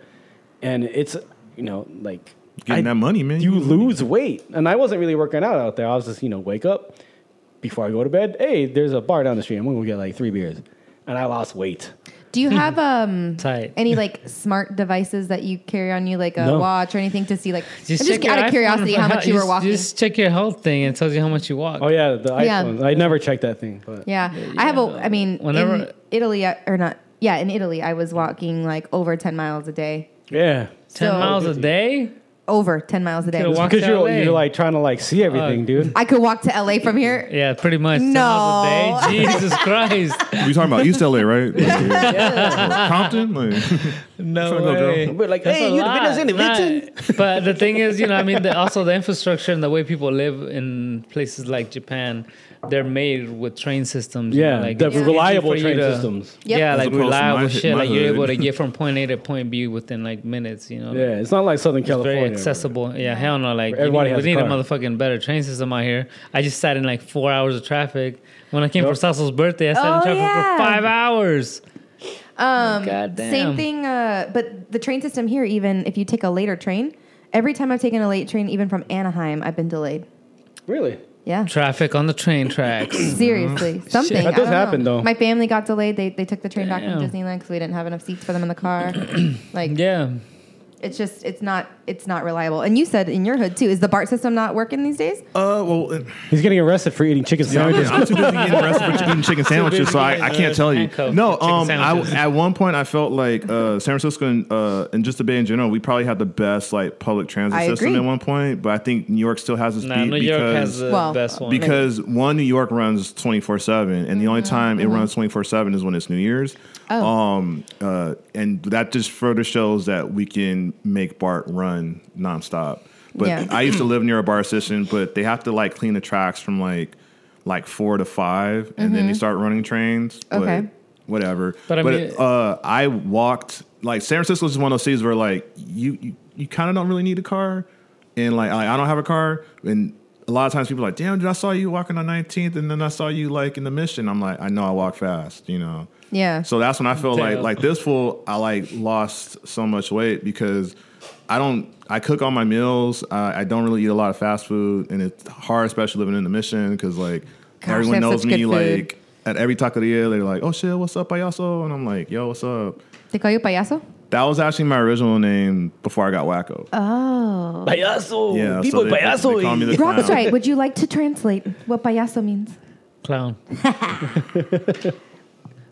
and it's you know like
Getting
I-
that money, man.
You lose weight, and I wasn't really working out out there. I was just you know wake up before I go to bed. Hey, there's a bar down the street. I'm gonna go get like three beers, and I lost weight.
Do you have um
Tight.
any like smart devices that you carry on you, like a
No.
watch or anything to see like I'm
check
just
your
out
iPhone
of curiosity
for
how
health-
much you were
just-
walking?
Just check your health thing. It tells you how much you walk.
Oh yeah, the
Yeah.
iPhone. I never checked that thing, but
Yeah. I have a, I mean,
Whenever-
in Italy, I- or not, yeah, in Italy, I was walking like over 10 miles a day.
yeah.
Ten
So-
miles a day.
over 10 miles a day.
Could walk Uh,
Because
to
you're,
LA.
you're like trying to like see everything, dude.
I could walk to LA from here.
Yeah, pretty much. ten
No.
miles a day. Jesus Christ.
You talking about East LA, right? Compton? Like,
No
go, girl.
way.
We're like,
That's
"Hey,
a
you the
lot."
business in the
Nah,
kitchen.
But the thing is, you know, I mean, the, also the infrastructure and the way people live in places like Japan, they're made with train systems. you know,
Yeah,
like
the
it's easy
reliable
for you
train
to-
systems.
Yep.
Yeah,
As
like
opposed to my-
reliable shit.
my
like you're
hood.
able to get from point A to point B within like minutes. You know,
Yeah, it's not like Southern
It's
California.
very accessible. Yeah, hell no. Like, you
everybody
need, we
has a
need a
car.
motherfucking better train system out here. I just sat in like four hours of traffic. When I came
Yep.
for Saso's birthday, I sat
Oh,
in traffic
yeah.
for five hours.
Um,
God
Same
damn.
thing, uh, but the train system here, even if you take a later train, every time I've taken a late train, even from Anaheim, I've been delayed.
Really?
Yeah.
Traffic on the train tracks.
Seriously, something
That
I
does
don't know.
happen, though.
My family got delayed. They, they took the train back from
Damn.
Disneyland because we didn't have enough seats for them in the car. like
yeah.
it's just it's not it's not reliable. And you said in your hood too, is the BART system not working these days?
uh, well, it-
He's getting arrested for eating chicken
Yeah, I'm,
sandwiches.
I'm too busy getting arrested for eating chicken sandwiches, so I, I can't tell you.
Handcuffed
No,
chicken
um, I,
sandwiches.
at one point I felt like uh, San Francisco and, uh, and just the Bay in general, we probably had the best like public transit
I
system
agree.
at one point, but I think New York still has its
Nah,
beat
New
because.
York has the
Well,
best one.
because one, New York runs twenty four seven, and the only time it runs twenty four seven is when it's New Year's.
Mm-hmm. Oh.
Um, uh, and that just further shows that we can make BART run nonstop. But
Yeah.
I used to live near a BART station, but they have to like clean the tracks from like like four to 5 and then they start running trains. But
Mm-hmm. Okay.
Whatever.
But I
But,
mean-
uh, I walked like San Francisco is just one of those cities where like you you, you kind of don't really need a car, and like I, I don't have a car, and a lot of times people are like, damn, dude, I saw you walking on 19th, and then I saw you like in the Mission. I'm like, I know I walk fast, you know.
Yeah.
So that's when I felt like
Damn.
like this fool, I like lost so much weight because I don't I cook all my meals. I, I don't really eat a lot of fast food, and it's hard, especially living in the Mission, because like
Gosh,
everyone
they have
knows
such good
me.
food.
Like at every taqueria, they're like, "Oh shit, what's up, payaso?" And I'm like, "Yo, what's up?"
They call you payaso.
That was actually my original name before I got wacko.
Oh,
Payaso.
yeah,
People
so they, they-
payaso.
they call me the clown.
Rock's right. Would you like to translate what payaso means?
Clown.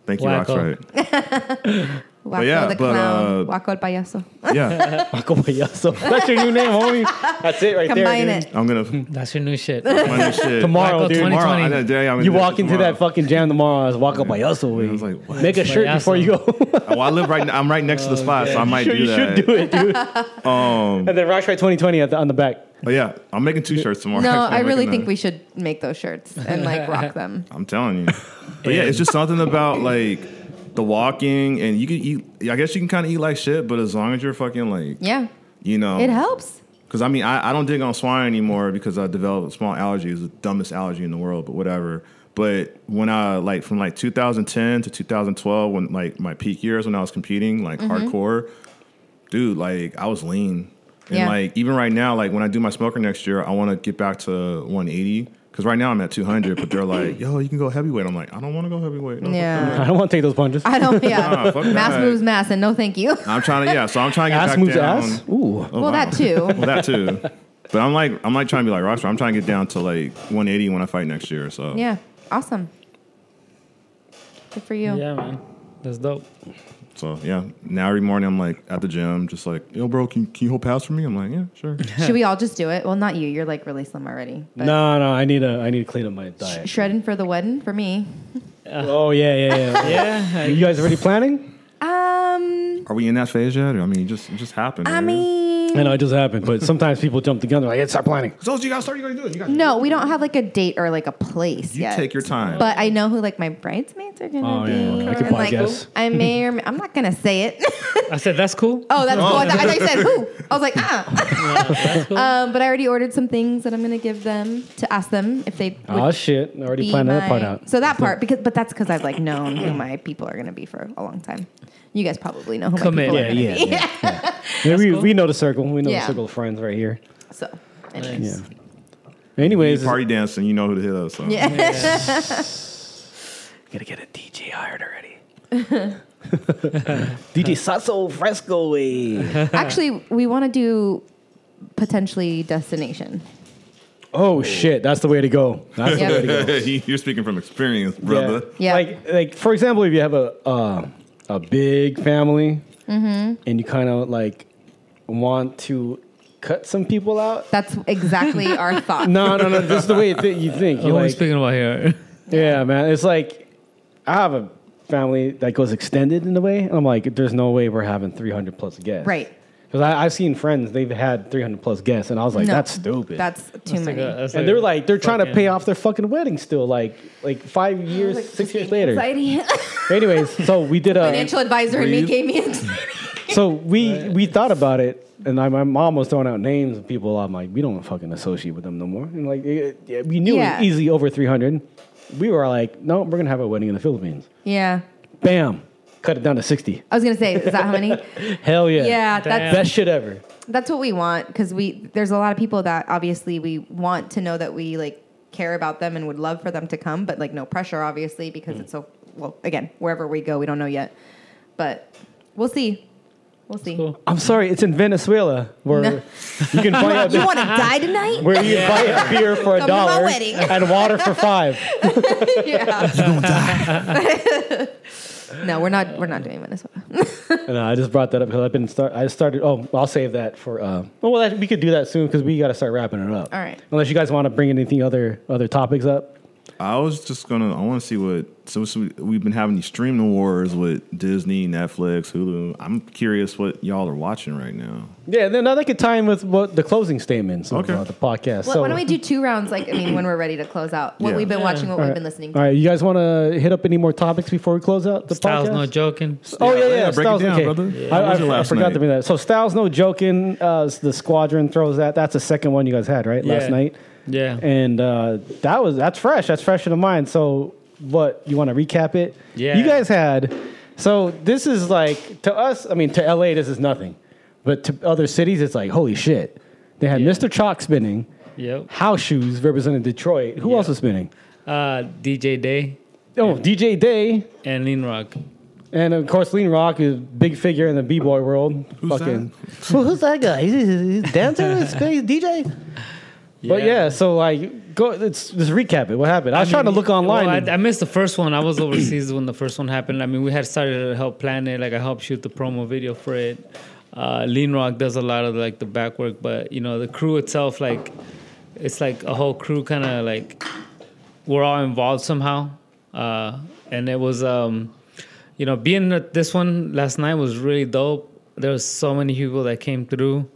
Thank you,
Wacko.
Rock's right.
Waco
yeah,
the
but,
clown.
uh,
Waco el payaso.
Yeah,
Paco Payaso. That's your new name, homie. That's it right there.
Combine
dude.
it.
I'm gonna find
That's your new shit.
this shit
Tomorrow,
Michael,
dude.
20
Tomorrow, I, that day, I'm gonna
You
do it
walk into
tomorrow.
that fucking jam tomorrow. I was walking by us away.
I was like, what?
Make a shirt
Payaso.
before you go.
Oh, I live right. I'm right next to the spot, so I might
sure,
do
Oh, you
that.
should do it, dude. um, and then Rock Strike 2020 at the, on the back.
But yeah, I'm making two shirts tomorrow.
No,
Actually,
I
I'm
really
making
think
a-
we should make those shirts and like rock them.
I'm telling you. But yeah, it's just something about like the walking, and you can eat. I guess you can kind of eat like shit, but as long as you're fucking like,
Yeah,
you know,
it helps.
Because I mean, I, I don't dig on swine anymore because I developed small allergy. It's the dumbest allergy in the world, but whatever. But when I like from like 2010 to 2012, when like my peak years when I was competing like
Mm-hmm.
hardcore, dude, like I was lean. And
Yeah.
like even right now, like when I do my smoker next year, I want to get back to 180 because right now I'm at 200. But they're like, "Yo, you can go heavyweight." I'm like, "I don't want to go heavyweight." No, fuck
Yeah.
I don't want to take those punches.
I don't.
Nah,
Yeah,
Oh, fuck
mass
that. Oh,
moves mass, and no, thank you.
that. I'm trying to yeah. So I'm trying to get
ass
back
moves
down.
ass. Ooh.
Oh,
well,
wow.
that too.
Well, that too. But I'm like, I'm like trying to be like roster. I'm trying to get down to like 180 when I fight next year. So
Yeah, awesome. Good for you.
yeah, man. That's dope.
so yeah. Now every morning I'm like at the gym, just like, yo, bro, can, can you hold pass for me? I'm like, yeah, sure.
Should we all just do it? Well, not you. You're like really slim already. But
No, no, I need a, I need to clean up my diet.
Shredding for the wedding for me.
Oh yeah, yeah, yeah.
Yeah.
You guys already planning?
Um,
Are we in that phase yet? I mean, it just it just happened.
I
dude.
mean,
I know it just happened, but sometimes people jump the gun. They're like, "Yeah, start planning."
so you gotta start. You gotta do it. You gotta.
no, we don't have like a date or like a place
You
yet.
take your time.
But I know who like my bridesmaids are gonna
Oh,
be.
yeah, okay. I could
and, like,
podcast.
I may or may, I'm not gonna say it.
I said, that's cool.
oh, that's cool. I thought, I thought you said who. I was like, ah. um, but I already ordered some things that I'm gonna give them to ask them if they would
Oh shit! I already
be
planned that part
my-
out.
So that part, because but that's because I've like known who my people are gonna be for a long time. You guys probably know who my
Commit.
people
yeah,
are gonna
yeah,
be.
yeah. yeah. we, we know the circle. We know
Yeah.
the circle of friends right here.
So, anyways.
Anyways,
Party dancing, you know who to hit us. So. Yeah.
Gotta get a DJ hired already. DJ Sasso Fresco. eh?
actually, we want to do potentially destination.
Oh shit, that's the way to go. That's the way to go.
You're speaking from experience, brother.
Yeah.
Like like for example, if you have a uh,
Mm-hmm.
a big family and you kind of like want to cut some people out?
That's exactly our thought.
No, no, no. This is the way you, thi- you think.
What
You're
are we
like,
speaking about here?
yeah, man. It's like I have a family that goes extended in a way. I'm like, there's no way we're having 300 plus guests.
Right.
Because I've seen friends, they've had 300 plus guests, and I was like,
No.
that's stupid.
That's too many.
and they're like, they're trying to pay off their fucking wedding still, like, like five years,
Like,
six years later.
Anxiety.
Anyways, so we did a
Financial advisor and me
breathe.
gave me anxiety.
so we we thought about it, and I, my mom was throwing out names of people. I'm like, we don't fucking associate with them no more. And like, it, it- we knew it
Yeah.
was easily over 300. We were like, no, we're gonna have a wedding in the Philippines.
Yeah.
Bam, cut it down to 60.
I was gonna say, is that how many?
Hell yeah,
Yeah, that's-
best shit ever.
That's what we want because we there's a lot of people that obviously we want to know that we like care about them and would love for them to come, but like no pressure obviously because it's so well again wherever we go we don't know yet, but we'll see, we'll see.
cool.
I'm sorry, it's in Venezuela where
No.
you can buy a,
You want to die tonight?
where you buy a beer for a
Come to my
dollar
wedding.
and water for five.
yeah. no, we're not. We're not doing Venezuela.
And I just brought that up because I've been start. I started. Oh, I'll save that for. Uh, oh, well, that, we could do that soon because we got to start wrapping it up.
All right.
Unless you guys want to bring anything other other topics up.
I was just gonna. I want to see what. So, so we- we've been having these streaming wars with Disney, Netflix, Hulu. I'm curious what y'all are watching right now.
Yeah. Then now that could tie in with what the closing statements of
Okay.
uh, the podcast.
Well, why don't we do two rounds? Like, I mean, when we're ready to close out, what
Yeah.
we've been watching, what we've
right.
been listening to.
All right. You guys want to hit up any more topics before we close out the
Styles,
podcast?
no joking.
Oh yeah, yeah,
yeah, break it
Styles,
down,
okay.
brother.
I,
How was
I-
your
I
last
forgot
night?
to bring that. So Styles, no joking. Uh, the squadron throws that. That's the second one you guys had right last
Yeah.
night.
Yeah.
and uh, that was that's fresh. That's fresh in the mind. So, what you want to recap it?
Yeah.
You guys had. So this is like to us. I mean, to LA, this is nothing, but to other cities, it's like holy shit. They had Mr. Chalk spinning.
Yep.
House shoes represented Detroit. Who else was spinning?
Uh, DJ Day
Oh, DJ Day,
and Lean Rock.
and of course Lean Rock is a big figure in the b boy world.
Who's
Well, who's that guy? He's, he's, he's dancer, in space DJ. But yeah, so like, go. Let's just recap it. What happened? I was trying to look online.
Well,
and-
I, I missed the first one. I was overseas when the first one happened. I mean, we had started to help plan it. Like I helped shoot the promo video for it. Uh, Lean Rock does a lot of like the back work, but you know the crew itself, like it's like a whole crew kind of like we're all involved somehow. Uh, and it was, um, you know, being at this one last night was really dope. There was so many people that came through.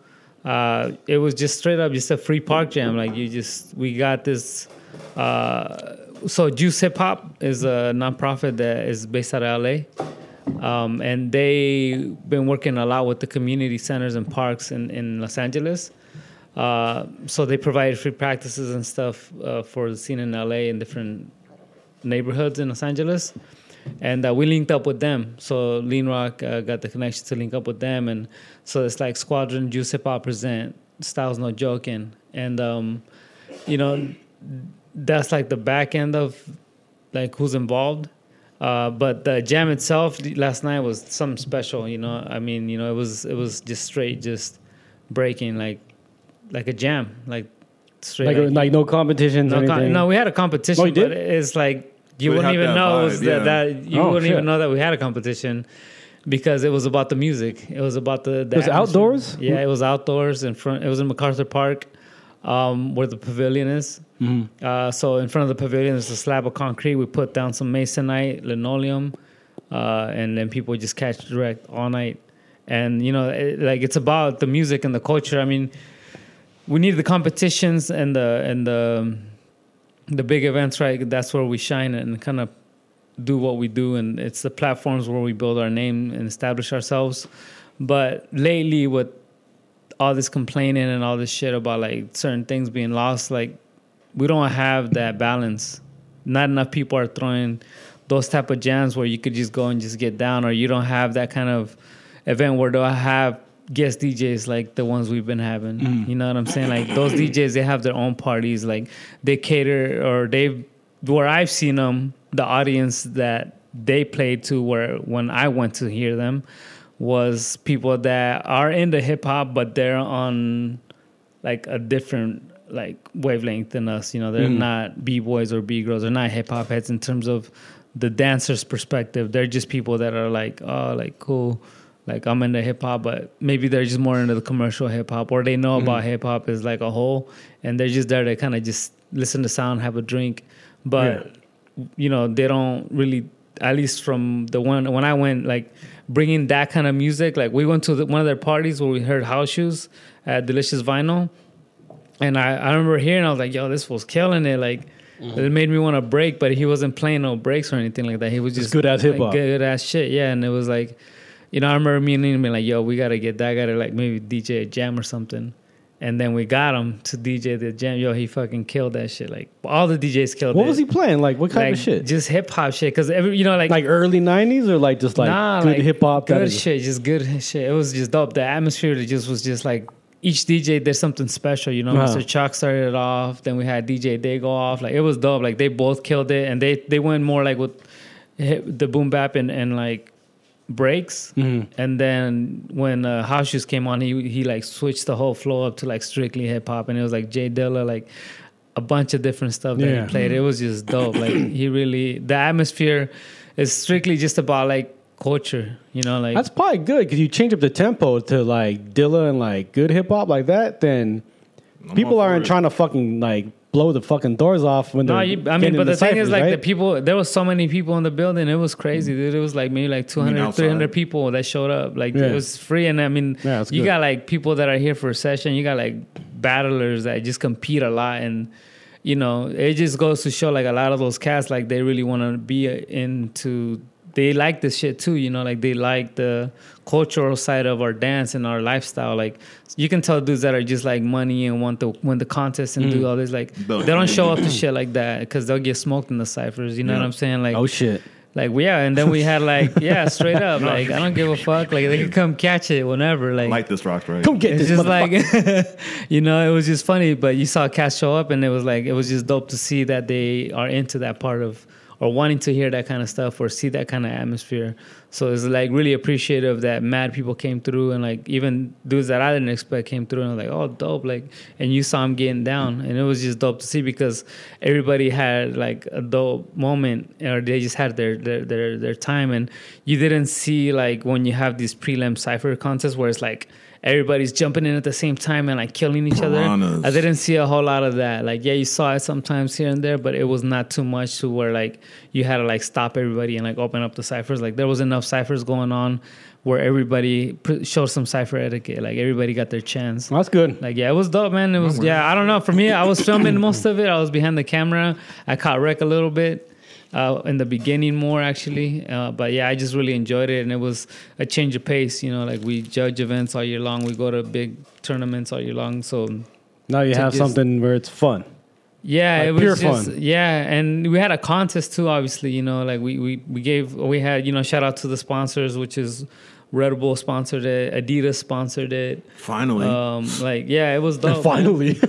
Uh, it was just straight up just a free park jam. Like you just, we got this. Uh, so Juice Hip Hop is a nonprofit that is based out of LA um, and they've been working a lot with the community centers and parks in, in Los Angeles. Uh, so they provide free practices and stuff uh, for the scene in LA in different neighborhoods in Los Angeles, and uh, we linked up with them. So Lean Rock uh, got the connection to link up with them, and so it's like Squadron Juice Hip Hop present Styles No Joking, and um, you know that's like the back end of like who's involved. Uh, but the jam itself the- last night was something special, you know. I mean, you know, it was it was just straight, just breaking like like a jam, like straight.
like, like no competitions or
No,
anything.
con- no, we had a competition.
Oh, you did?
But it's like you
We had
wouldn't even
that
know it was
vibe,
that,
yeah.
that you
Oh,
wouldn't
shit.
even know that we had a competition because it was about the music. It was about the. the
It was
atmosphere.
outdoors?
Yeah, it was outdoors in front. It was in MacArthur Park, um, where the pavilion is.
Mm-hmm.
Uh, so in front of the pavilion is a slab of concrete. We put down some masonite, linoleum, uh, and then people just catch direct all night. And you know, it, like it's about the music and the culture. I mean, we need the competitions and the and the the big events, right? That's where we shine and kind of do what we do, and it's the platforms where we build our name and establish ourselves. But lately, with all this complaining and all this shit about like certain things being lost, like we don't have that balance. Not enough people are throwing those type of jams where you could just go and just get down, or you don't have that kind of event where they'll have guest DJs like the ones we've been having. You know what I'm saying? Like those DJs, they have their own parties. Like they cater, or they where I've seen them, the audience that they played to, where when I went to hear them, was people that are into hip hop, but they're on like a different like wavelength than us. You know, they're not b boys or b girls. They're not hip hop heads in terms of the dancer's perspective. They're just people that are like, oh, like cool. like I'm into hip hop, but maybe they're just more into the commercial hip hop or they know about hip hop as like a whole and they're just there to kind of just listen to sound, have a drink. But you know, they don't really at least from the one when I went like bringing that kind of music, like we went to the, one of their parties where we heard house shoes at Delicious Vinyl and I, I remember hearing, I was like, yo, this was killing it. Like,
Mm-hmm.
it made me want to break, but he wasn't playing no breaks or anything like that. He was just
good ass
like,
hip-hop.
good ass shit. Yeah, and it was like, you know, I remember me and him being like, yo, we gotta get that, gotta like maybe DJ a jam or something. And then we got him to DJ the jam. Yo, he fucking killed that shit. Like all the DJs killed.
What
it.
was he playing? Like what kind
like,
of shit?
Just hip hop shit. Cause every you know like
like early '90s or like just like good hip hop. that
good
is-
shit, just good shit. It was just dope. The atmosphere it just was just like each DJ did something special, you know.
Uh-huh.
Mr. Chuck started it off, then we had DJ Day go off. Like it was dope. Like they both killed it, and they they went more like with hip, the boom bap and, and like breaks.
Mm-hmm.
And then when uh, House Shoes came on, he he like switched the whole flow up to like strictly hip hop, and it was like Jay Dilla like. A bunch of different stuff that
Yeah.
he played. It was just dope. Like he really, the atmosphere is strictly just about like culture. You know, like
That's probably good because you change up the tempo to like Dilla and like good hip hop like that. Then people
all for
aren't
it.
trying to fucking like blow the fucking doors off when
No,
they're.
you, I mean,
getting
but the,
the
thing is,
ciphers,
like,
right?
the people, there was so many people in the building. It was crazy, dude. It was like maybe like 200,
outside?
300 people that showed up. Like,
Yeah.
it was free. And I mean,
Yeah, that's
you
good.
got like people that are here for a session. You got like battlers that just compete a lot. And, you know, it just goes to show like a lot of those cats, like, they really want to be into, they like this shit too, you know, like they like the cultural side of our dance and our lifestyle. Like, you can tell dudes that are just like money and want to win the contest and do all this. Like,
Those
they don't show up to shit like that because they'll get smoked in the ciphers. You know what I'm saying? Like,
oh shit.
like yeah. And then we had like, yeah, straight up. Like, I don't give a fuck. Like, they could come catch it whenever. Like,
like this rock, right?
Come get
it's
this
just
motherfucker.
like, you know, it was just funny. But you saw cats show up, and it was like, it was just dope to see that they are into that part of. Or wanting to hear that kind of stuff, or see that kind of atmosphere, so it's like really appreciative that mad people came through, and like even dudes that I didn't expect came through, and I was like, oh, dope! Like, and you saw them getting down, and it was just dope to see because everybody had like a dope moment, or they just had their their their, their time, and you didn't see like when you have these prelim cipher contests where it's like everybody's jumping in at the same time and like killing each
Piranhas.
other. I didn't see a whole lot of that. Like, yeah, you saw it sometimes here and there, but it was not too much to where like you had to like stop everybody and like open up the ciphers. Like, there was enough ciphers going on where everybody pr- showed some cipher etiquette. Like, everybody got their chance.
That's good.
Like yeah, it was dope, man. It was yeah. I don't know. For me, I was filming most of it. I was behind the camera. I caught wreck a little bit uh, in the beginning more actually. Uh, but yeah, I just really enjoyed it, and it was a change of pace. You know, like we judge events all year long. We go to big tournaments all year long. So
Now you
to
have
just-
something where it's fun.
yeah,
Like
it was
pure
just,
fun.
Yeah, and we had a contest too. Obviously, you know, like we we we gave we had you know shout out to the sponsors, which is Red Bull sponsored it, Adidas sponsored it.
Finally,
Uh,
Um, like yeah, it was dope. man.
Finally,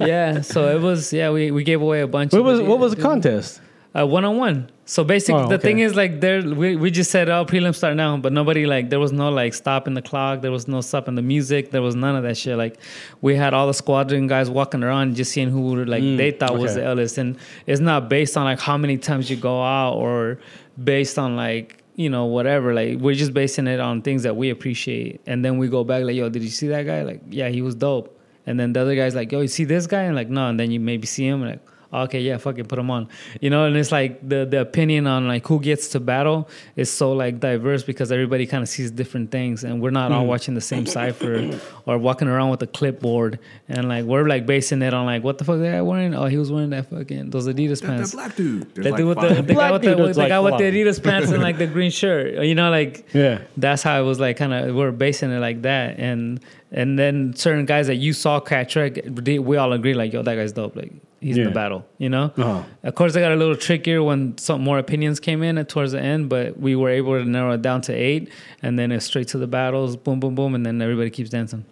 yeah so it was yeah we, we gave away a bunch
what
of
was what was the
dude.
contest?
uh, one-on-one so basically
Oh,
the
okay.
thing is like there we, we just said oh prelim start now but nobody like there was no like stop in the clock there was no stop in the music there was none of that shit like we had all the squadron guys walking around just seeing who were, like they thought was
Mm, okay.
the illest and it's not based on like how many times you go out or based on like you know whatever like we're just basing it on things that we appreciate and then we go back like yo did you see that guy like yeah he was dope and then the other guy's like, yo, you see this guy? And like, no. And then you maybe see him, like, okay, yeah, fucking put him on. You know, and it's like the, the opinion on like who gets to battle is so like diverse because everybody kind of sees different things and we're not
Hmm.
all watching the same cipher or walking around with a clipboard. And like, we're like basing it on like, what the fuck that guy wearing? Oh, he was wearing that fucking, those Adidas
that
pants.
black dude. There's
That
like
dude with
five.
the, the guy
black
with the,
dude was
with the
like
guy with the
five.
Adidas pants and like the green shirt. You know, like
Yeah.
that's how it was like kind of we're basing it like that. And and then certain guys that you saw Cat Trek, they- we all agree like, yo, that guy's dope. Like he's
Yeah.
the battle. You know.
Uh-huh.
Of course, it got a little trickier when some more opinions came in towards the end, but we were able to narrow it down to eight, and then it's straight to the battles. Boom, boom, boom, and then everybody keeps dancing.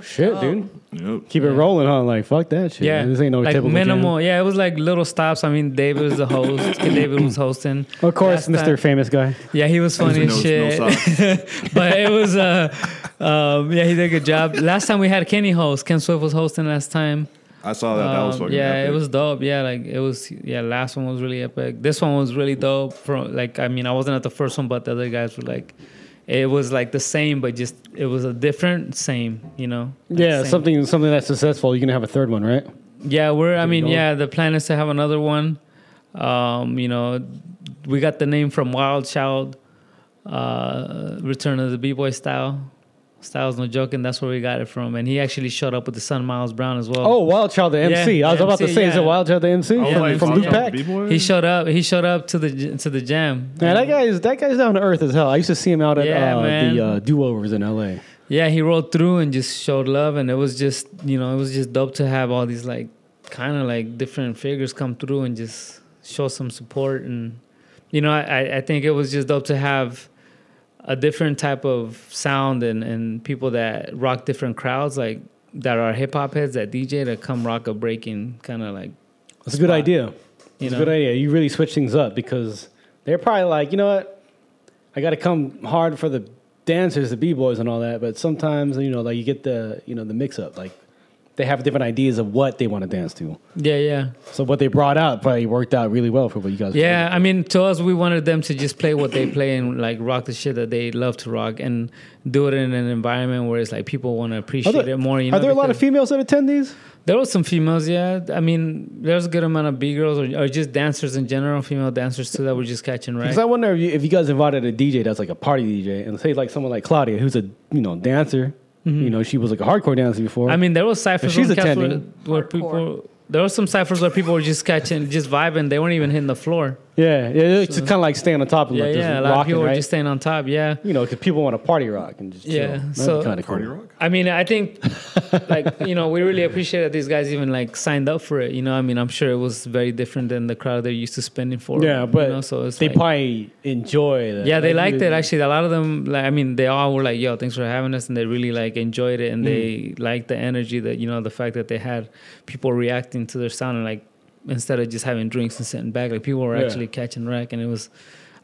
Shit, dude,
Yep.
keep it rolling, huh? Like fuck that shit.
Um, Yeah,
this ain't no
like
typical
minimal. Yeah, it was like little stops. I mean, David was the host. David was hosting.
jam. Of course,
Last
Mr.
time-
Famous Guy.
Yeah, he was funny
No-
as
no
shit. but it was, uh, um, yeah, he did a good job. Last time we had Kenny host. Ken Swift was hosting last time.
I saw that. that was
Um,
fucking.
yeah,
epic.
it was dope. Yeah, like it was. Yeah, last one was really epic. This one was really dope. From like, I mean, I wasn't at the first one, but the other guys were like, it was like the same, but just it was a different same. You know. Like
Yeah,
same.
something something that's successful. You're gonna have a third one, right?
Yeah, we're. I mean,
going.
yeah, the plan is to have another one. Um, you know, we got the name from Wild Child, uh, Return of the B Boy Style. Styles, no joking. That's where we got it from, and he actually showed up with the son Miles Brown as well.
Oh, Wild Child the MC.
Yeah,
I was about to
MC,
say, is it
yeah. Oh,
Wild Child the MC
Yeah,
from,
like,
from
Wild
Loop
Child
Pack?
B-boy?
he showed up. He showed up to the to the jam.
Yeah, that guy's that guy's down to earth as hell. I used to see him out at
Yeah,
uh,
man.
the uh, do overs in L.A.
Yeah, he rolled through and just showed love, and it was just you know it was just dope to have all these like kind of like different figures come through and just show some support, and you know I- I I think it was just dope to have a different type of sound and and people that rock different crowds like that are hip hop heads that DJ that come rock a breaking kind of like
It's a good idea.
you
It's
know
a good idea. You really switch things up because they're probably like, you know what? I got to come hard for the dancers, the b boys, and all that. But sometimes, you know, like you get the you know the mix up. Like they have different ideas of what they want to dance to.
yeah yeah
So what they brought out probably worked out really well for what you guys.
Yeah, I mean, to us, we wanted them to just play what they play and like rock the shit that they love to rock and do it in an environment where it's like people want to
Are
appreciate
there,
it more. You know,
are there a lot of
because-
females that attend these?
there were some females, yeah. I mean, there's a good amount of B girls or, or just dancers in general, female dancers too that we're just catching, right?
Because I wonder if you, if you guys invited a DJ that's like a party DJ, and say like someone like Claudia, who's a you know dancer, you know she was like a hardcore dancer before.
Mm-hmm. I mean, there was ciphers.
she's
on campus
attending.
where, where
Hardcore.
people there were some ciphers where people were just catching, just vibing. They weren't even hitting the floor.
yeah, yeah, it's kind of like staying on top and
Yeah,
like just
yeah. A lot of
rocking,
people
right?
were just staying on top. Yeah.
you know, because people want to party rock and just chill.
Yeah,
That'd be
so-
kind of cool.
I mean, I think, like you know, we really appreciate that these guys even like signed up for it. You know, I mean, I'm sure it was very different than the crowd they're used to spending for.
Yeah,
you
but
know, so it's
they
like-
probably enjoy that.
yeah, they liked it
they-
actually. A lot of them, like, I mean, they all were like, "Yo, thanks for having us," and they really like enjoyed it,
Mm.
and they liked the energy that you know the fact that they had people reacting to their sound and like instead of just having drinks and sitting back, like people were
Yeah.
actually catching rack, and it was.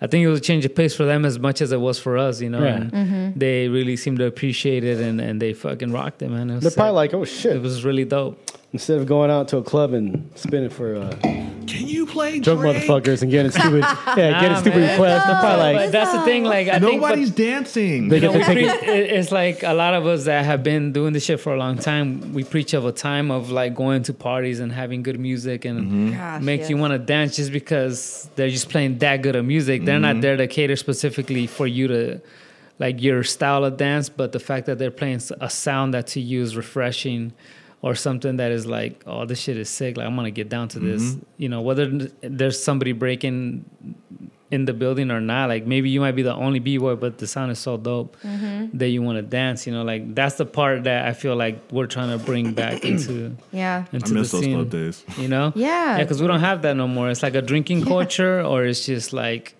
I think it was a change of pace for them as much as it was for us, you know.
Yeah.
And they really seemed to appreciate it, and, and they fucking rocked it, man. It was
They're probably
sick.
like, oh
It
shit!
was really dope.
Instead of going out to a club and spinning for uh,
Can you play
drunk
Drake?
motherfuckers and getting stupid, yeah,
Nah,
getting stupid
Ah, man.
requests, they're probably
But
like,
that's the thing, like I think
Nobody's dancing.
they
you
get
know,
to
we
take
preach,
it.
it- it's like a lot of us that have been doing this shit for a long time. We preach of a time of like going to parties and having good music and
Mm-hmm.
Gosh,
make you
yes.
want to dance just because they're just playing that good of music. They're
Mm-hmm.
not there to cater specifically for you to like your style of dance, but the fact that they're playing s- a sound that to you is refreshing or something that is like, oh, this shit is sick. Like I'm gonna get down to this.
Mm-hmm.
You know, whether n- there's somebody breaking in the building or not. Like maybe you might be the only b boy, but the sound is so dope that you want to dance. You know, like that's the part that I feel like we're trying to bring back into
Yeah.
into
I miss
the
those
scene.
club days.
You know,
Yeah.
yeah, because we don't have that no more. It's like a drinking culture, or it's just like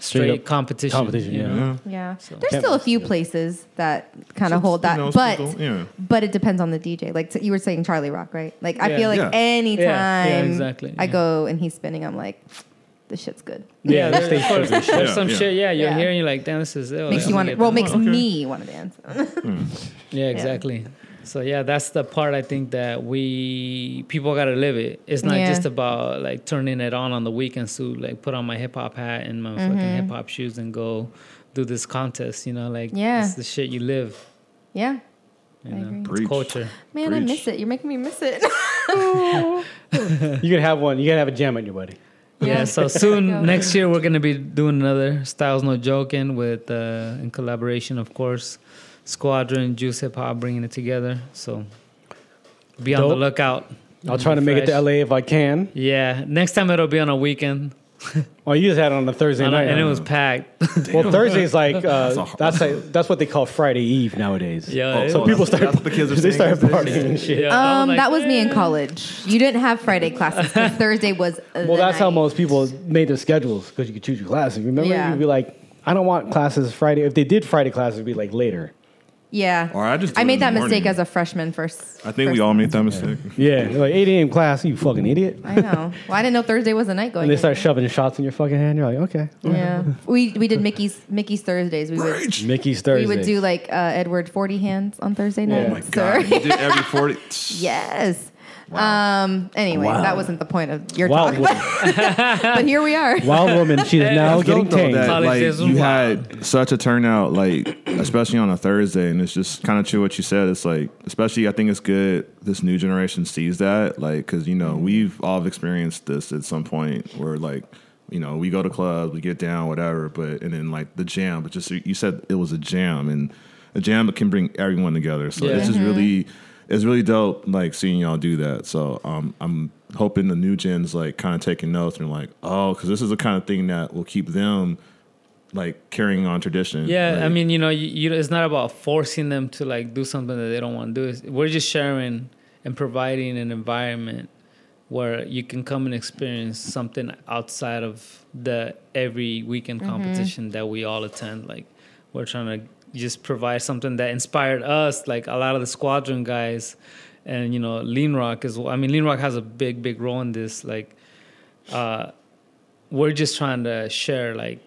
straight,
up
competition.
competition,
you
yeah.
know?
Yeah. There's still a few places that kind of hold that,
You know, it's
but
people- yeah.
but it depends on the DJ. Like so you were saying, Charlie Rock, right? Like I
Yeah.
feel like
Yeah.
anytime
Yeah, yeah, exactly,
I
yeah.
go and he's spinning, I'm like, this shit's good.
Yeah, there's,
they
of course, there's
Yeah,
some
yeah.
shit. Yeah, you're
Yeah.
here and you're like, damn, this is ill.
Makes
Like,
you want
I'm gonna
to.
get
Well,
down.
makes me want to dance.
Yeah, exactly. So yeah, that's the part I think that we people gotta live it. It's not
Yeah.
just about like turning it on on the weekends to like put on my hip hop hat and my
Mm-hmm.
fucking hip hop shoes and go do this contest. You know, like
Yeah.
it's the shit you live.
Yeah.
You
I
know,
agree.
It's
Preach.
culture.
Man, I
Preach.
miss it. You're making me miss it.
You could have one. You could have a jam at your buddy.
Yeah. So soon
Go.
next year we're gonna be doing another Styles No Joking with uh, in collaboration, of course, Squadron Juice Hip Hop bringing it together. So be on the
Dope.
lookout.
I'll try to make it to
Fresh.
LA if I can.
Yeah. Next time it'll be on a weekend.
Oh, you just had it on a Thursday
And, I-
night,
and it
huh?
was packed.
well. Thursday's like uh,
a hard- Oh,
that's like that's what they call Friday Eve nowadays.
Yeah, it
so
was-
people start
that's what the kids are
they
saying
start
these days.
partying and shit.
Yeah, I
um,
like,
that was me in
"Eh."
college. You didn't have Friday classes. 'cause Thursday was.
Well, that's how most people made their schedules because you could choose your classes. Remember,
Yeah.
you'd be like, I don't want classes Friday. If they did Friday classes, it'd be like later.
Yeah.
Or I just do
I
it
made
in
that
the
mistake
morning.
as a freshman first.
I think we all made that mistake.
Yeah, you're like 8 a.m. class. You fucking idiot.
I know. Well, I didn't know Thursday was a night going.
And they
in.
start shoving shots in your fucking hand. You're like, okay.
Yeah, we we did Mickey's Mickey's Thursdays. We would
Mickey's Thursday.
we would do like uh, Edward forty hands on Thursday night.
Oh my
God, you did every forty.
yes, Um, anyway, that wasn't the point of your
Wow.
talk, but here we are.
Wild woman, she is now
It's dope,
getting
though,
tamed.
that,
College
like,
is
you
wild.
had such a turnout, like especially on a Thursday, and it's just kind of true what you said. It's like, especially I think it's good this new generation sees that, like, because you know we've all experienced this at some point where like. You know, we go to clubs, we get down, whatever, but and then like the jam, but just you said it was a jam, and a jam can bring everyone together. So
Yeah.
it's just really, it's really dope, like seeing y'all do that. So um, I'm hoping the new gens like kind of taking notes and like, oh, because this is the kind of thing that will keep them like carrying on tradition.
Yeah, I
Like,
mean, you know, you, you, it's not about forcing them to like do something that they don't want to do. It's, we're just sharing and providing an environment where you can come and experience something outside of the every weekend competition that we all attend. Like, we're trying to just provide something that inspired us, like a lot of the squadron guys, and you know, Lean Rock is. I mean, Lean Rock has a big, big role in this. Like, uh, we're just trying to share like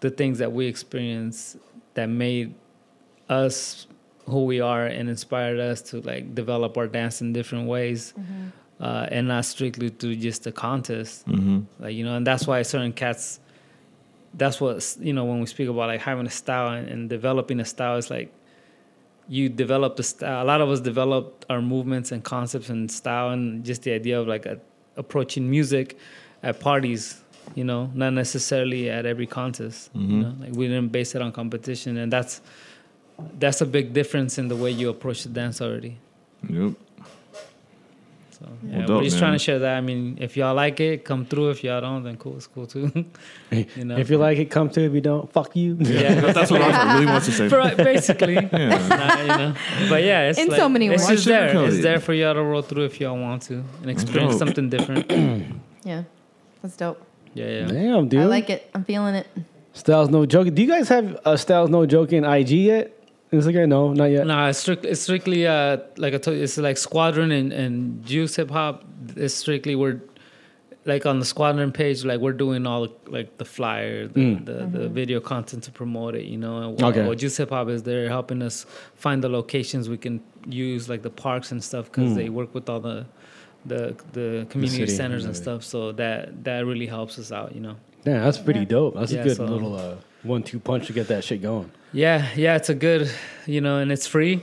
the things that we experienced that made us who we are and inspired us to like develop our dance in different ways uh, and not strictly through just the contest like you know and that's why certain cats that's what you know when we speak about like having a style and, and developing a style it's like you develop the style a lot of us developed our movements and concepts and style and just the idea of like a, approaching music at parties you know not necessarily at every contest you know like we didn't base it on competition and that's that's a big difference in the way you approach the dance already
yep.
so yeah,
dope,
we're just
man.
trying to share that i mean if y'all like it come through if y'all don't then cool it's cool too you know
If you like it, come to. If you don't, fuck you.
yeah
that's what I really wants to say.
Bro, basically Nah, you know. but yeah it's
In
like-
so many
it's
ways.
just there
Sugarcoat
it's
it.
there for y'all to roll through if y'all want to and experience
dope.
something different
Yeah, that's dope.
yeah yeah
Damn, dude.
I like it. I'm feeling it.
Styles No Joking. Do you guys have uh, Styles No Joking IG yet? Instagram? No, not yet.
No, it's strictly, it's strictly uh, like I told you, it's like Squadron and, and Juice Hip Hop. It's strictly we're like on the Squadron page, like we're doing all like the flyer, the the, the video content to promote it, you know. And
Mm. Okay.
well, Juice Hip Hop is there helping us find the locations we can use, like the parks and stuff, because they work with all the the the community
Mm. city,
centers and
yeah.
stuff. So that that really helps us out, you know.
Yeah, that's pretty dope. That's
Yeah,
a good
so-
little uh, one-two punch to get that shit going.
Yeah, yeah, it's a good, you know, and it's free.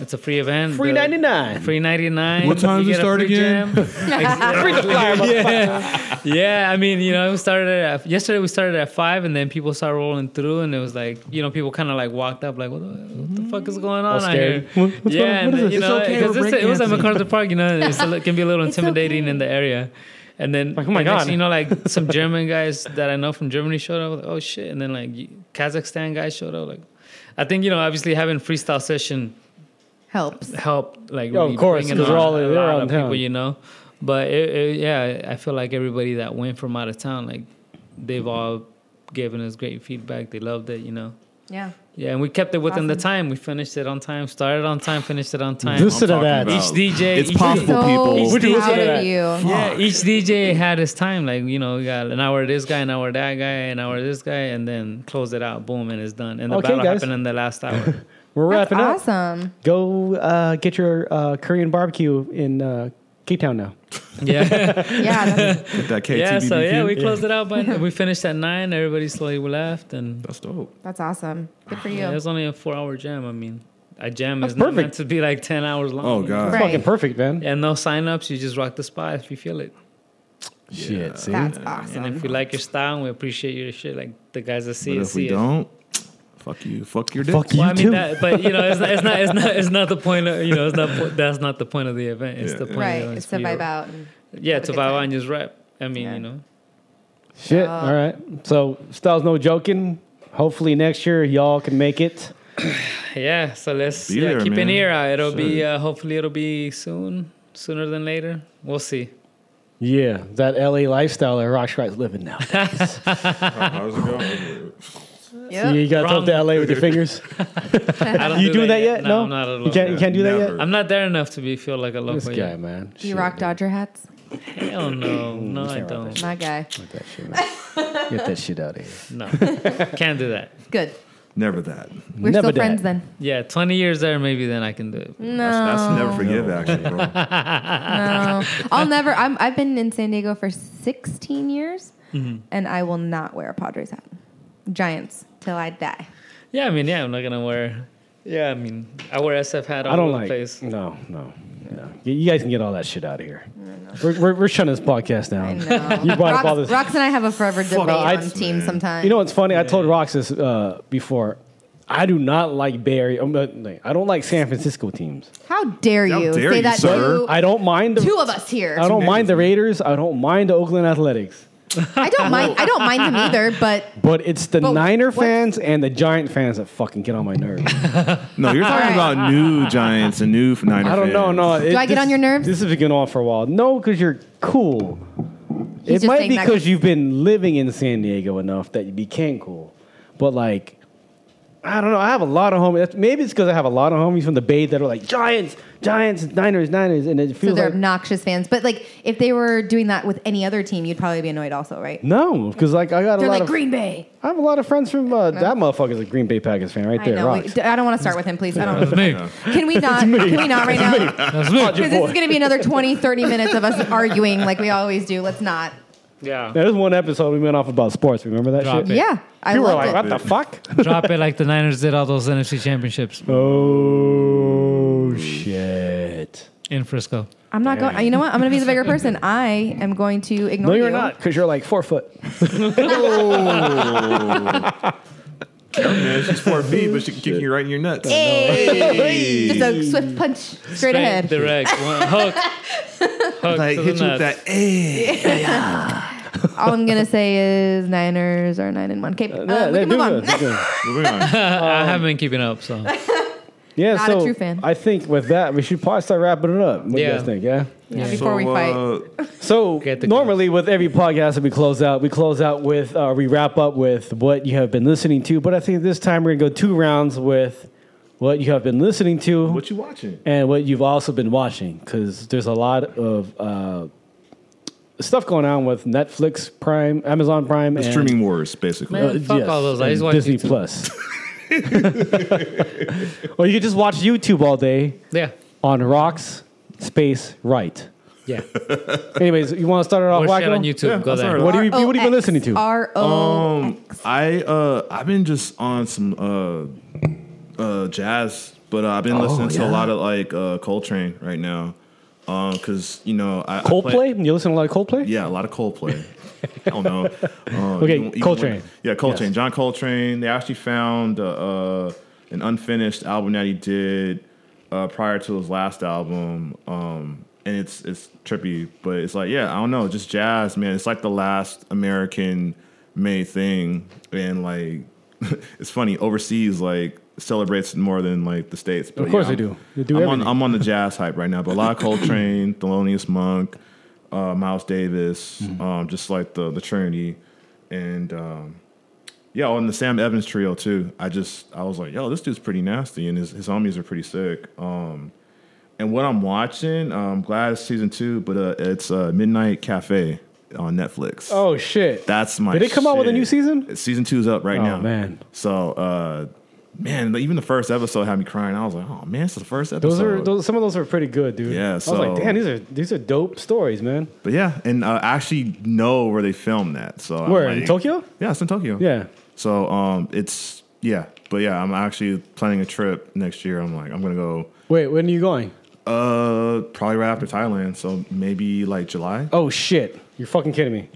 It's a free event.
Free
The-
99.
Free 99.
What time does it
You get a
start
free
again?
jam. yeah. yeah, I mean, you know, we started at, yesterday we started at 5 and then people started rolling through and it was like, you know, people kind of like walked up like, what the, what the fuck is going on out
scared.
here?
What- what's
yeah,
going-
and
what is
then,
this?
you
It's
know,
okay,
because
we're
this- it was at
breakdancing.
MacArthur Park, you know, and it's a li- it can be a little
It's
intimidating
okay.
in the area. And then,
Like, oh my
and next
God.
thing you know, like some German guys that I know from Germany showed up. Like, oh shit! And then like Kazakhstan guys showed up. Like, I think you know, obviously having freestyle session
Helps.
help like
Yeah, of
really
course,
bringing
'cause
on
they're all-
a
they're
lot
all
of
in town.
people you know but it, it, yeah i feel like everybody that went from out of town like they've all given us great feedback they loved it you know
Yeah.
yeah and we kept it within the
Awesome.
time we finished it on time started on time finished it on time
Listen to
talking
that.
about-
each dj
It's
each-
possible.
So
people.
Which was
proud
it
of
at?
you.
yeah, each DJ had his time. Like you know, we got an hour of this guy, an hour of that guy, an hour of this guy, and then close it out. Boom, and it's done. And the
Okay,
battle
guys.
happened in the last hour.
We're
That's
wrapping up.
awesome.
Go uh, get your uh, Korean barbecue in uh, K-Town now.
yeah.
Yeah. That's,
With that KTBBQ.
Yeah, so yeah, we closed it out, but we finished at nine. Everybody slowly left, and
That's dope.
that's awesome. Good for you.
yeah, it was only a four-hour jam. I mean, a jam
That's
is not meant
perfect.
to be like ten hours long.
Oh
you
god.
Right.
Fucking perfect, man.
know? And no sign-ups. You just rock the spot if you feel it,
Shit, see?
That's
and if
awesome.
we like your style, and we appreciate your shit. Like the guys that see
But
it,
if we
see it.
don't, fuck you. Fuck your dick.
Fuck you
Well, I mean,
too.
that, but you know, it's not, it's not, it's not, it's not the point. Of, you know, it's not. po- That's not the point of the event. It's
Yeah.
the point.
Right.
Of
It's to vibe out. and-
Yeah,
Have a
to
good
vibe out
time.
and just rap. I mean,
Yeah.
you know,
Oh.
Shit. All right. So Styles No Joking. Hopefully next year y'all can make it.
yeah. So let's
Be
yeah,
there,
keep an
man.
ear out. It'll be
Shit.
uh, hopefully it'll be soon, sooner than later. We'll see.
Yeah, that LA lifestyle that Rock Strike's living now.
How's it going?
Yep.
you got to throw up to LA with your fingers.
I don't
You doing that yet?
No,
No,
I'm not at all.
you can't. You can't do that
Never.
yet.
I'm not there enough to be feel like a
This
local.
guy,
yet.
man.
Do you rock Dodger hats?
Hell no,
Mm,
no,
can't
I
rock
don't.
My guy.
Get that shit out of here.
No, can't do that.
Good.
Never that.
We're
Never
still
did.
friends then.
Yeah, 20 years there, maybe then I can do it.
Mm.
That's, that's never forgive, actually, bro.
I'll never. I'm, I've been in San Diego for 16 years,
Mm-hmm.
and I will not wear a Padres hat. Giants till I die.
Yeah, I mean, yeah, I'm not gonna wear. Yeah, I mean, I wear SF hat all
I don't
over
like.
the place.
No, no, no. You- You guys can get all that shit out of here. We're, we're, we're shutting this podcast down. You brought up all this.
Rox and I have a forever debate
I-
on teams sometimes.
You know what's funny? I told Rox this uh, before. I do not like Bay Area. I'm not- like, I don't like San Francisco teams.
How dare
How
you
dare
say
you,
that
sir.
to
I don't mind the.
two of us here?
I don't mind the Raiders. I don't mind the Oakland Athletics.
I don't mind. I don't mind them either. But
But it's the
But
Niner
what-
fans and the Giant fans that fucking get on my nerves.
No, you're talking
All right.
about new Giants and new Niners.
I don't know.
fans.
No, it-
I get
this-
on your nerves?
This has been going on for a while. No, because you're cool.
He's just
it might
saying
be
that-
because you've been living in San Diego enough that you became cool. But like, I don't know. I have a lot of homies. That's- Maybe it's because I have a lot of homies from the Bay that are like Giants, Giants, Niners, Niners, and it
so
feels
they're
like
obnoxious fans. But like, if they were doing that with any other team, you'd probably be annoyed also, right?
no, because like I got a
They're
lot
like
of
Green Bay.
I have a lot of friends from uh, that motherfucker's a Green Bay Packers fan right
I
there.
know.
Rocks.
We, d- I don't want to start with him, please. I
That's
don't.
me.
Can we not? Can we not right now?
That's me.
Because this is going to be another 20, 30 minutes of us arguing like we always do. Let's not.
Yeah.
There's one episode we went off about sports. Remember that
Drop
shit?
it.
Yeah, I
You were
loved
like,
it.
what the fuck?
Drop it like the Niners did all those NFC championships
Oh shit!
in Frisco.
I'm not going. You know what? I'm going to be the bigger person. I am going to ignore
No, you're
you.
not, because you're like four foot.
Yeah, she's four feet, but she can kick you right in your nuts.
Hey. Just a swift punch straight, ahead.
Direct. One hook. hook
Like
to
hit
the
you with
nuts.
that. Hey.
All I'm gonna say is Niners are nine and one. Okay, uh, we can move on.
Moving on.
Uh, I
um,
haven't been keeping up, so
uh,
yeah,
Not a
so
true fan.
I think with that we should probably start wrapping it up. What do you
Yeah.
guys think? Yeah.
Yeah,
So,
Before we fight,
uh,
So
Get the
normally with every podcast that we close out, we close out with uh, we wrap up with what you have been listening to. But I think this time we're gonna go two rounds with what you have been listening to.
what you watching?
and what you've also been watching because there's a lot of uh, stuff going on with Netflix Prime, Amazon Prime,
The
and
streaming wars, basically.
Man, fuck all those. I
Uh, and
just watch
Disney
YouTube.
Plus. or you could just watch YouTube all day
yeah,
on rocks space right.
yeah.
Anyways, you want to start it off?
Or shit
Wacko?
on YouTube.
Yeah,
Go
I'm
there.
sorry.
What have you What have you been listening to?
R O.
Um, I uh, I've been just on some uh, uh, jazz, but uh, I've been listening to a lot of like uh, Coltrane right now, um, because you know I I play-
Coldplay? You listen to a lot of Coldplay?
yeah, a lot of Coldplay. I don't know. Um,
Okay,
when-
Coltrane.
yeah, Coltrane.
Yes.
John Coltrane. They actually found uh, uh, an unfinished album that he did uh, prior to his last album, um, and it's it's trippy, but it's like yeah, I don't know, just jazz, man. It's like the last American made thing, and like it's funny overseas, like celebrates more than like the states. But
Of course
yeah,
they
I'm-
do. They do
I'm on,
everything.
I'm on the jazz hype right now, but a lot of Coltrane, Thelonious Monk, uh, Miles Davis,
Mm-hmm.
um, just like the the Trinity, and um, yeah, on the Sam Evans trio too. I just I was like, yo, this dude's pretty nasty, and his his homies are pretty sick. Um, and what I'm watching, I'm glad it's season two, but uh, it's uh, Midnight Cafe on Netflix.
Oh shit!
That's my.
Did it come out with a
shit.
new season?
Season two's up right
Oh,
now.
man.
So, uh, man, even the first episode had me crying. I was like, oh man, it's the first episode.
Those are those, some of those are pretty good, dude.
Yeah,
I was like,
so-
damn, these are these are dope stories, man.
But yeah, and uh, I actually know where they filmed that. So I'm
Where in
like-
Tokyo?
Yeah, it's in Tokyo.
Yeah.
So um, it's yeah, but yeah, I'm actually planning a trip next year. I'm like, I'm gonna go.
Wait, when are you going?
Uh, probably right after Thailand. So maybe like July.
Oh shit! You're fucking kidding me.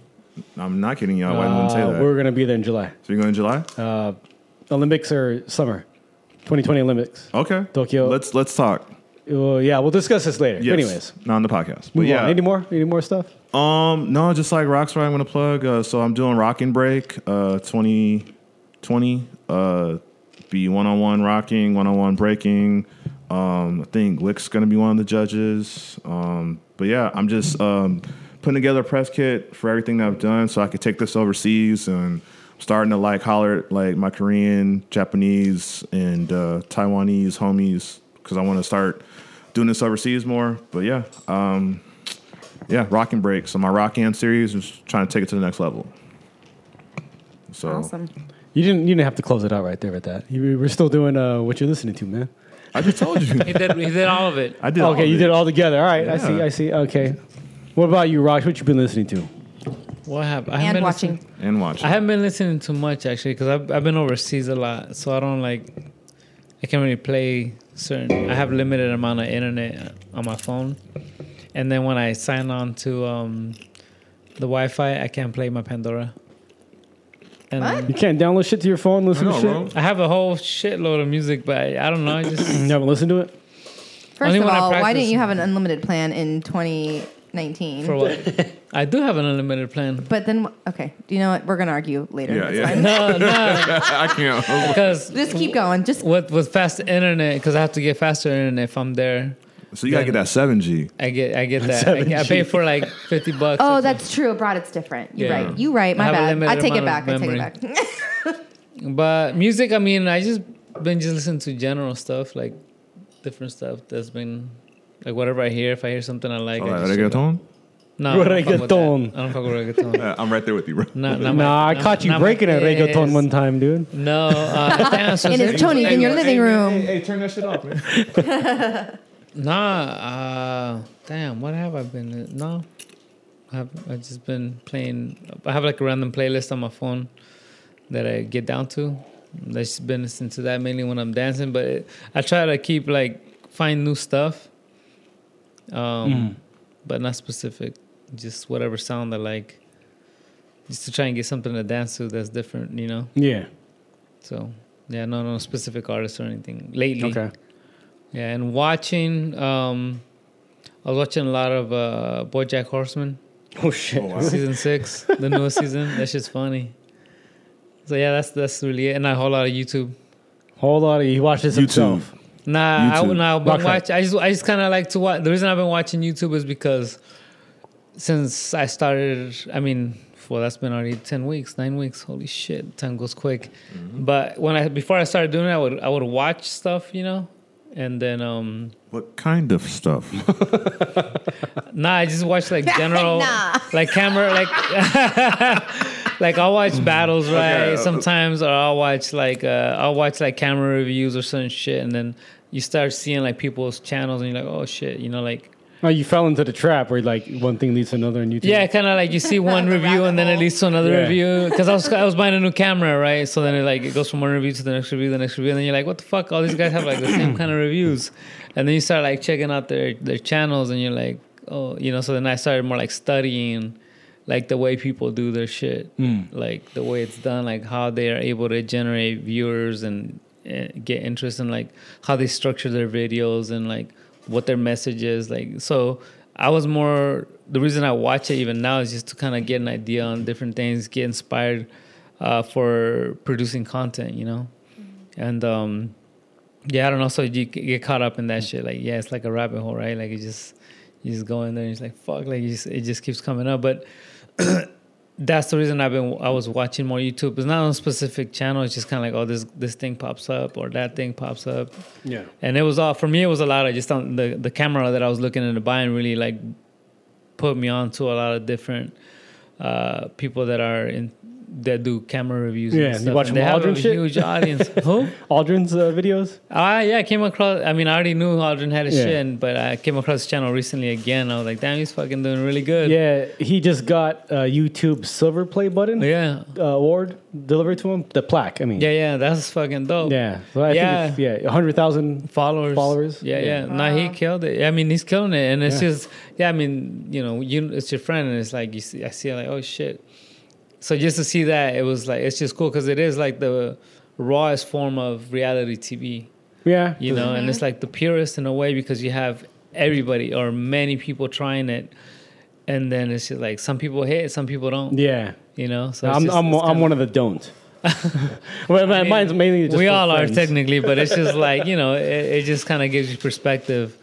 I'm not kidding y'all. Why didn't I say
Uh,
that?
We're Uh, gonna be there in July.
so you're going in July?
Olympics are summer, 2020 Olympics.
okay.
Tokyo.
Let's let's talk.
Uh, yeah, we'll discuss this later.
Yes.
Anyways,
not on the podcast. But
move
yeah,
on. Any more? Any more stuff?
Um, no, just like Rock's right. I'm gonna plug. Uh, so I'm doing Rockin' Break, uh, 2020. Uh, be one on one rocking, one on one breaking. Um, I think Lick's gonna be one of the judges. Um, but yeah, I'm just um putting together a press kit for everything that I've done, so I could take this overseas and. I'm Starting to like holler at like my Korean, Japanese, and uh, Taiwanese homies because I want to start doing this overseas more. But yeah, um, yeah, Rock and Break. So my Rock and series is trying to take it to the next level. So
Awesome.
You didn't. You didn't have to close it out right there with that. You, we're still doing uh, what you're listening to, man.
I just told you.
He did, he did all of it.
I did. all
okay,
of
you
it.
did it all together. All right, I see.
Yeah.
I see. Okay. What about you, Rox? What you been listening to?
What happened? I haven't
and
been
watching.
listening-
and watch.
I haven't been listening to much actually because I've, I've been overseas a lot, so I don't like. I can't really play certain. I have limited amount of internet on my phone, and then when I sign on to um, the Wi-Fi, I can't play my Pandora. And
You can't download shit to your phone. Listen
I
to
know,
shit.
bro.
I have a whole shitload of music, but I, I don't know. I just
You haven't listened to it.
First
Only
of
when I
all, why
practice.
didn't you have an unlimited plan in 2019?
for what I do have an unlimited plan.
But then, okay, you know what? We're gonna argue later.
Yeah,
That's
yeah.
fine.
No, no,
I can't.
because
Just keep going. Just
with with fast internet, because I have to get faster internet if I'm there.
So you gotta get that seven G.
I get, I get that. I, I pay for like fifty bucks.
oh,
or
that's true. Abroad, it's different. You're
Yeah.
right. You right.
I
My
have a
bad.
limited
I take it
amount
back.
of
I take it back.
memory. But music, I mean, I just been just listening to general stuff, like different stuff that's been like whatever I hear. If I hear something I like,
All
I
right,
just-
reggaeton.
No, I don't fuck with that.
Reggaeton.
I don't fuck with reggaeton.
Uh, I'm right there with you, bro.
Not, not my-
Nah, I
not-
caught you
not my
breaking a
taste.
reggaeton one time, dude.
No, uh, damn, so
And it's Tony in your living room.
Hey, turn that shit off, man.
Nah, uh, damn, what have I been? No, I've, I've just been playing. I have like a random playlist on my phone that I get down to. I've just been listening to that mainly when I'm dancing, but it, I try to keep like find new stuff, um, but not specific. Just whatever sound I like, just to try and get something to dance to that's different, you know.
Yeah.
So yeah, no, no specific artist or anything lately.
Okay.
Yeah, and watching, um, I was watching a lot of uh, BoJack Horseman
Oh shit.
season six, the newest season. That shit's funny. So yeah, that's that's really it, and a whole lot of YouTube.
Hold on, he watched this
YouTube.
himself.
Nah, I,
YouTube.
nah,
Rock
but
Fight.
watch. I just I just kind of like to watch. The reason I've been watching YouTube is because since I started, I mean, well, that's been already ten weeks, nine weeks. Holy shit, time goes quick. But when I before I started doing it, I would I would watch stuff, you know, and then um.
What kind of stuff?
Nah, I just watch like general,
Nah.
like camera, like like I'll watch battles, right? Sometimes, or I'll watch like uh, I'll watch like camera reviews or certain shit, and then you start seeing like people's channels, and you're like, oh shit, you know, like
Oh, you fell into the trap where like one thing leads to another and you
yeah, kind of like you see one review, and then it leads to another
Yeah.
review. Because I was I was buying a new camera, right? So then it like it goes from one review to the next review, the next review, and then you're like, what the fuck? All these guys have like the same kind of reviews, and then you start like checking out their their channels, and you're like, oh, you know. So then I started more like studying, like the way people do their shit,
Mm.
like the way it's done, like how they are able to generate viewers and uh, get interest in like how they structure their videos and like what their message is like so i was more the reason i watch it even now is just to kind of get an idea on different things get inspired uh, for producing content you know and um yeah i don't know so you c- get caught up in that shit like yeah it's like a rabbit hole right like you just you just go in there and it's like fuck like you just, it just keeps coming up but that's the reason I've been I was watching more YouTube. It's not on a specific channel. It's just kind of like oh this this thing pops up or that thing pops up,
Yeah.
and it was all for me. It was a lot of just on the the camera that I was looking into buying really like put me on to a lot of different uh, people that are in that do camera reviews.
Yeah,
and
you
stuff.
watch
and they
them
have
Aldrin
a
shit?
huge audience. Who?
Aldrin's uh, videos.
Ah, yeah, I came across. I mean, I already knew Aldrin had a
Yeah.
shit, and- but I came across his channel recently again. I was like, damn, he's fucking doing really good.
Yeah, he just got a YouTube silver play button
yeah,
uh, award delivered to him. The plaque, I mean.
yeah, yeah. That's fucking dope.
Yeah. So I
Yeah.
think it's, yeah, 100,000
followers
Followers?
yeah
Yeah.
yeah, no he killed it i mean he's killing it and it's
Yeah.
just yeah i mean you know you it's your friend and it's like you see i see like oh shit so just to see that it was like it's just cool because it is like the rawest form of reality tv
Yeah.
you know and it's like the purest in a way because you have everybody or many people trying it and then it's just like some people hit some people don't
Yeah.
you know so it's
I'm,
just-
I'm,
it's
I'm
kinda-
one of the don't. well, my- mine's mainly just
we
for
all
friends.
are technically, but it's just like you know, it, it just kind of gives you perspective,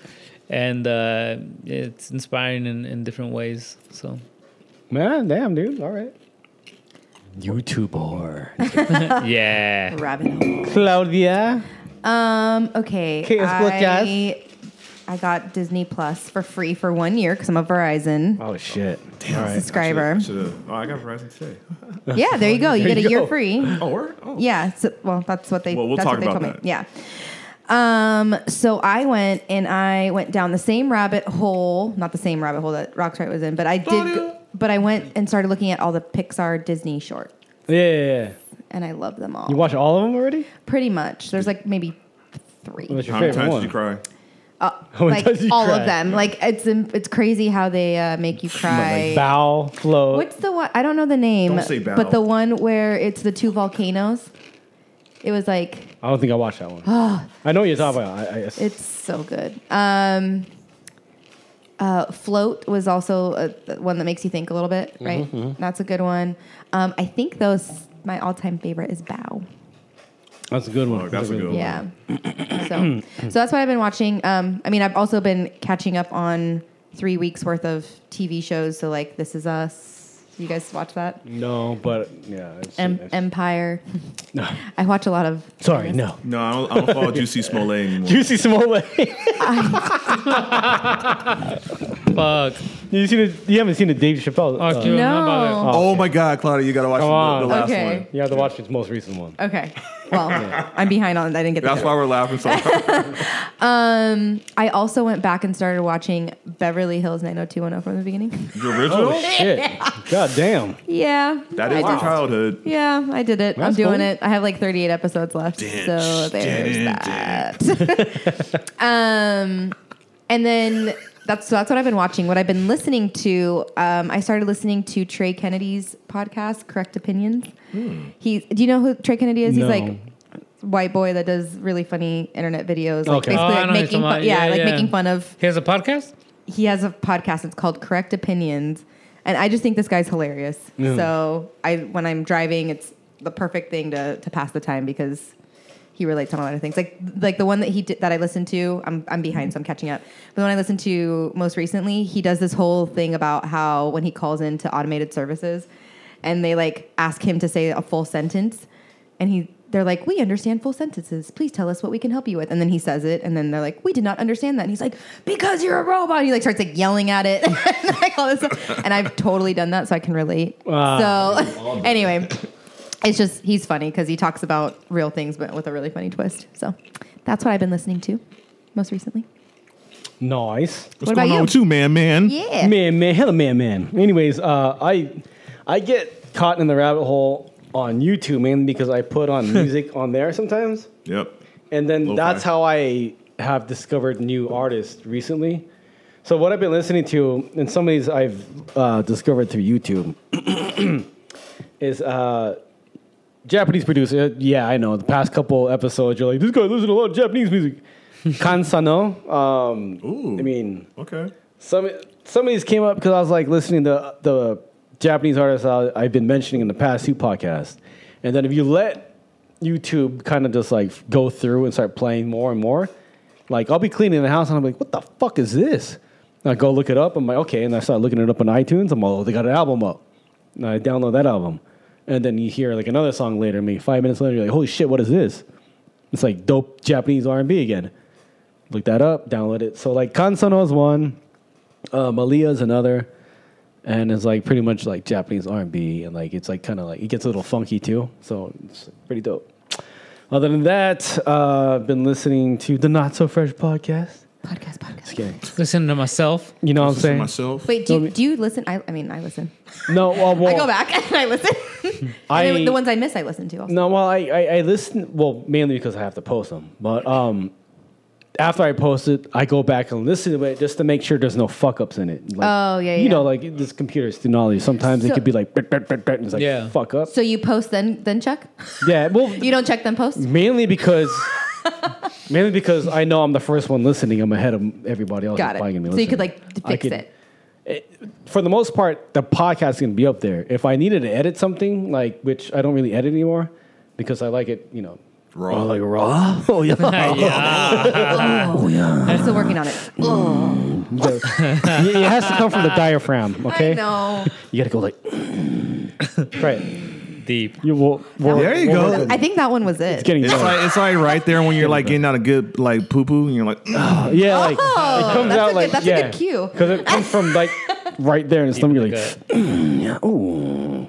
and uh, it's inspiring in, in different ways. So
Man, damn, dude. All right. YouTube whore.
yeah,
Rabbit hole.
Claudia.
Um. Okay.
Okay, let's go, Jazz.
I I got Disney Plus for free for one year because I'm a Verizon
Oh shit! Damn. All right.
subscriber.
Should've- Oh, I got Verizon today.
Yeah, there you go. You
There
get
you
a year
go.
free.
Oh, word? Oh.
Yeah. So, well, that's what they.
Well, we'll
that's
talk
what they
about
told me. Yeah. Um. So I went and I went down the same rabbit hole. Not the same rabbit hole that Rockstrike was in, but I did.
Claudia.
go- But I went and started looking at all the Pixar Disney shorts,
Yeah, yeah, yeah.
and I love them all.
You watch all of them already?
Pretty much. There's like maybe three.
What's your
How many
favorite
times
one?
did you cry?
many
like
times did you
all
cry?
of them. Like it's im- it's crazy how they uh, make you cry.
Like bow, float.
What's the one? I don't know the name.
Don't say bow.
But the one where it's the two volcanoes. It was like
I don't think I watched that one. I know what you're talking about. I, I, it's,
It's so good. Um, uh, Float was also a, the one that makes you think a little bit, right?
Mm-hmm,
That's a good one. Um, I think those my all-time favorite is Bow.
that's a good one.
Oh, that's a good one.
Yeah. so, so that's what I've been watching. Um, I mean, I've also been catching up on three weeks worth of TV shows. So, like, This Is Us. You guys watch that?
No, but yeah. I've seen-
Em-
I've seen-
Empire.
No.
I watch a lot of.
Sorry, no.
No, I don't, I don't follow Juicy Smollett anymore.
Juicy Smollett.
Fuck.
you seen it? You haven't seen the Dave Chappelle?
Fuck
uh,
you. I don't know about it.
No.
Oh my God, Claudia, you gotta watch
on.
the, the last
Okay.
one.
You have to watch his most recent one.
Okay. Well, I'm behind on. I didn't get that.
That's why we're laughing so hard.
I also went back and started watching Beverly Hills 90210 from the beginning.
The original?
Shit. God damn.
Yeah.
that is
Oh. I
your
did-
childhood.
Yeah, I did it. I'm
That's
doing
cool.
it. I have like 38 episodes left. so there's that. um, and then that's so that's what I've been watching. What I've been listening to, um, I started listening to Trey Kennedy's podcast, Correct Opinions. He, do you know who Trey Kennedy is?
Hmm. No.
He's like white boy that does really funny internet videos, like
Okay.
basically
Oh, I
like
know who you're
making
talking
fun,
about.
yeah,
Yeah,
like
yeah.
making fun of
He has a podcast?
he has a podcast. It's called Correct Opinions, and I just think this guy's hilarious. So I, when I'm driving, it's the perfect thing to to pass the time because he relates on a lot of things. Like like the one that he did that I listened to, I'm I'm behind, so I'm catching up. But the one I listened to most recently, he does this whole thing about how when he calls into automated services, and they like ask him to say a full sentence, and he. They're like, we understand full sentences. Please tell us what we can help you with. And then he says it, and then they're like, we did not understand that. And he's like, because you're a robot. And he like starts like yelling at it, and like all this stuff. And I've totally done that, so I can relate.
Ah.
so anyway, it's just he's funny because he talks about real things, but with a really funny twist. So that's what I've been listening to most recently.
Nice.
What, about you?
you, man, man?
Yeah.
Man, man, hella man, man. Anyways, uh, I I get caught in the rabbit hole on YouTube mainly because I put on music on there sometimes,
Yep.
and then
Lo-fi.
that's how I have discovered new artists recently. So what I've been listening to, and some of these I've uh, discovered through YouTube, is uh, Japanese producer. uh, Yeah, I know. The past couple episodes, you're like, this guy listens to a lot of Japanese music. Kansano. Um,
Ooh.
I mean.
Okay.
Some some of these came up because I was like listening to uh, the Japanese artists I, I've been mentioning in the past two podcasts, and then if you let YouTube kind of just like go through and start playing more and more, like I'll be cleaning the house and I'm like, what the fuck is this? And I go look it up. I'm like, okay, and I start looking it up on iTunes. I'm like, oh, they got an album up. And I download that album, and then you hear like another song later. Maybe five minutes later, you're like, holy shit, what is this? It's like dope Japanese R&B again. Look that up, download it. So like Kansono is one. Uh, Malia's another, and it's like pretty much like Japanese R and B, and like it's like kind of like it gets a little funky too, so it's pretty dope. Other than that, uh, I've been listening to the Not So Fresh podcast.
Podcast, podcast.
Okay,
Listen to myself.
you know what I'm saying?
Myself.
Wait, do you, do you listen? I, I mean, I listen.
No, well, well
I go back and I listen. and
Oh. I-
then the ones I miss, I listen to. Also.
No, well, I, I, I listen, well, mainly because I have to post them. But um, after I post it, I go back and listen to it just to make sure there's no fuck ups in it. Like,
Oh, yeah,
You
yeah.
know, like this computer's technology. Sometimes it
So-
could be like, "Brr, brr, brr, brr," and it's like,
Yeah.
fuck up.
So you post then then check.
Yeah, well,
You don't check then post.
Mainly because mainly because I know I'm the first one listening. I'm ahead of everybody else.
Got
that's probably
it.
gonna be
So you could
listening.
like
I
fix
could-
it.
For the most part, the podcast can be up there. If I needed to edit something, like which I don't really edit anymore, because I like it, you know.
Raw.
Oh, like raw. Oh yeah.
I'm still working on it. Oh,
You gotta- it it has to come from the diaphragm. Okay.
I know.
You gotta go like right.
deep.
You will, will-
There you
will-
go.
I think that one was it.
It's getting
It's
dark.
like it's like right there when you're like getting out a good like poo poo and you're like
yeah, like
Oh,
it comes
that's a
out
good-
like
that's a
yeah,
good cue.
because it comes from like right there in the stomach. You're like,
Like,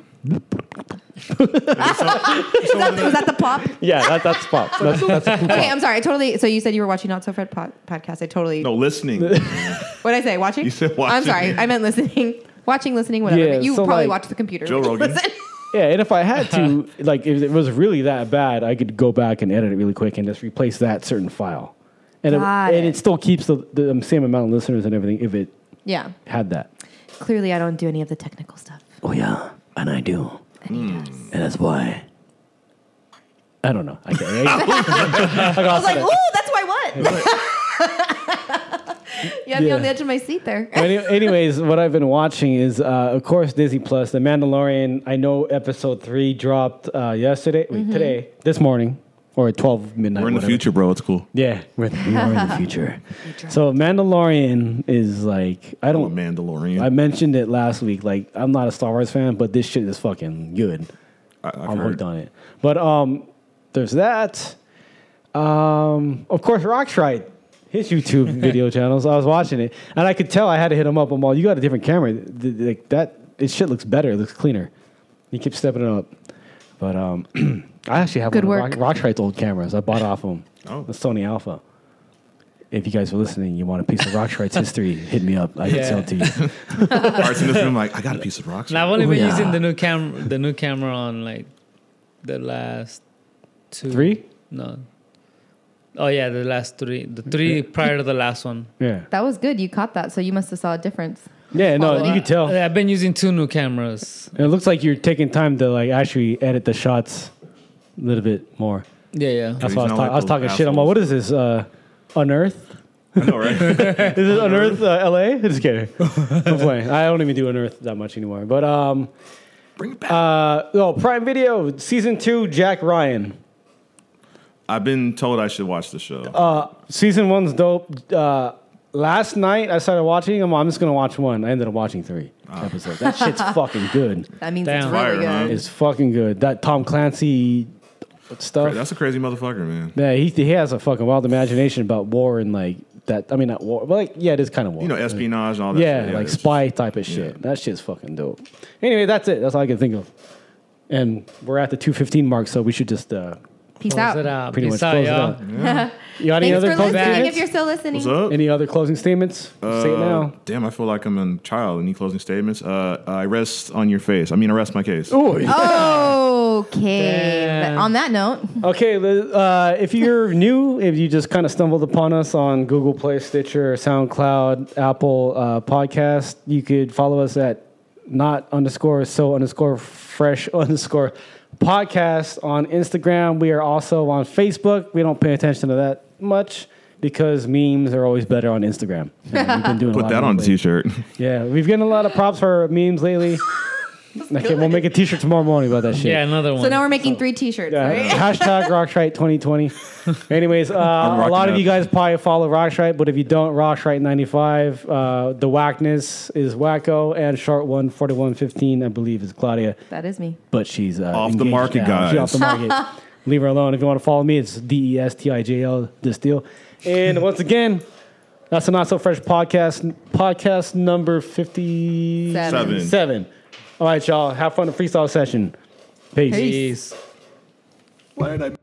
Is that the- was that the pop?
yeah, that, that's pop. That's, that's
Okay, I'm sorry. I totally. So you said you were watching Not So Fred pod, podcast. I totally.
no listening.
What did I say? Watching.
You said
I'm
watching.
sorry. I meant listening. Watching, listening, whatever.
Yeah,
but you
so,
probably
like,
watched the computer.
Joe Rogan.
Listen.
Yeah, and if I had to, like, if it was really that bad, I could go back and edit it really quick and just replace that certain file, and it,
Got
and
it.
it still keeps the, the same amount of listeners and everything if it
yeah.
had that.
Clearly, I don't do any of the technical stuff.
Oh yeah, and I do,
And he does.
and that's why. I don't know. I, can't, I,
I was like, oh, that's why what? you had me on
Yeah.
the edge of my seat there.
Any- anyways, what I've been watching is, uh, of course, Disney Plus, The Mandalorian. I know episode three dropped uh, yesterday, wait,
Mm-hmm.
today, this morning, or at twelve midnight.
We're in the
whatever.
future, bro. It's cool.
Yeah, we're in, we are in the future. so Mandalorian is like I
Oh,
don't.
Mandalorian.
I mentioned it last week. Like I'm not a Star Wars fan, but this shit is fucking good.
I, I've
I'm
heard.
hooked on it. But um, there's that. Um, of course, Rock's right. His YouTube video channels. I was watching it, and I could tell I had to hit him up. I'm all, you got a different camera. Th- th- Like that, it shit looks better. It looks cleaner. He keeps stepping it up. But um, I actually have
Good
one
work.
of Rock, Rock's old cameras. I bought off him.
Oh.
The Sony Alpha. If you guys were listening, you want a piece of Rock's history, hit me up. I can
Yeah.
sell it to you.
Arts in this room, like I got a piece of rocks.
and I've only been
Ooh, yeah.
using the new camera, the new camera on like the last two,
Three?
no. Oh yeah, the last three, the three prior to the last one.
Yeah.
That was good. You caught that, so you must have saw a difference.
Yeah, no, Oh, you could tell.
Yeah, I've been using two new cameras.
It looks like you're taking time to like actually edit the shots a little bit more.
Yeah, yeah.
That's why I
not
was, ta-
like
I was
those
talking shit. I'm like, what is this? Uh, unearth? I know, right? is it Unearth uh, LA? Just kidding. I'm playing. I don't even do Unearth that much anymore. But um,
Bring it back.
uh, oh, Prime Video season two, Jack Ryan.
I've been told I should watch the show.
Uh, Season one's dope. Uh, last night I started watching them. I'm just gonna watch one. I ended up watching three
Ah.
episodes. That shit's fucking good.
That means it's
Damn.
really good.
Fire,
It's fucking good. That Tom Clancy stuff.
That's a crazy motherfucker, man.
Yeah, he, he has a fucking wild imagination about war and like that. I mean, not war, but like, yeah, it is kind of war.
You know, espionage and all that.
yeah,
shit.
like
it's-
spy type of shit.
yeah.
That shit's fucking dope. Anyway, that's it. That's all I can think of. And we're at the 215 mark, so we should just uh,
Uh, Peace
Close
out.
it out.
pretty
Peace
much
out,
close
y'all.
it out. You got uh, any
Thanks
other
for
closing
listening.
statements?
If you're still listening,
What's up?
Any other closing statements? Say it
Uh,
now.
Damn, I feel like I'm in trial. Any closing statements? Uh, I rest on your face. I mean, I rest my case.
Oh, yeah.
Okay. But on that note,
Okay, Liz, uh, if you're new, if you just kind of stumbled upon us on Google Play, Stitcher, SoundCloud, Apple uh, Podcast, you could follow us at not underscore so underscore fresh underscore podcast on Instagram. We are also on Facebook. We don't pay attention to that much because memes are always better on Instagram. And we've been doing a
Put
lot
that
of
on a
memes
t-shirt.
lately. Yeah, we've gotten a lot of props for memes lately. Okay, we'll make a T-shirt tomorrow morning about that shit.
Yeah, another one.
so now we're making three T-shirts.
Oh. Yeah,
Right?
hashtag Rockstrite 2020. Anyways, uh, a
rocking
lot of
that.
you guys probably follow Rockstrite, but if you don't, Rockstrite 95, uh, the whackness is wacko, and short one 4115, I believe, is Claudia,
That is me.
but she's uh,
Off the
engaged
market,
now. She's off the
guys.
market. Leave her alone. If you want to follow me, it's D E S T I J L this deal. And once again, that's the Not So Fresh podcast, podcast number 50.
Seven.
Seven. All right, y'all. Have fun the freestyle session. Peace.
Peace.
Peace.
Why did I